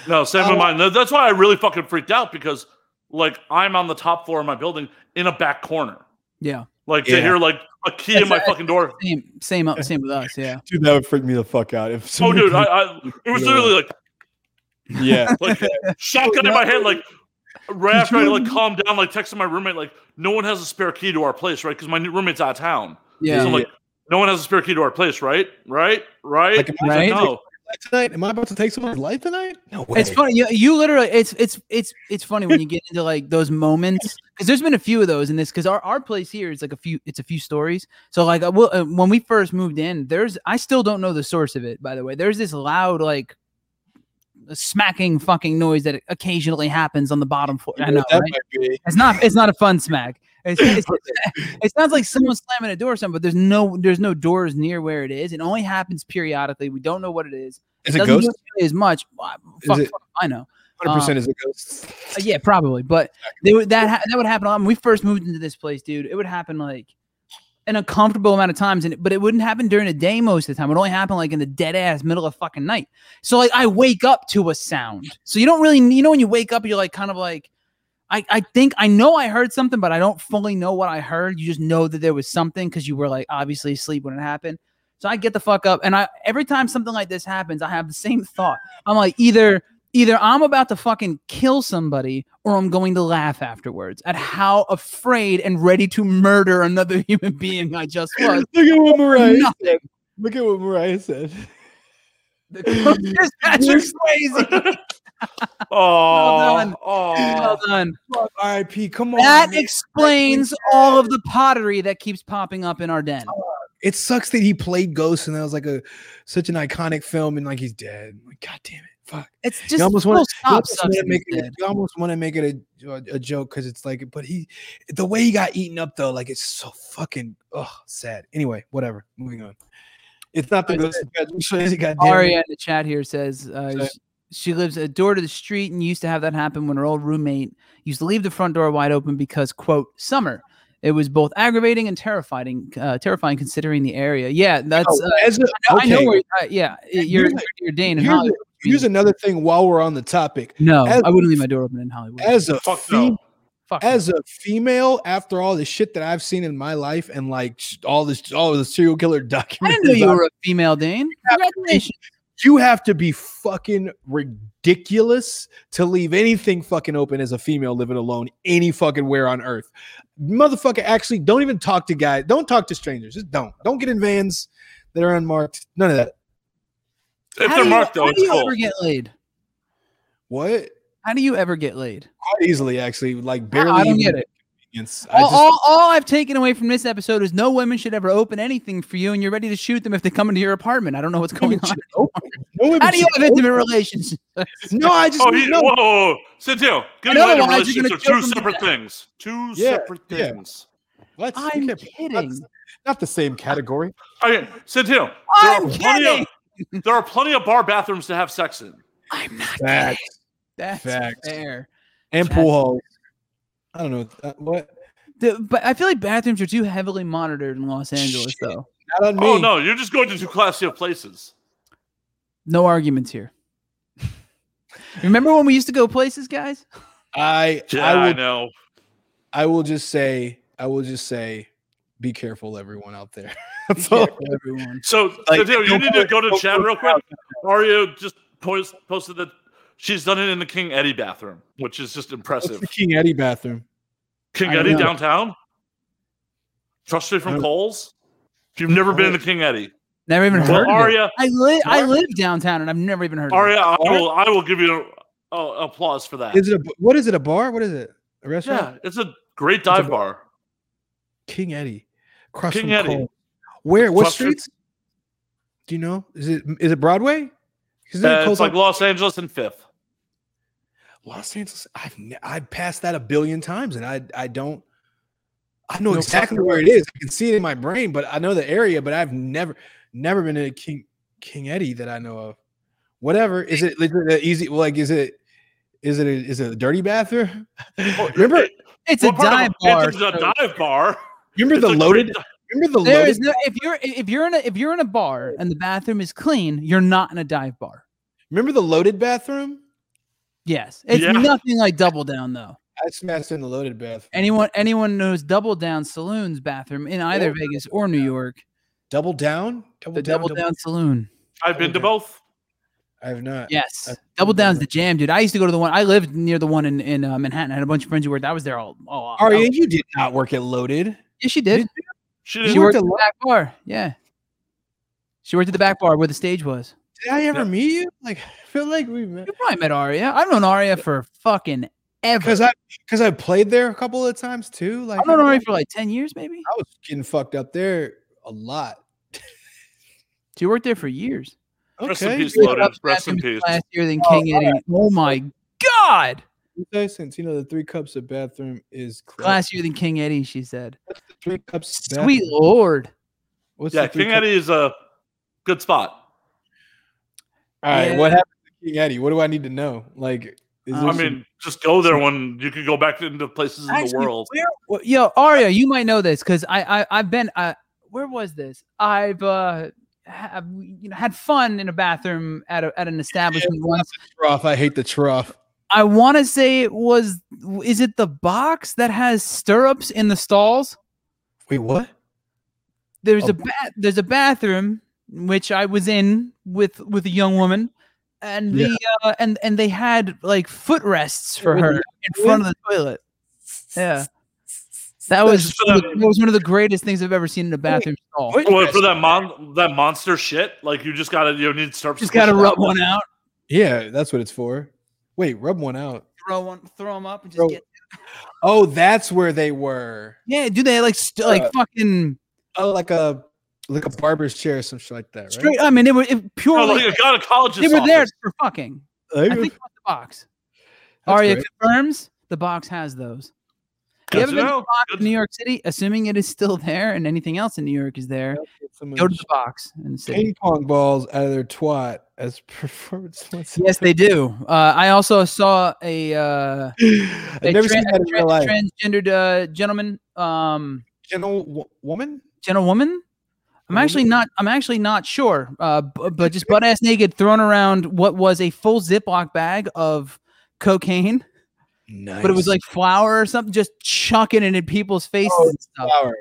Speaker 4: No, same
Speaker 2: Uh.
Speaker 4: with mine. Th- That's why I really fucking freaked out because like I'm on the top floor of my building in a back corner.
Speaker 1: Yeah.
Speaker 4: Like
Speaker 2: Yeah.
Speaker 4: to hear like a key in
Speaker 1: That's-
Speaker 4: my fucking door.
Speaker 1: Same, same, up, same with us. Yeah.
Speaker 2: Dude, that would freak me the fuck out. If
Speaker 4: Oh, dude, I, I it was
Speaker 2: Yeah.
Speaker 4: literally like
Speaker 2: yeah,
Speaker 4: like shotgun in my hand, like right after I like calmed down, like texting my roommate, like no one has a spare key to our place, right? Because my new roommate's out of town.
Speaker 1: Yeah.
Speaker 4: So I'm like, no one has a spare key to our place, right? Right? Right?
Speaker 2: Like, am
Speaker 4: He's
Speaker 1: Right?
Speaker 4: like, no.
Speaker 2: tonight. Am I about to take someone's life tonight? No way.
Speaker 1: It's funny. You, you literally, it's, it's, it's, it's funny when you get into like those moments because there's been a few of those in this because our, our place here is like a few, it's a few stories. So like, I will, uh, when we first moved in, there's, I still don't know the source of it, by the way. There's this loud, like, smacking fucking noise that occasionally happens on the bottom floor. I know.
Speaker 2: that
Speaker 1: right?
Speaker 2: might be.
Speaker 1: It's not. It's not a fun smack. It's, it's, it sounds like someone slamming a door or something, but there's no there's no doors near where it is. It only happens periodically. We don't know what it is.
Speaker 2: Is it
Speaker 1: Doesn't do
Speaker 2: ghost?
Speaker 1: nearly as much. Well, Fuck,
Speaker 2: it-
Speaker 1: fuck if I know.
Speaker 2: Hundred percent is a ghost.
Speaker 1: Uh, yeah, probably. But they would that ha- that would happen a lot. When we first moved into this place, dude, it would happen like an uncomfortable amount of times, and it- but it wouldn't happen during the day most of the time. It only happened like in the dead ass middle of fucking night. So like I wake up to a sound. So you don't really you know when you wake up, you're like kind of like I, I think I know I heard something, but I don't fully know what I heard. You just know that there was something because you were like obviously asleep when it happened. So I get the fuck up, and I every time something like this happens, I have the same thought. I'm like either either I'm about to fucking kill somebody, or I'm going to laugh afterwards at how afraid and ready to murder another human being I just was.
Speaker 2: Look at what Mariah.
Speaker 1: Nothing.
Speaker 2: Look at what Mariah said.
Speaker 1: The coach is Patrick Swayze.
Speaker 4: Oh,
Speaker 1: done. Well done.
Speaker 2: RIP. Come on.
Speaker 1: That
Speaker 2: Oh, man.
Speaker 1: explains all of the pottery that keeps popping up in our den.
Speaker 2: it sucks that he played Ghost and that was like a such an iconic film and like he's dead. Like, God damn it. Fuck.
Speaker 1: It's just
Speaker 2: You almost
Speaker 1: full
Speaker 2: want
Speaker 1: stop
Speaker 2: to make
Speaker 1: substance
Speaker 2: it,
Speaker 1: dead.
Speaker 2: you almost want to make it a, a, a joke because it's like, but he, the way he got eaten up though, like it's so fucking oh sad. Anyway, whatever. Moving on. It's not the
Speaker 1: Alright,
Speaker 2: ghost. It's goddamn-
Speaker 1: Aria in the chat here says uh,
Speaker 2: Sorry.
Speaker 1: sh- she lives a door to the street and used to have that happen when her old roommate used to leave the front door wide open because quote summer. It was both aggravating and terrifying, uh, terrifying considering the area. Yeah, that's.
Speaker 2: Oh,
Speaker 1: uh,
Speaker 2: as a-
Speaker 1: I know
Speaker 2: okay,
Speaker 1: where. Uh, yeah, you're
Speaker 2: here's a-
Speaker 1: you're Dane in
Speaker 2: here's a-
Speaker 1: Hollywood.
Speaker 2: Here's another thing while we're on the topic.
Speaker 1: no,
Speaker 2: as-
Speaker 1: I wouldn't leave my door open in Hollywood.
Speaker 2: As a
Speaker 4: fuck
Speaker 2: fem-
Speaker 4: no.
Speaker 1: Fuck no.
Speaker 2: as a female, after all the shit that I've seen in my life and like sh- all this, all the serial
Speaker 1: I
Speaker 2: killer documentaries,
Speaker 1: didn't know you
Speaker 2: I've
Speaker 1: were a female Dane. Congratulations.
Speaker 2: you have to be fucking ridiculous to leave anything fucking open as a female living alone any fucking where on earth. Motherfucker, actually, don't even talk to guys. Don't talk to strangers. Just don't. Don't get in vans that are unmarked. None of that.
Speaker 4: If
Speaker 1: How do
Speaker 4: they're
Speaker 1: you-
Speaker 4: marked though,
Speaker 1: how do
Speaker 4: it's
Speaker 1: you
Speaker 4: cool.
Speaker 1: ever get laid?
Speaker 2: What?
Speaker 1: How do you ever get laid?
Speaker 2: Quite easily, actually. Like barely.
Speaker 1: I don't
Speaker 2: even
Speaker 1: get it.
Speaker 2: convenience. I
Speaker 1: All,
Speaker 2: just-
Speaker 1: all, all I've taken away from this episode is no women should ever open anything for you, and you're ready to shoot them if they come into your apartment. I don't know what's
Speaker 2: no
Speaker 1: going
Speaker 2: women
Speaker 1: on.
Speaker 2: should open. No, women
Speaker 1: How do you
Speaker 2: should
Speaker 1: have intimate relations?
Speaker 2: open. no, I just
Speaker 4: Oh,
Speaker 2: need
Speaker 4: he,
Speaker 2: to know.
Speaker 4: whoa, whoa, whoa. Santil, good
Speaker 1: know,
Speaker 4: and
Speaker 1: otherwise you're
Speaker 4: relationships
Speaker 1: gonna kill
Speaker 4: are two
Speaker 1: them to
Speaker 4: separate
Speaker 1: death.
Speaker 4: things. Two
Speaker 2: Yeah,
Speaker 4: separate
Speaker 2: yeah.
Speaker 4: things.
Speaker 2: Let's- you
Speaker 1: I'm
Speaker 2: can't- Not,
Speaker 1: kidding.
Speaker 2: the- not the same category.
Speaker 4: Okay, Santil, there
Speaker 1: Oh, I'm
Speaker 4: are plenty
Speaker 1: kidding.
Speaker 4: of there are plenty of bar bathrooms to have sex in.
Speaker 1: I'm not.
Speaker 2: Facts.
Speaker 1: That's
Speaker 2: Facts.
Speaker 1: fair.
Speaker 2: And
Speaker 1: Facts.
Speaker 2: pool holes. I don't know uh, what.
Speaker 1: The- but I feel like bathrooms are too heavily monitored in Los Angeles,
Speaker 2: Shit.
Speaker 1: though.
Speaker 2: Not on me.
Speaker 4: Oh no, you're just going to too classy of places.
Speaker 1: No arguments here. Remember when we used to go places, guys?
Speaker 2: I
Speaker 4: Yeah,
Speaker 2: I
Speaker 4: I,
Speaker 2: will
Speaker 4: know.
Speaker 2: I will just say, I will just say, be careful, everyone out there. That's all.
Speaker 1: Everyone.
Speaker 4: So
Speaker 2: Like,
Speaker 4: Santil, you
Speaker 2: don't
Speaker 4: need
Speaker 2: go-
Speaker 4: to go to
Speaker 2: don't
Speaker 4: chat
Speaker 2: go
Speaker 4: real
Speaker 2: out.
Speaker 4: quick. Mario just post, posted that she's done it in the King Eddie bathroom, which is just
Speaker 2: What's
Speaker 4: impressive.
Speaker 2: the King Eddie bathroom?
Speaker 4: King
Speaker 1: I
Speaker 4: Eddie
Speaker 1: know.
Speaker 4: downtown? Trust me
Speaker 2: I
Speaker 4: from
Speaker 2: don't-
Speaker 4: Coles? If you've never been to King Eddie,
Speaker 1: Never even
Speaker 4: well,
Speaker 1: heard. Of it.
Speaker 4: Aria,
Speaker 1: I live. I
Speaker 4: Aria-
Speaker 1: live downtown, and I've never even heard. Of it.
Speaker 4: Aria, I will, I will give you a, a- applause for that.
Speaker 2: Is it a what is it? A bar? What is it? A restaurant?
Speaker 4: yeah, it's a great dive bar.
Speaker 2: King Eddie. Across
Speaker 4: King
Speaker 2: from
Speaker 4: Eddie.
Speaker 2: Kohl's. Where? What
Speaker 4: Across from-
Speaker 2: streets? Do you know? Is it is it Broadway? Is
Speaker 4: Uh, it's like Los Angeles and Fifth.
Speaker 2: Los Angeles? I've ne- I've passed that a billion times, and I I don't. I know
Speaker 4: No
Speaker 2: exactly
Speaker 4: fucking
Speaker 2: where it is. I can see it in my brain, but I know the area. But I've never never been to King King Eddie that I know of. Whatever is it? Is it a easy? Like is it? Is it? A, is it a dirty bathroom? Oh, remember,
Speaker 4: It-
Speaker 1: Oh, It's
Speaker 4: what
Speaker 1: a
Speaker 4: part of-
Speaker 1: dive bar.
Speaker 4: It's a
Speaker 1: so-
Speaker 4: dive bar.
Speaker 2: remember
Speaker 4: It's
Speaker 2: the
Speaker 4: a great
Speaker 2: loaded.
Speaker 4: di-
Speaker 2: Remember the
Speaker 1: There
Speaker 2: loaded.
Speaker 1: is no if you're if you're in a if you're in a bar and the bathroom is clean, you're not in a dive bar.
Speaker 2: remember the loaded bathroom.
Speaker 1: Yes, it's
Speaker 4: Yeah.
Speaker 1: nothing like Double Down though.
Speaker 2: I smashed in the loaded bathroom.
Speaker 1: Anyone anyone knows Double Down Saloon's bathroom in either Vegas or New York?
Speaker 2: Double down. Double
Speaker 1: The Double Down Saloon.
Speaker 4: I've been to both.
Speaker 2: I have not.
Speaker 1: Yes,
Speaker 2: I've
Speaker 1: Double
Speaker 2: been there.
Speaker 1: Down's the jam, dude. I used to go to the one. I lived near the one in in uh, Manhattan. I had a bunch of friends who worked. I was there all. all
Speaker 2: Aria,
Speaker 1: I-
Speaker 2: you did not work at Loaded.
Speaker 1: yeah, she did.
Speaker 4: She
Speaker 1: She worked
Speaker 4: didn't-
Speaker 2: worked
Speaker 1: at
Speaker 2: at
Speaker 1: the back bar. Yeah, she worked at the back bar where the stage was.
Speaker 2: Did I ever
Speaker 4: No.
Speaker 2: meet you? Like, I feel like we met.
Speaker 1: You probably met Aria. I've known Aria for fucking ever.
Speaker 2: because I because I played there a couple of times too. Like
Speaker 1: I've known Aria for like ten years, maybe.
Speaker 2: I was getting fucked up there a lot.
Speaker 1: She worked there for years.
Speaker 4: Rest in
Speaker 2: Okay.
Speaker 4: peace,
Speaker 2: yeah,
Speaker 4: Loaded.
Speaker 1: Up
Speaker 4: Rest in
Speaker 1: bathroom
Speaker 4: peace.
Speaker 1: Last year than
Speaker 2: Oh,
Speaker 1: King Eddie. Oh my God!
Speaker 2: okay, Since you know the three cups of bathroom is close.
Speaker 1: Classier than King Eddie, she said.
Speaker 2: What's the three cups.
Speaker 1: Sweet
Speaker 2: bathroom?
Speaker 1: Lord.
Speaker 2: What's
Speaker 4: Yeah,
Speaker 2: the three
Speaker 4: King
Speaker 2: cups-
Speaker 4: Eddie is a good spot.
Speaker 2: All right.
Speaker 1: Yeah.
Speaker 2: What happened to King Eddie? What do I need to know? Like, is there
Speaker 1: Um,
Speaker 4: I
Speaker 2: some-
Speaker 4: mean, just go there when you could go back into places in the
Speaker 1: Actually,
Speaker 4: world.
Speaker 1: Where, well, yo, Aria, you might know this because I, I I've been. Uh, where was this? I've uh, have, you know had fun in a bathroom at a, at an establishment once.
Speaker 2: trough. I hate the trough.
Speaker 1: I want to say it was. Is it the box that has stirrups in the stalls?
Speaker 2: Wait, what?
Speaker 1: there's
Speaker 2: A
Speaker 1: a ba- there's a bathroom which I was in with with a young woman, and
Speaker 2: Yeah.
Speaker 1: the uh, and and they had like footrests for her in front of the toilet. Yeah, that was
Speaker 4: So
Speaker 1: one of
Speaker 4: that-
Speaker 1: the- that was one of the greatest things I've ever seen in a bathroom stall.
Speaker 2: wait.
Speaker 4: Well, for that mon- that monster shit, like you just gotta you need to start.
Speaker 1: Just gotta
Speaker 4: pushing
Speaker 1: rub
Speaker 4: out.
Speaker 1: one out.
Speaker 2: Yeah, that's what it's for. Wait, rub one out.
Speaker 1: Throw one, throw them up, and just
Speaker 2: Throw-
Speaker 1: get.
Speaker 2: Oh, that's where they were.
Speaker 1: Yeah, dude, they like st- like
Speaker 2: Uh,
Speaker 1: fucking
Speaker 2: Oh, like a like a barber's chair or some shit like that, right?
Speaker 1: straight. I mean, they were it
Speaker 4: Oh,
Speaker 1: purely
Speaker 4: like a guy at college.
Speaker 1: they were there for fucking.
Speaker 2: There
Speaker 1: I
Speaker 2: you
Speaker 1: think
Speaker 2: go.
Speaker 1: it was the box.
Speaker 2: That's
Speaker 1: Aria
Speaker 2: great.
Speaker 1: confirms the box has those. Have you ever been to the box
Speaker 4: Good
Speaker 1: in
Speaker 4: to-
Speaker 1: New York City? Assuming it is still there and anything else in New York is there,
Speaker 2: Someone
Speaker 1: go to the box and see.
Speaker 2: ping pong balls out of their twat as performance.
Speaker 1: Yes, they do. Uh, I also saw a uh,
Speaker 2: I've
Speaker 1: a,
Speaker 2: never
Speaker 1: tran-
Speaker 2: seen that in
Speaker 1: a
Speaker 2: real
Speaker 1: tran-
Speaker 2: life.
Speaker 1: transgendered uh, gentleman, um,
Speaker 2: Gentle wo- woman?
Speaker 1: gentlewoman. I'm
Speaker 2: Woman?
Speaker 1: actually not. I'm actually not sure. Uh, bu- but just butt ass naked, thrown around what was a full Ziploc bag of cocaine,
Speaker 2: Nice.
Speaker 1: but it was like flour or something, just chucking it in people's faces
Speaker 2: Oh,
Speaker 1: and stuff.
Speaker 2: flower.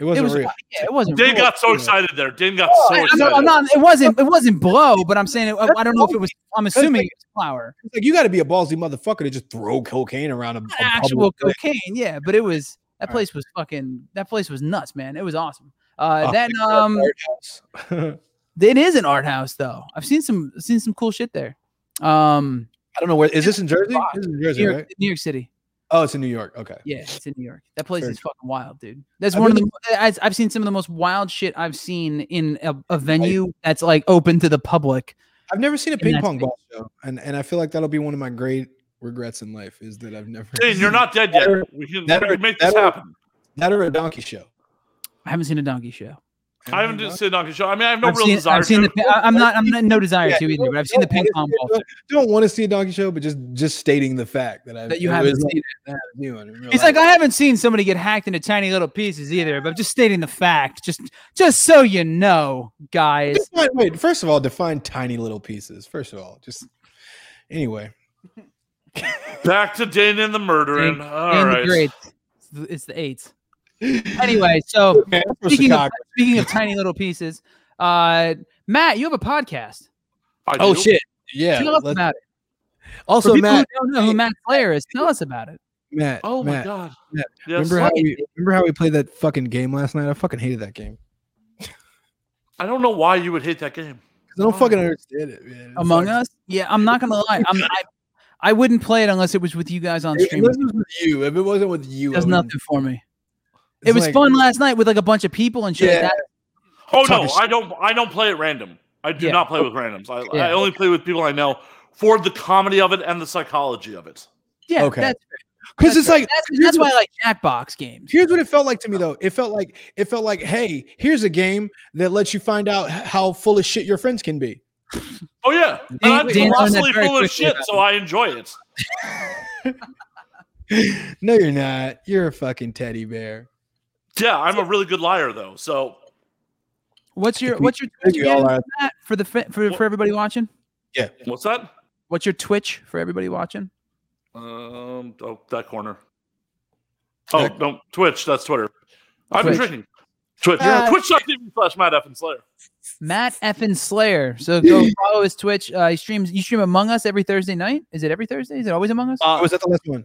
Speaker 2: It wasn't
Speaker 1: it was.
Speaker 2: real.
Speaker 1: Yeah, it wasn't.
Speaker 4: Din
Speaker 1: real.
Speaker 4: got so excited there. Din got so
Speaker 1: I, am
Speaker 4: excited.
Speaker 1: not, I'm not- It wasn't. It wasn't blow. But I'm saying. It, I I don't know if it was. I'm assuming
Speaker 2: like-
Speaker 1: it was flour.
Speaker 2: It's like you got to be a ballsy motherfucker to just throw cocaine around a, a
Speaker 1: Actual
Speaker 2: public place.
Speaker 1: cocaine. Yeah, but it was. That
Speaker 2: Alright.
Speaker 1: place was fucking. That place was nuts, man. It was awesome. Uh,
Speaker 2: Oh,
Speaker 1: that
Speaker 2: thank God,
Speaker 1: um,
Speaker 2: Art House.
Speaker 1: it is an art house though. I've seen some seen some cool shit there. Um,
Speaker 2: I don't know where is this in Jersey?
Speaker 1: Fuck.
Speaker 2: This is in
Speaker 1: New
Speaker 2: Jersey,
Speaker 1: York,
Speaker 2: right?
Speaker 1: New York City.
Speaker 2: Oh, it's in New York. Okay.
Speaker 1: Yeah, it's in New York. That place
Speaker 2: Very
Speaker 1: is fucking wild, dude. That's
Speaker 2: I've
Speaker 1: one of
Speaker 2: been
Speaker 1: the. I've I've seen some of the most wild shit I've seen in a, a venue that's like open to the public.
Speaker 2: I've never seen a ping
Speaker 1: that's
Speaker 2: pong
Speaker 1: it.
Speaker 2: ball show, and and I feel like that'll be one of my great regrets in life is that I've never
Speaker 4: Din, you're not dead yet. We can,
Speaker 2: that
Speaker 4: we
Speaker 2: or-
Speaker 4: can make this
Speaker 2: that or-
Speaker 4: happen.
Speaker 2: that or a donkey show.
Speaker 1: I haven't seen a donkey show.
Speaker 4: I haven't
Speaker 2: Don't-
Speaker 4: did- seen Donkey Show. I mean, I have no
Speaker 1: I've
Speaker 4: real
Speaker 1: seen,
Speaker 4: desire
Speaker 1: I've seen
Speaker 4: to.
Speaker 1: the, pi- I- I'm not. I'm not, no desire
Speaker 2: Yeah,
Speaker 1: to either.
Speaker 2: don't-
Speaker 1: But I've seen the
Speaker 2: don't
Speaker 1: ping pong
Speaker 2: wanna see
Speaker 1: ball
Speaker 2: a- Don't want to see a donkey show, but just just stating the fact that I
Speaker 1: that you haven't seen.
Speaker 2: It.
Speaker 1: It's like I haven't seen somebody get hacked into tiny little pieces either. But just stating the fact, just just so you know, guys.
Speaker 2: Define- wait, first of all, define tiny little pieces. First of all, just anyway.
Speaker 4: Back to Din and the murdering.
Speaker 1: Din-
Speaker 4: All
Speaker 1: and
Speaker 4: right.
Speaker 1: the greats. It's the- It's the eights. Anyway, so
Speaker 2: Man, I'm from
Speaker 1: speaking of,
Speaker 2: Chicago.
Speaker 1: speaking of tiny little pieces, uh, Matt, you have a podcast.
Speaker 4: I
Speaker 2: oh
Speaker 4: do.
Speaker 2: shit! Yeah.
Speaker 1: Tell us
Speaker 2: let's-
Speaker 1: about it. For
Speaker 2: Also,
Speaker 1: people
Speaker 2: Matt,
Speaker 1: who don't know who Matt Flair is, tell us about it.
Speaker 2: Matt,
Speaker 4: Oh my
Speaker 2: Matt,
Speaker 4: god.
Speaker 2: Matt,
Speaker 4: Yes.
Speaker 2: Remember how
Speaker 1: Fucking-
Speaker 2: we remember how we played that fucking game last night? I fucking hated that game
Speaker 4: I don't know why you would hate that game.
Speaker 2: 'Cause I don't fucking understand it, man. It's
Speaker 1: Among
Speaker 2: like-
Speaker 1: Us. Yeah, I'm not gonna lie. I'm, I, I wouldn't play it unless it was with you guys on
Speaker 2: If
Speaker 1: stream.
Speaker 2: it wasn't with you, if it wasn't with you, I
Speaker 1: Does
Speaker 2: wouldn't-
Speaker 1: nothing for me.
Speaker 2: it's
Speaker 1: It was
Speaker 2: like-
Speaker 1: fun last night with like a bunch of people and shit. like
Speaker 2: Yeah.
Speaker 1: that.
Speaker 4: Oh
Speaker 2: Talk
Speaker 4: no,
Speaker 2: of
Speaker 4: I don't. I don't play at random. I do
Speaker 1: Yeah.
Speaker 4: not play with randoms. I,
Speaker 1: Yeah.
Speaker 4: I only play with people I know for the comedy of it and the psychology of it.
Speaker 1: Yeah,
Speaker 2: Okay.
Speaker 1: that's,
Speaker 2: Because it's like
Speaker 1: that's,
Speaker 2: here's
Speaker 1: that's why
Speaker 2: what-
Speaker 1: I like Jackbox games.
Speaker 2: Here's what it felt like to me though. It felt like it felt like, hey, here's a game that lets you find out h- how full of shit your friends can be.
Speaker 4: Oh yeah, and
Speaker 1: Dan- Dan
Speaker 4: I'm
Speaker 1: learned that
Speaker 4: colossally
Speaker 1: very
Speaker 4: full
Speaker 1: quickly
Speaker 4: of shit,
Speaker 1: about
Speaker 4: so I enjoy it.
Speaker 2: no, you're not. You're a fucking teddy bear.
Speaker 4: Yeah, I'm a really good liar though. So
Speaker 1: What's your
Speaker 2: we-
Speaker 1: what's your
Speaker 2: I think
Speaker 1: Twitch
Speaker 2: we all
Speaker 1: again,
Speaker 2: are.
Speaker 1: Matt, for the fa- for, for everybody watching?
Speaker 4: what's that?
Speaker 1: What's your Twitch for everybody watching?
Speaker 4: Um, oh that corner. Oh
Speaker 2: That-
Speaker 4: no, Twitch. That's Twitter. I've been
Speaker 1: Twitch.
Speaker 4: drinking. Twitch.
Speaker 1: Ah.
Speaker 4: Twitch.tv slash Matt F and Slayer.
Speaker 1: Matt effin Slayer. So go follow his Twitch. Uh, he streams. You stream Among Us every Thursday night. Is it every Thursday? Is it always Among Us?
Speaker 4: Uh,
Speaker 2: Oh, was that the last one?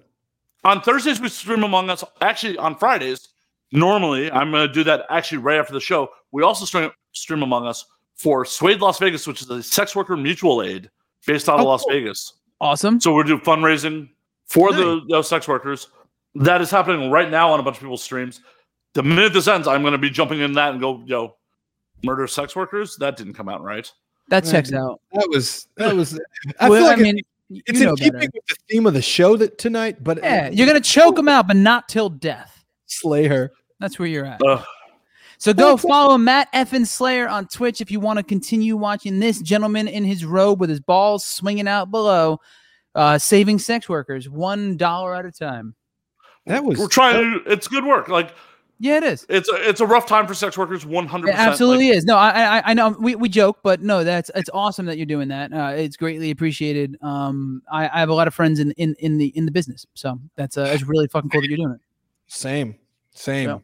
Speaker 4: on Thursdays we stream Among Us. Actually, on Fridays, normally I'm going to do that. Actually, right after the show, we also stream stream Among Us for Suede Las Vegas, which is a sex worker mutual aid based out of
Speaker 2: Oh,
Speaker 4: Las
Speaker 2: cool.
Speaker 4: Vegas.
Speaker 1: awesome.
Speaker 4: So we're doing fundraising for the those sex workers. That is happening right now on a bunch of people's streams. The minute this ends, I'm going to be jumping in that and go, yo, murder sex workers. That didn't come out right.
Speaker 1: That
Speaker 2: Yeah.
Speaker 1: checks out.
Speaker 2: That was that was I
Speaker 1: well,
Speaker 2: feel like
Speaker 1: I mean,
Speaker 2: it's
Speaker 1: you know
Speaker 2: in keeping
Speaker 1: better.
Speaker 2: with the theme of the show that tonight, but uh,
Speaker 1: Yeah, you're gonna choke
Speaker 2: Oh.
Speaker 1: him out, but not till death.
Speaker 2: slay her.
Speaker 1: That's where you're at.
Speaker 4: Ugh.
Speaker 1: So go follow Matt Effin Slayer on Twitch if you want to continue watching this gentleman in his robe with his balls swinging out below, uh, saving sex workers one dollar at a time.
Speaker 2: That was
Speaker 4: We're trying to. It's good work. Like
Speaker 1: Yeah, it is.
Speaker 4: it's a, it's a rough time for sex workers. One hundred
Speaker 1: It
Speaker 4: percent.
Speaker 1: absolutely is. No, I, I, I know we, we joke, but no, that's it's awesome that you're doing that. Uh, it's greatly appreciated. Um, I, I have a lot of friends in, in, in the in the business, so that's uh, it's really fucking cool that you're doing it.
Speaker 2: same, same.
Speaker 1: So,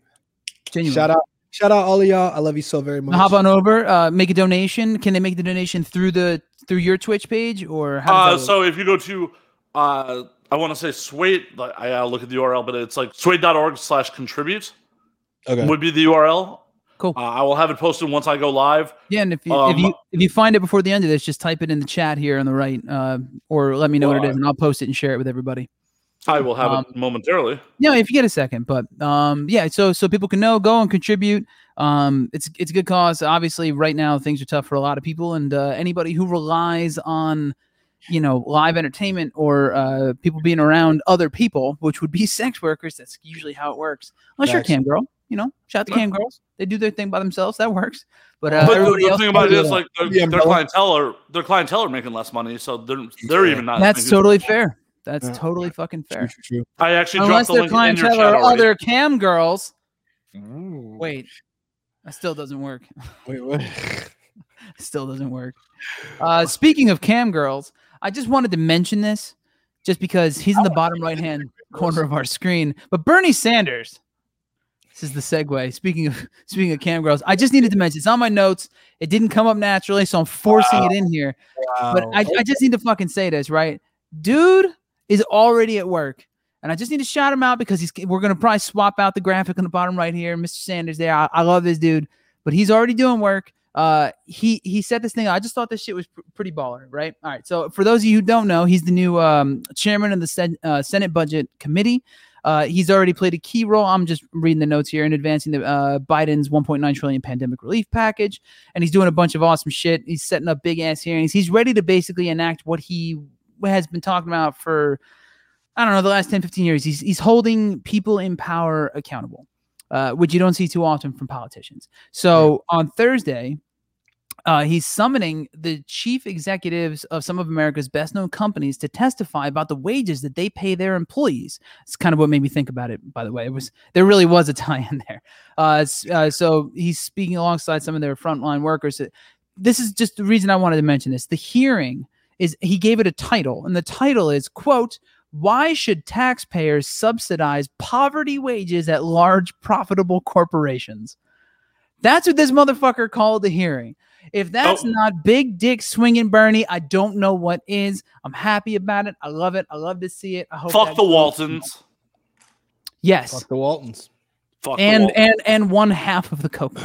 Speaker 1: Genuinely.
Speaker 2: shout out, shout out all of y'all. I love you so very much.
Speaker 1: Hop on over, uh, make a donation. Can they make the donation through the through your Twitch page or how?
Speaker 4: Uh,
Speaker 1: does that work?
Speaker 4: so if you go to, uh, I want to say Suede, like, I gotta look at the URL, but it's like suede.org slash contribute
Speaker 2: okay.
Speaker 4: would be the URL.
Speaker 1: Cool.
Speaker 4: Uh, I will have it posted once I go live.
Speaker 1: Yeah, and if you if
Speaker 4: Um,
Speaker 1: you if you find it before the end of this, just type it in the chat here on the right, uh, or let me know what it
Speaker 4: Well,
Speaker 1: is, and I'll post it and share it with everybody.
Speaker 4: I will have
Speaker 1: Um,
Speaker 4: it momentarily.
Speaker 1: No, if you get a second, but um, yeah, so so people can know, go and contribute. Um, it's it's a good cause. Obviously, right now things are tough for a lot of people, and uh, anybody who relies on you know live entertainment or uh, people being around other people, which would be sex workers, that's usually how it works. Unless you're a
Speaker 2: Facts.
Speaker 1: cam girl, you know, shout out to cam girls. They do their thing by themselves. That works. But, uh,
Speaker 4: but the-
Speaker 1: everybody
Speaker 4: the,
Speaker 1: else
Speaker 4: thing
Speaker 1: can
Speaker 4: about it
Speaker 1: do
Speaker 4: is,
Speaker 1: that.
Speaker 4: like, their,
Speaker 2: Yeah,
Speaker 4: their
Speaker 2: bro.
Speaker 4: clientele are their clientele are making less money, so they're they're even not.
Speaker 1: That's
Speaker 4: thinking-
Speaker 1: totally fair. That's
Speaker 2: Yeah.
Speaker 1: totally fucking fair.
Speaker 2: True, true, true.
Speaker 4: I actually
Speaker 1: Unless their
Speaker 4: dropped the link in your
Speaker 1: clientele
Speaker 4: chat
Speaker 1: are
Speaker 4: already.
Speaker 1: other cam girls. Wait, that still doesn't work.
Speaker 2: Wait, what?
Speaker 1: still doesn't work. Uh, speaking of cam girls, I just wanted to mention this just because he's in the bottom right hand corner of our screen. But Bernie Sanders, this is the segue. Speaking of speaking of cam girls, I just needed to mention it's on my notes. It didn't come up naturally, so I'm forcing it in here.
Speaker 2: Oh,
Speaker 1: But I, I just need to fucking say this, right? Dude is already at work. And I just need to shout him out because he's we're gonna probably swap out the graphic on the bottom right here. Mr. Sanders there. I, I love this dude, but he's already doing work. Uh he he set this thing. I just thought this shit was pr- pretty baller, right? All right. So for those of you who don't know, he's the new um, chairman of the Sen- uh, Senate Budget Committee. Uh, he's already played a key role. I'm just reading the notes here in advancing the uh, Biden's 1.9 trillion pandemic relief package, and he's doing a bunch of awesome shit. He's setting up big ass hearings. He's ready to basically enact what he has been talking about for I don't know the last 10, 15 years. He's he's holding people in power accountable, uh, which you don't see too often from politicians. So on Thursday, uh, he's summoning the chief executives of some of America's best known companies to testify about the wages that they pay their employees. It's kind of what made me think about it, by the way. It was there really was a tie in there. Uh, s- uh, so he's speaking alongside some of their frontline workers. Uh, This is just the reason I wanted to mention this. The hearing is he gave it a title, and the title is quote. Why should taxpayers subsidize poverty wages at large profitable corporations? That's what this motherfucker called the hearing. If that's
Speaker 4: Oh.
Speaker 1: not big dick swinging Bernie, I don't know what is. I'm happy about it. I love it. I love to see it. I hope
Speaker 4: Fuck
Speaker 1: that
Speaker 4: the
Speaker 1: goes-
Speaker 4: Waltons.
Speaker 1: Yes,
Speaker 2: Fuck the Waltons.
Speaker 4: Fuck
Speaker 1: and
Speaker 4: the Waltons.
Speaker 1: and and one half of the coke.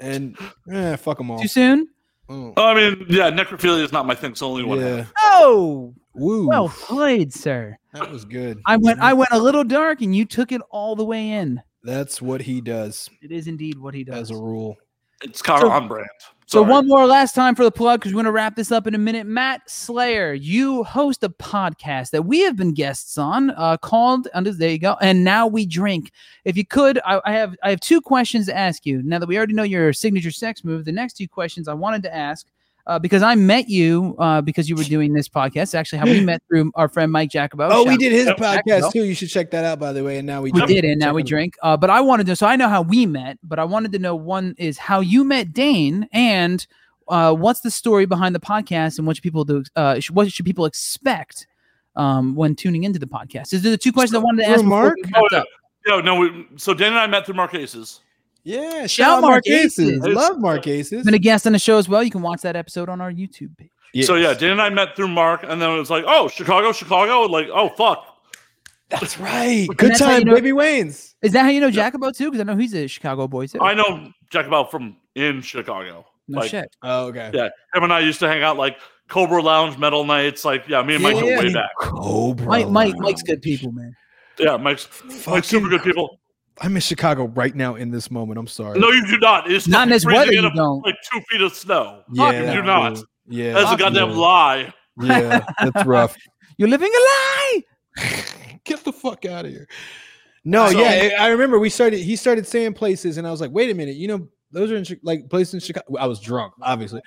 Speaker 2: And eh, fuck them all.
Speaker 1: Too soon?
Speaker 2: Mm.
Speaker 4: I mean, yeah, necrophilia is not my thing. It's only one.
Speaker 2: Yeah.
Speaker 1: Oh,
Speaker 2: Woo.
Speaker 1: well played, sir.
Speaker 2: that was good.
Speaker 1: I went I went a little dark, and you took it all the way in.
Speaker 2: That's what he does
Speaker 1: It is indeed what he does.
Speaker 2: as a rule.
Speaker 4: It's kind
Speaker 1: So-
Speaker 4: of on brand.
Speaker 1: So
Speaker 4: Sorry.
Speaker 1: one more last time for the plug because we're gonna wrap this up in a minute. Matt Slayer, you host a podcast that we have been guests on, uh, called and there you go. And now we drink. If you could, I, I have I have two questions to ask you. Now that we already know your signature sex move, the next two questions I wanted to ask. Uh, because I met you uh, because you were doing this podcast. Actually, how we met through our friend Mike Jacobo.
Speaker 2: Oh,
Speaker 1: Shout
Speaker 2: we did his
Speaker 4: Yep.
Speaker 1: Yep.
Speaker 2: podcast too. You should check that out, by the way. And now we
Speaker 1: we
Speaker 2: drink.
Speaker 1: did, and now we
Speaker 2: Check it out.
Speaker 1: drink. Uh, but I wanted to. So I know how we met, but I wanted to know one is how you met Dane, and uh, what's the story behind the podcast, and what should people do? Uh, sh- what should people expect um, when tuning into the podcast? Is there the two questions I wanted to
Speaker 2: Through
Speaker 1: ask? before
Speaker 2: Mark?
Speaker 1: we
Speaker 4: Oh,
Speaker 1: wrapped
Speaker 4: yeah.
Speaker 1: up?
Speaker 4: No, no. We, so Dan and I met through Mark Aces.
Speaker 2: Yeah, shout,
Speaker 1: Shout
Speaker 2: out Mark Aces.
Speaker 1: Marquesas.
Speaker 2: Love Mark Aces.
Speaker 1: I've been a guest on the show as well. You can watch that episode on our YouTube page.
Speaker 4: So yeah, Dan and I met through Mark, and then it was like, oh, Chicago, Chicago. Like, oh, fuck.
Speaker 2: that's right.
Speaker 1: And
Speaker 2: Good
Speaker 1: that's how
Speaker 2: time,
Speaker 1: you know-
Speaker 2: baby Wayne's.
Speaker 1: Is that how you know Jacobo too? Because I know he's a Chicago boy too.
Speaker 4: I know Jack about from in Chicago.
Speaker 1: no
Speaker 4: like,
Speaker 1: shit.
Speaker 2: Oh, okay.
Speaker 4: Yeah, him and I used to hang out like Cobra Lounge, metal nights. Like, yeah, me and Mike
Speaker 1: Yeah,
Speaker 4: go
Speaker 1: yeah.
Speaker 4: way back.
Speaker 2: Cobra.
Speaker 1: Mike, Mike,
Speaker 2: Lounge.
Speaker 1: Mike's good people, man.
Speaker 4: Yeah, Mike's
Speaker 2: Fucking-
Speaker 4: Mike's super good people.
Speaker 2: I'm in Chicago right now in this moment. I'm sorry.
Speaker 4: No, you do not. It's
Speaker 1: Not in this
Speaker 4: freezing
Speaker 1: weather,
Speaker 4: in
Speaker 1: you
Speaker 4: a-
Speaker 1: don't.
Speaker 4: Like two feet of snow.
Speaker 2: yeah,
Speaker 4: you do not.
Speaker 2: dude. Yeah,
Speaker 4: That's a goddamn
Speaker 2: yeah.
Speaker 4: lie.
Speaker 2: Yeah, that's rough.
Speaker 1: You're living a lie.
Speaker 2: Get the fuck out of here. eh, No,
Speaker 4: So-
Speaker 2: yeah, I I remember we started. He started saying places, and I was like, "Wait a minute, you know, those are in Chi- like places in Chicago." I was drunk, obviously.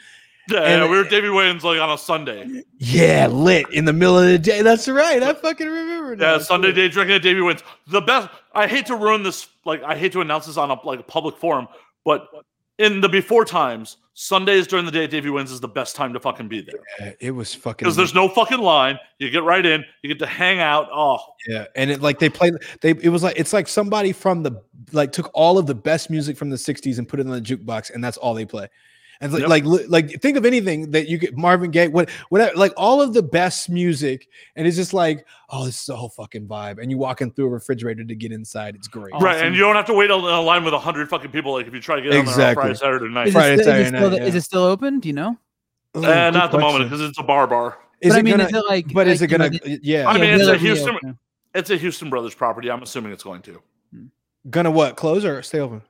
Speaker 4: Yeah,
Speaker 2: And-
Speaker 4: yeah, we were at Davy Wayne's like on a Sunday.
Speaker 2: Yeah, lit in the middle of the day. That's right. I fucking remember.
Speaker 4: Yeah,
Speaker 2: now.
Speaker 4: Sunday day drinking at Davy Wayne's. The best. I hate to ruin this. Like, I hate to announce this on a like a public forum, but in the before times, Sundays during the day at Davy Wayne's is the best time to fucking be there
Speaker 2: Yeah, it was fucking.
Speaker 4: because there's no fucking line. You get right in. You get to hang out. Oh,
Speaker 2: Yeah, and it like they played they it was like it's like somebody from the like took all of the best music from the 60s and put it on the jukebox and that's all they play. And like,
Speaker 4: Yep.
Speaker 2: like, li- like, think of anything that you get Marvin Gaye, what, whatever, like all of the best music, and it's just like, oh, this is the whole fucking vibe. And you walking through a refrigerator to get inside, it's great.
Speaker 1: Awesome.
Speaker 4: Right, and you don't have to wait on- in a line with hundred fucking people. Like if you try to get on there on
Speaker 2: Exactly.
Speaker 4: Friday, Saturday night,
Speaker 1: Is,
Speaker 2: Friday,
Speaker 1: it still, is,
Speaker 2: Saturday
Speaker 1: it still,
Speaker 2: night,
Speaker 1: is
Speaker 2: yeah.
Speaker 1: it still open? Do you know?
Speaker 2: Ooh,
Speaker 4: uh,
Speaker 2: good
Speaker 4: not at the moment
Speaker 2: question.
Speaker 4: because it's a bar bar.
Speaker 2: Is
Speaker 1: Oh, but
Speaker 2: it
Speaker 1: I mean,
Speaker 2: gonna,
Speaker 1: is it like?
Speaker 2: but is it
Speaker 1: like, you know,
Speaker 2: gonna, yeah,
Speaker 4: I mean,
Speaker 1: yeah,
Speaker 4: it's
Speaker 1: will
Speaker 4: a
Speaker 1: it
Speaker 4: Houston-
Speaker 1: reopen?
Speaker 4: It's a Houston Brothers property. I'm assuming it's going to
Speaker 2: gonna what close or stay open?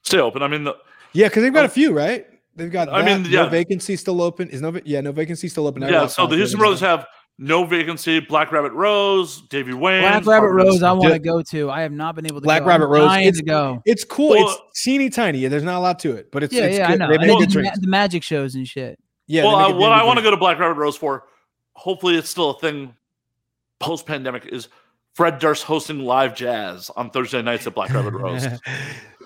Speaker 4: stay open. I mean, the,
Speaker 2: Yeah, because they've got
Speaker 4: Oh.
Speaker 2: a few, right? They've got.
Speaker 4: I
Speaker 2: I
Speaker 4: mean,
Speaker 2: mean,
Speaker 4: yeah.
Speaker 2: no vacancy still open. Is no, va- yeah, no vacancy still open. I
Speaker 4: yeah.
Speaker 2: walked
Speaker 4: So
Speaker 2: by
Speaker 4: the
Speaker 2: through
Speaker 4: Houston
Speaker 2: it, it's
Speaker 4: Brothers have no vacancy. Black Rabbit Rose, Davy Wayne,
Speaker 1: Black Rabbit
Speaker 4: Carpenters.
Speaker 1: Rose, I want to
Speaker 2: Ju-
Speaker 1: go to. I have not been able to.
Speaker 2: Black
Speaker 1: go. I'm
Speaker 2: Rabbit Rose,
Speaker 1: dying
Speaker 2: it's-
Speaker 1: to go.
Speaker 2: It's cool.
Speaker 4: Well-
Speaker 2: it's teeny tiny. Yeah, There's not a lot to it, but it's
Speaker 1: Yeah,
Speaker 2: it's
Speaker 1: yeah,
Speaker 2: good.
Speaker 1: I know.
Speaker 2: They
Speaker 1: And
Speaker 2: make
Speaker 1: then
Speaker 2: good
Speaker 1: the, ma-
Speaker 2: drinks.
Speaker 1: the magic shows and shit.
Speaker 2: Yeah.
Speaker 4: well, I, what I want to go to Black Rabbit Rose for, hopefully it's still a thing post pandemic, is Fred Durst hosting live jazz on Thursday nights at Black Rabbit Rose. That's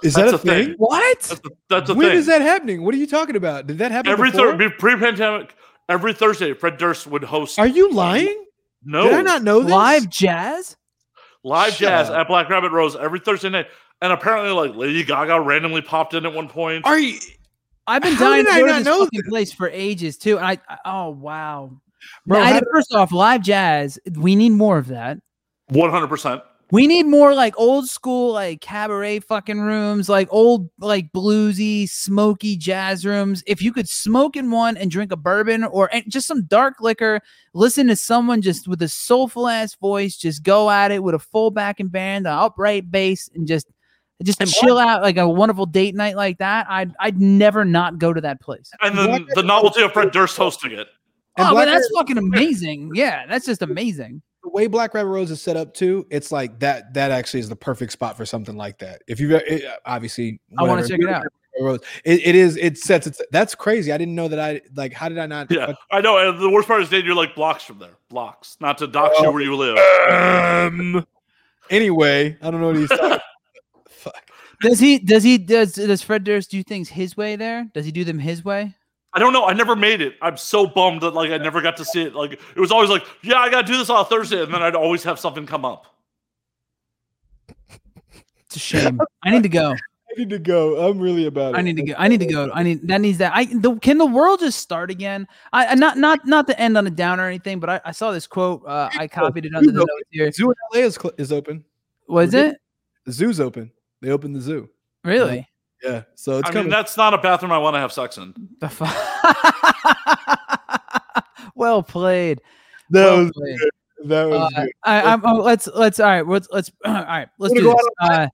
Speaker 2: Is that
Speaker 4: That's
Speaker 2: a
Speaker 4: a thing.
Speaker 2: thing?
Speaker 1: What?
Speaker 4: a, that's a
Speaker 2: When
Speaker 4: thing.
Speaker 2: is that happening? What are you talking about? Did that happen
Speaker 4: every
Speaker 2: before?
Speaker 4: third pre pandemic, every Thursday, Fred Durst would host.
Speaker 2: Are you lying?
Speaker 4: no
Speaker 2: Did I not know this?
Speaker 1: Live jazz?
Speaker 4: live
Speaker 2: Shut
Speaker 4: jazz
Speaker 2: up.
Speaker 4: at Black Rabbit Rose every Thursday night, and apparently like Lady Gaga randomly popped in at one point.
Speaker 2: Are you,
Speaker 1: I've been
Speaker 2: How
Speaker 1: dying to
Speaker 2: did I
Speaker 1: go to
Speaker 2: not
Speaker 1: this
Speaker 2: know
Speaker 1: fucking place for ages too. And I, I oh wow.
Speaker 2: Bro,
Speaker 1: I-
Speaker 2: how
Speaker 1: first off, live jazz. We need more of that.
Speaker 4: One hundred percent.
Speaker 1: We need more like old school, like cabaret fucking rooms, like old, like bluesy, smoky jazz rooms. If you could smoke in one and drink a bourbon or and just some dark liquor, listen to someone just with a soulful ass voice, just go at it with a full backing band, an upright bass, and just just
Speaker 4: And
Speaker 1: chill out like a wonderful date night like that. I'd I'd never not go to that place.
Speaker 4: And then the novelty of Fred Durst hosting it.
Speaker 2: and
Speaker 1: oh, man,
Speaker 2: Black
Speaker 1: that's
Speaker 2: Rabbit-
Speaker 1: fucking amazing. Yeah, that's just amazing.
Speaker 2: the way Black Rabbit Rose is set up too, it's like that. That actually is the perfect spot for something like that. If you it, obviously,
Speaker 1: I wanna
Speaker 2: whatever,
Speaker 1: check it out.
Speaker 2: Rose, it, it is. It sets. It's that's crazy. I didn't know that. I like. How did I not?
Speaker 4: Yeah, I know. And the worst part is, Dave, you're like blocks from there. Blocks, not to dox you where you live.
Speaker 2: Um, anyway, I don't know what he's talking. Fuck.
Speaker 1: Does he? Does he? Does does Fred Durst do things his way? There? Does he do them his way?
Speaker 4: I don't know. I never made it. I'm so bummed that like I never got to see it. Like it was always like, yeah, I gotta do this on Thursday, and then I'd always have something come up.
Speaker 1: It's a shame. I need to go.
Speaker 2: I need to go. I'm really about it.
Speaker 1: I need to go. I need to go. I need that needs that. I the, can the world just start again? I I- not not not to end on a down or anything, but I, I saw this quote. Uh, I copied it under the
Speaker 2: know.
Speaker 1: notes here.
Speaker 2: Zoo in LA is, cl- is open.
Speaker 1: Was it
Speaker 2: The zoo's open. They opened the zoo.
Speaker 1: really
Speaker 2: Yeah, so it's
Speaker 4: I mean,
Speaker 2: coming.
Speaker 4: that's not a bathroom I want to have sex in.
Speaker 1: the fuck? well played.
Speaker 2: that
Speaker 1: Well
Speaker 2: was
Speaker 1: played.
Speaker 2: that was.
Speaker 1: Uh,
Speaker 2: good.
Speaker 1: I, I'm, oh, let's let's all right. Let's let's all right. Let's
Speaker 2: Wanna
Speaker 1: do
Speaker 2: go
Speaker 1: this. Uh,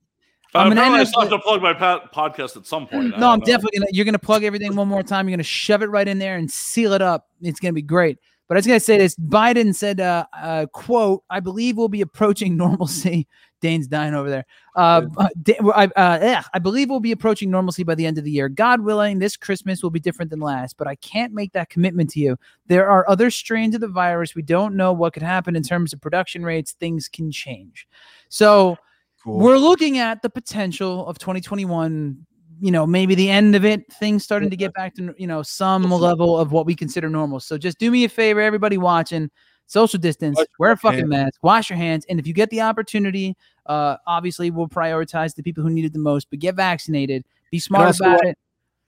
Speaker 4: I'm
Speaker 1: I'm
Speaker 4: uh,
Speaker 1: gonna end
Speaker 4: apparently I
Speaker 1: up
Speaker 4: still have
Speaker 1: with-
Speaker 4: to plug my pat- podcast at some point. I
Speaker 1: No, I'm
Speaker 4: don't know.
Speaker 1: definitely gonna. You're gonna plug everything one more time. You're gonna shove it right in there and seal it up. It's gonna be great. But I was gonna say this. Biden said, uh, uh, "quote I believe we'll be approaching normalcy." Dane's dying over there. Uh, uh, Da- I, uh, eh, I believe we'll be approaching normalcy by the end of the year. God willing, this Christmas will be different than last. But I can't make that commitment to you. There are other strains of the virus. We don't know what could happen in terms of production rates. Things can change. So
Speaker 2: Cool.
Speaker 1: we're looking at the potential of 2021 you know maybe the end of it things starting to get back to you know some level of what we consider normal so just do me a favor everybody watching social distance
Speaker 2: Wash
Speaker 1: wear a
Speaker 2: fucking
Speaker 1: fucking mask wash your hands and if you get the opportunity uh obviously we'll prioritize the people who need it the most but get vaccinated be smart
Speaker 2: also
Speaker 1: about
Speaker 2: wa-
Speaker 1: it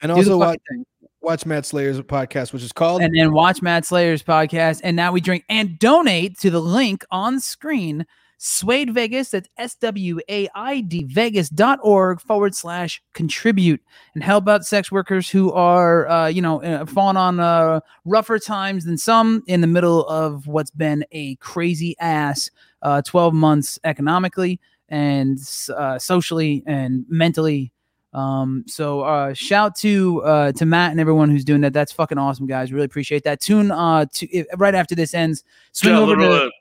Speaker 2: and
Speaker 1: do
Speaker 2: also
Speaker 1: the
Speaker 2: watch,
Speaker 1: fucking thing.
Speaker 2: watch Matt Slayer's podcast, which is called
Speaker 1: and then watch Mad Slayer's podcast and now we drink and donate to the link on screen Suede Vegas, that's S W A I D Vegas.org forward slash contribute and help out sex workers who are, uh, you know, uh, falling on uh, rougher times than some in the middle of what's been a crazy ass uh, 12 months economically and uh, socially and mentally. Um, so uh, shout to uh, to Matt and everyone who's doing that. That's fucking awesome, guys. Really appreciate that. Tune uh, to if, right after this ends. Swing
Speaker 4: Yeah,
Speaker 1: over to
Speaker 4: literally.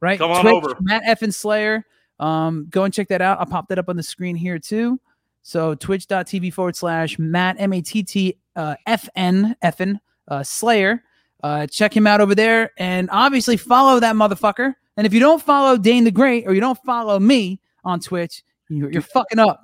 Speaker 1: right?
Speaker 4: Come on
Speaker 1: Twitch,
Speaker 4: over.
Speaker 1: Matt Effin Slayer. Um, go and check that out. I'll pop that up on the screen here too. So twitch.tv forward slash Matt M A T T uh, FN Effin uh, Slayer. Uh, check him out over there and obviously follow that motherfucker. And if you don't follow Dane the Great or you don't follow me on Twitch, you're, you're fucking up.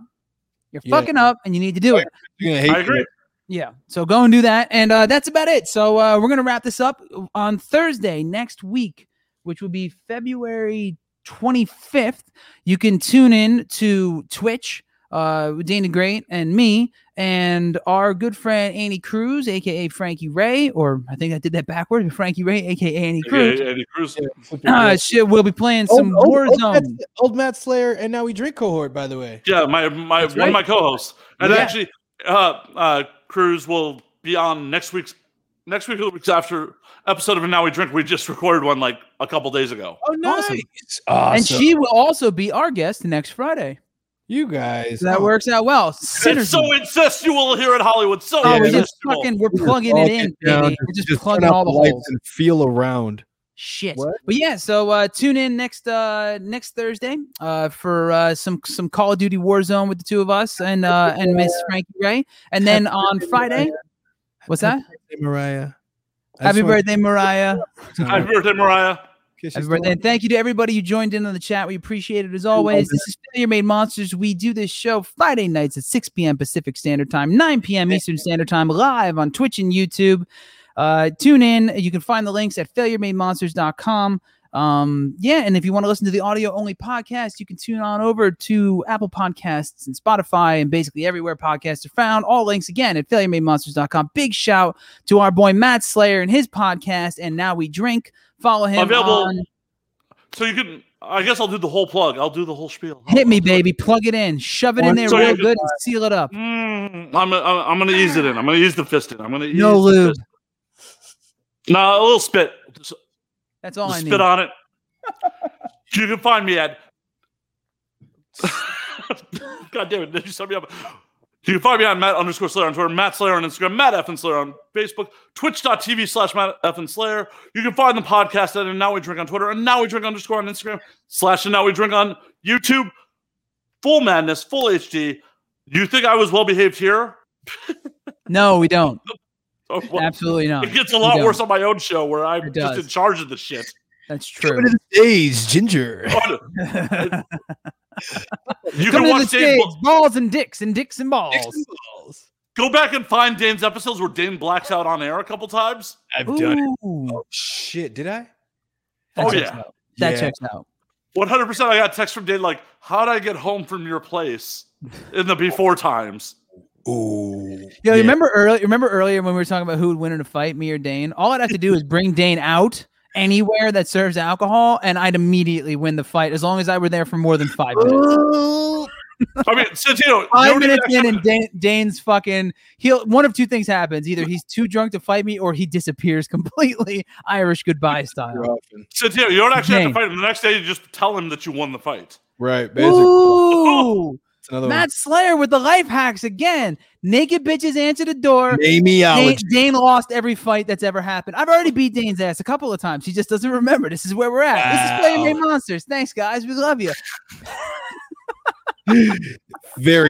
Speaker 1: You're
Speaker 2: Yeah.
Speaker 1: fucking up and you need to do it.
Speaker 2: You're gonna hate
Speaker 4: I agree.
Speaker 2: it.
Speaker 1: Yeah. So go and do that. And uh, that's about it. So uh, we're going to wrap this up on Thursday next week, which will be February 25th. You can tune in to Twitch. uh, Dana Great and me and our good friend Annie Cruz, aka Frankie Ray, or I think I did that backwards, Frankie Ray, aka Annie Cruz.
Speaker 4: Andy Cruz.
Speaker 1: Uh, shit, we'll be playing
Speaker 2: Old-
Speaker 1: some
Speaker 2: old- old
Speaker 1: Warzone.
Speaker 2: Matt- Old Matt Slayer, and now we drink cohort. By the way,
Speaker 4: Yeah, my my
Speaker 1: That's
Speaker 4: one of
Speaker 1: right.
Speaker 4: my co-hosts, and
Speaker 2: Yeah.
Speaker 4: actually, uh, uh, Cruz will be on next week's next week or the weeks after episode of Now We Drink. We just recorded one like a couple days ago.
Speaker 2: oh nice,
Speaker 1: Awesome.
Speaker 2: awesome.
Speaker 1: And she will also be our guest next Friday.
Speaker 2: you guys,
Speaker 1: So that
Speaker 2: oh,
Speaker 1: works out well.
Speaker 4: It's so
Speaker 1: Synergy.
Speaker 4: incestual here at Hollywood. So
Speaker 1: Oh, we're
Speaker 2: Yeah.
Speaker 1: just
Speaker 4: incestual.
Speaker 1: fucking, we're
Speaker 2: we are
Speaker 1: plugging
Speaker 2: all
Speaker 1: it
Speaker 2: getting
Speaker 1: in,
Speaker 2: down
Speaker 1: baby.
Speaker 2: to
Speaker 1: We're just
Speaker 2: turn
Speaker 1: plugging
Speaker 2: out
Speaker 1: all the
Speaker 2: lights
Speaker 1: holes.
Speaker 2: and feel around.
Speaker 1: Shit.
Speaker 2: What?
Speaker 1: But yeah, so uh, tune in next uh, next Thursday uh, for uh, some some Call of Duty Warzone with the two of us and uh, and Miss Frankie Ray, and then on Friday, what's that?
Speaker 2: Hey, Mariah. I
Speaker 1: Happy
Speaker 2: just wanna-
Speaker 1: birthday, Mariah!
Speaker 4: Happy birthday, Mariah.
Speaker 2: Kiss you
Speaker 1: Happy
Speaker 2: so
Speaker 1: birthday.
Speaker 2: much.
Speaker 1: And thank you to everybody who joined in on the chat. We appreciate it as always. This is Failure Made Monsters. We do this show Friday nights at 6 p.m. Pacific Standard Time, 9 p.m. Eastern Standard Time, live on Twitch and YouTube. Uh, tune in. You can find the links at failuremademonsters.com. Um, yeah, and if you want to listen to the audio only podcast, you can tune on over to Apple Podcasts and Spotify and basically everywhere podcasts are found. All links again at failuremademonsters.com. Big shout to our boy Matt Slayer and his podcast, and now we drink. Follow him
Speaker 4: Available
Speaker 1: on
Speaker 4: So you can. I guess I'll do the whole plug. I'll do the whole spiel.
Speaker 1: Hit me, baby. Plug it in. Shove it in there
Speaker 4: So
Speaker 1: real
Speaker 4: you-
Speaker 1: good and seal it up.
Speaker 4: Mm, I'm, I'm I'm gonna ease it in. I'm gonna ease the fist in. I'm gonna ease
Speaker 1: No
Speaker 4: the
Speaker 1: lube.
Speaker 4: fist. No, a little spit. Just
Speaker 1: That's all I
Speaker 4: spit
Speaker 1: need.
Speaker 4: on it. you can find me at. God damn it! Did you set me up? You can find me on Matt underscore Slayer on Twitter, Matt Slayer on Instagram, Matt F and Slayer on Facebook, twitch.tv slash Matt F and Slayer. You can find the podcast at And Now We Drink on Twitter, and Now We Drink underscore on Instagram, slash And Now We Drink on YouTube. Full madness, full HD. You think I was well behaved here?
Speaker 1: No, we don't.
Speaker 4: Oh, well,
Speaker 1: Absolutely not.
Speaker 4: it gets a
Speaker 1: We
Speaker 4: lot
Speaker 1: don't.
Speaker 4: worse on my own show where I'm
Speaker 1: It
Speaker 4: just
Speaker 1: does.
Speaker 4: in charge of the shit.
Speaker 1: That's
Speaker 2: Coming
Speaker 1: true.
Speaker 2: to the days, Ginger.
Speaker 1: Coming
Speaker 4: You can
Speaker 1: to the
Speaker 4: watch Dane.
Speaker 1: stage,
Speaker 4: Bla-
Speaker 1: balls and dicks and dicks and balls.
Speaker 4: Go back and find Dane's episodes where Dane blacks out on air a couple times.
Speaker 2: I've
Speaker 1: Ooh,
Speaker 2: Shit, did I?
Speaker 1: that
Speaker 4: Oh,
Speaker 1: checks
Speaker 4: yeah.
Speaker 1: out. That
Speaker 2: Yeah.
Speaker 1: checks out.
Speaker 4: 100%. I got text from Dane like, "How'd I get home from your place?" In the before times.
Speaker 2: Ooh.
Speaker 1: Yo, remember earlier? Remember earlier when we were talking about who would win in a fight, me or Dane? All I'd have to do is bring Dane out anywhere that serves alcohol, and I'd immediately win the fight as long as I were there for more than five minutes.
Speaker 4: I mean, since you know, you
Speaker 1: five
Speaker 4: don't even
Speaker 1: minutes in,
Speaker 4: actually-
Speaker 1: and Dan, Dane's fucking. He'll one of two things happens: either he's too drunk to fight me, or he disappears completely, Irish goodbye style.
Speaker 4: since you know, you don't actually have
Speaker 1: Dane.
Speaker 4: to fight him. The next day, you just tell him that you won the fight.
Speaker 2: Right,
Speaker 1: Ooh,
Speaker 2: That's another
Speaker 1: Matt Slayer with the life hacks again. Naked bitches answer the door.
Speaker 2: one. Amy
Speaker 1: Dane,
Speaker 2: Allergy.
Speaker 1: Dane lost every fight that's ever happened. I've already beat Dane's ass a couple of times. He just doesn't remember. This is where we're at. This is Player Made Monsters. Thanks, guys. We love you.
Speaker 2: Very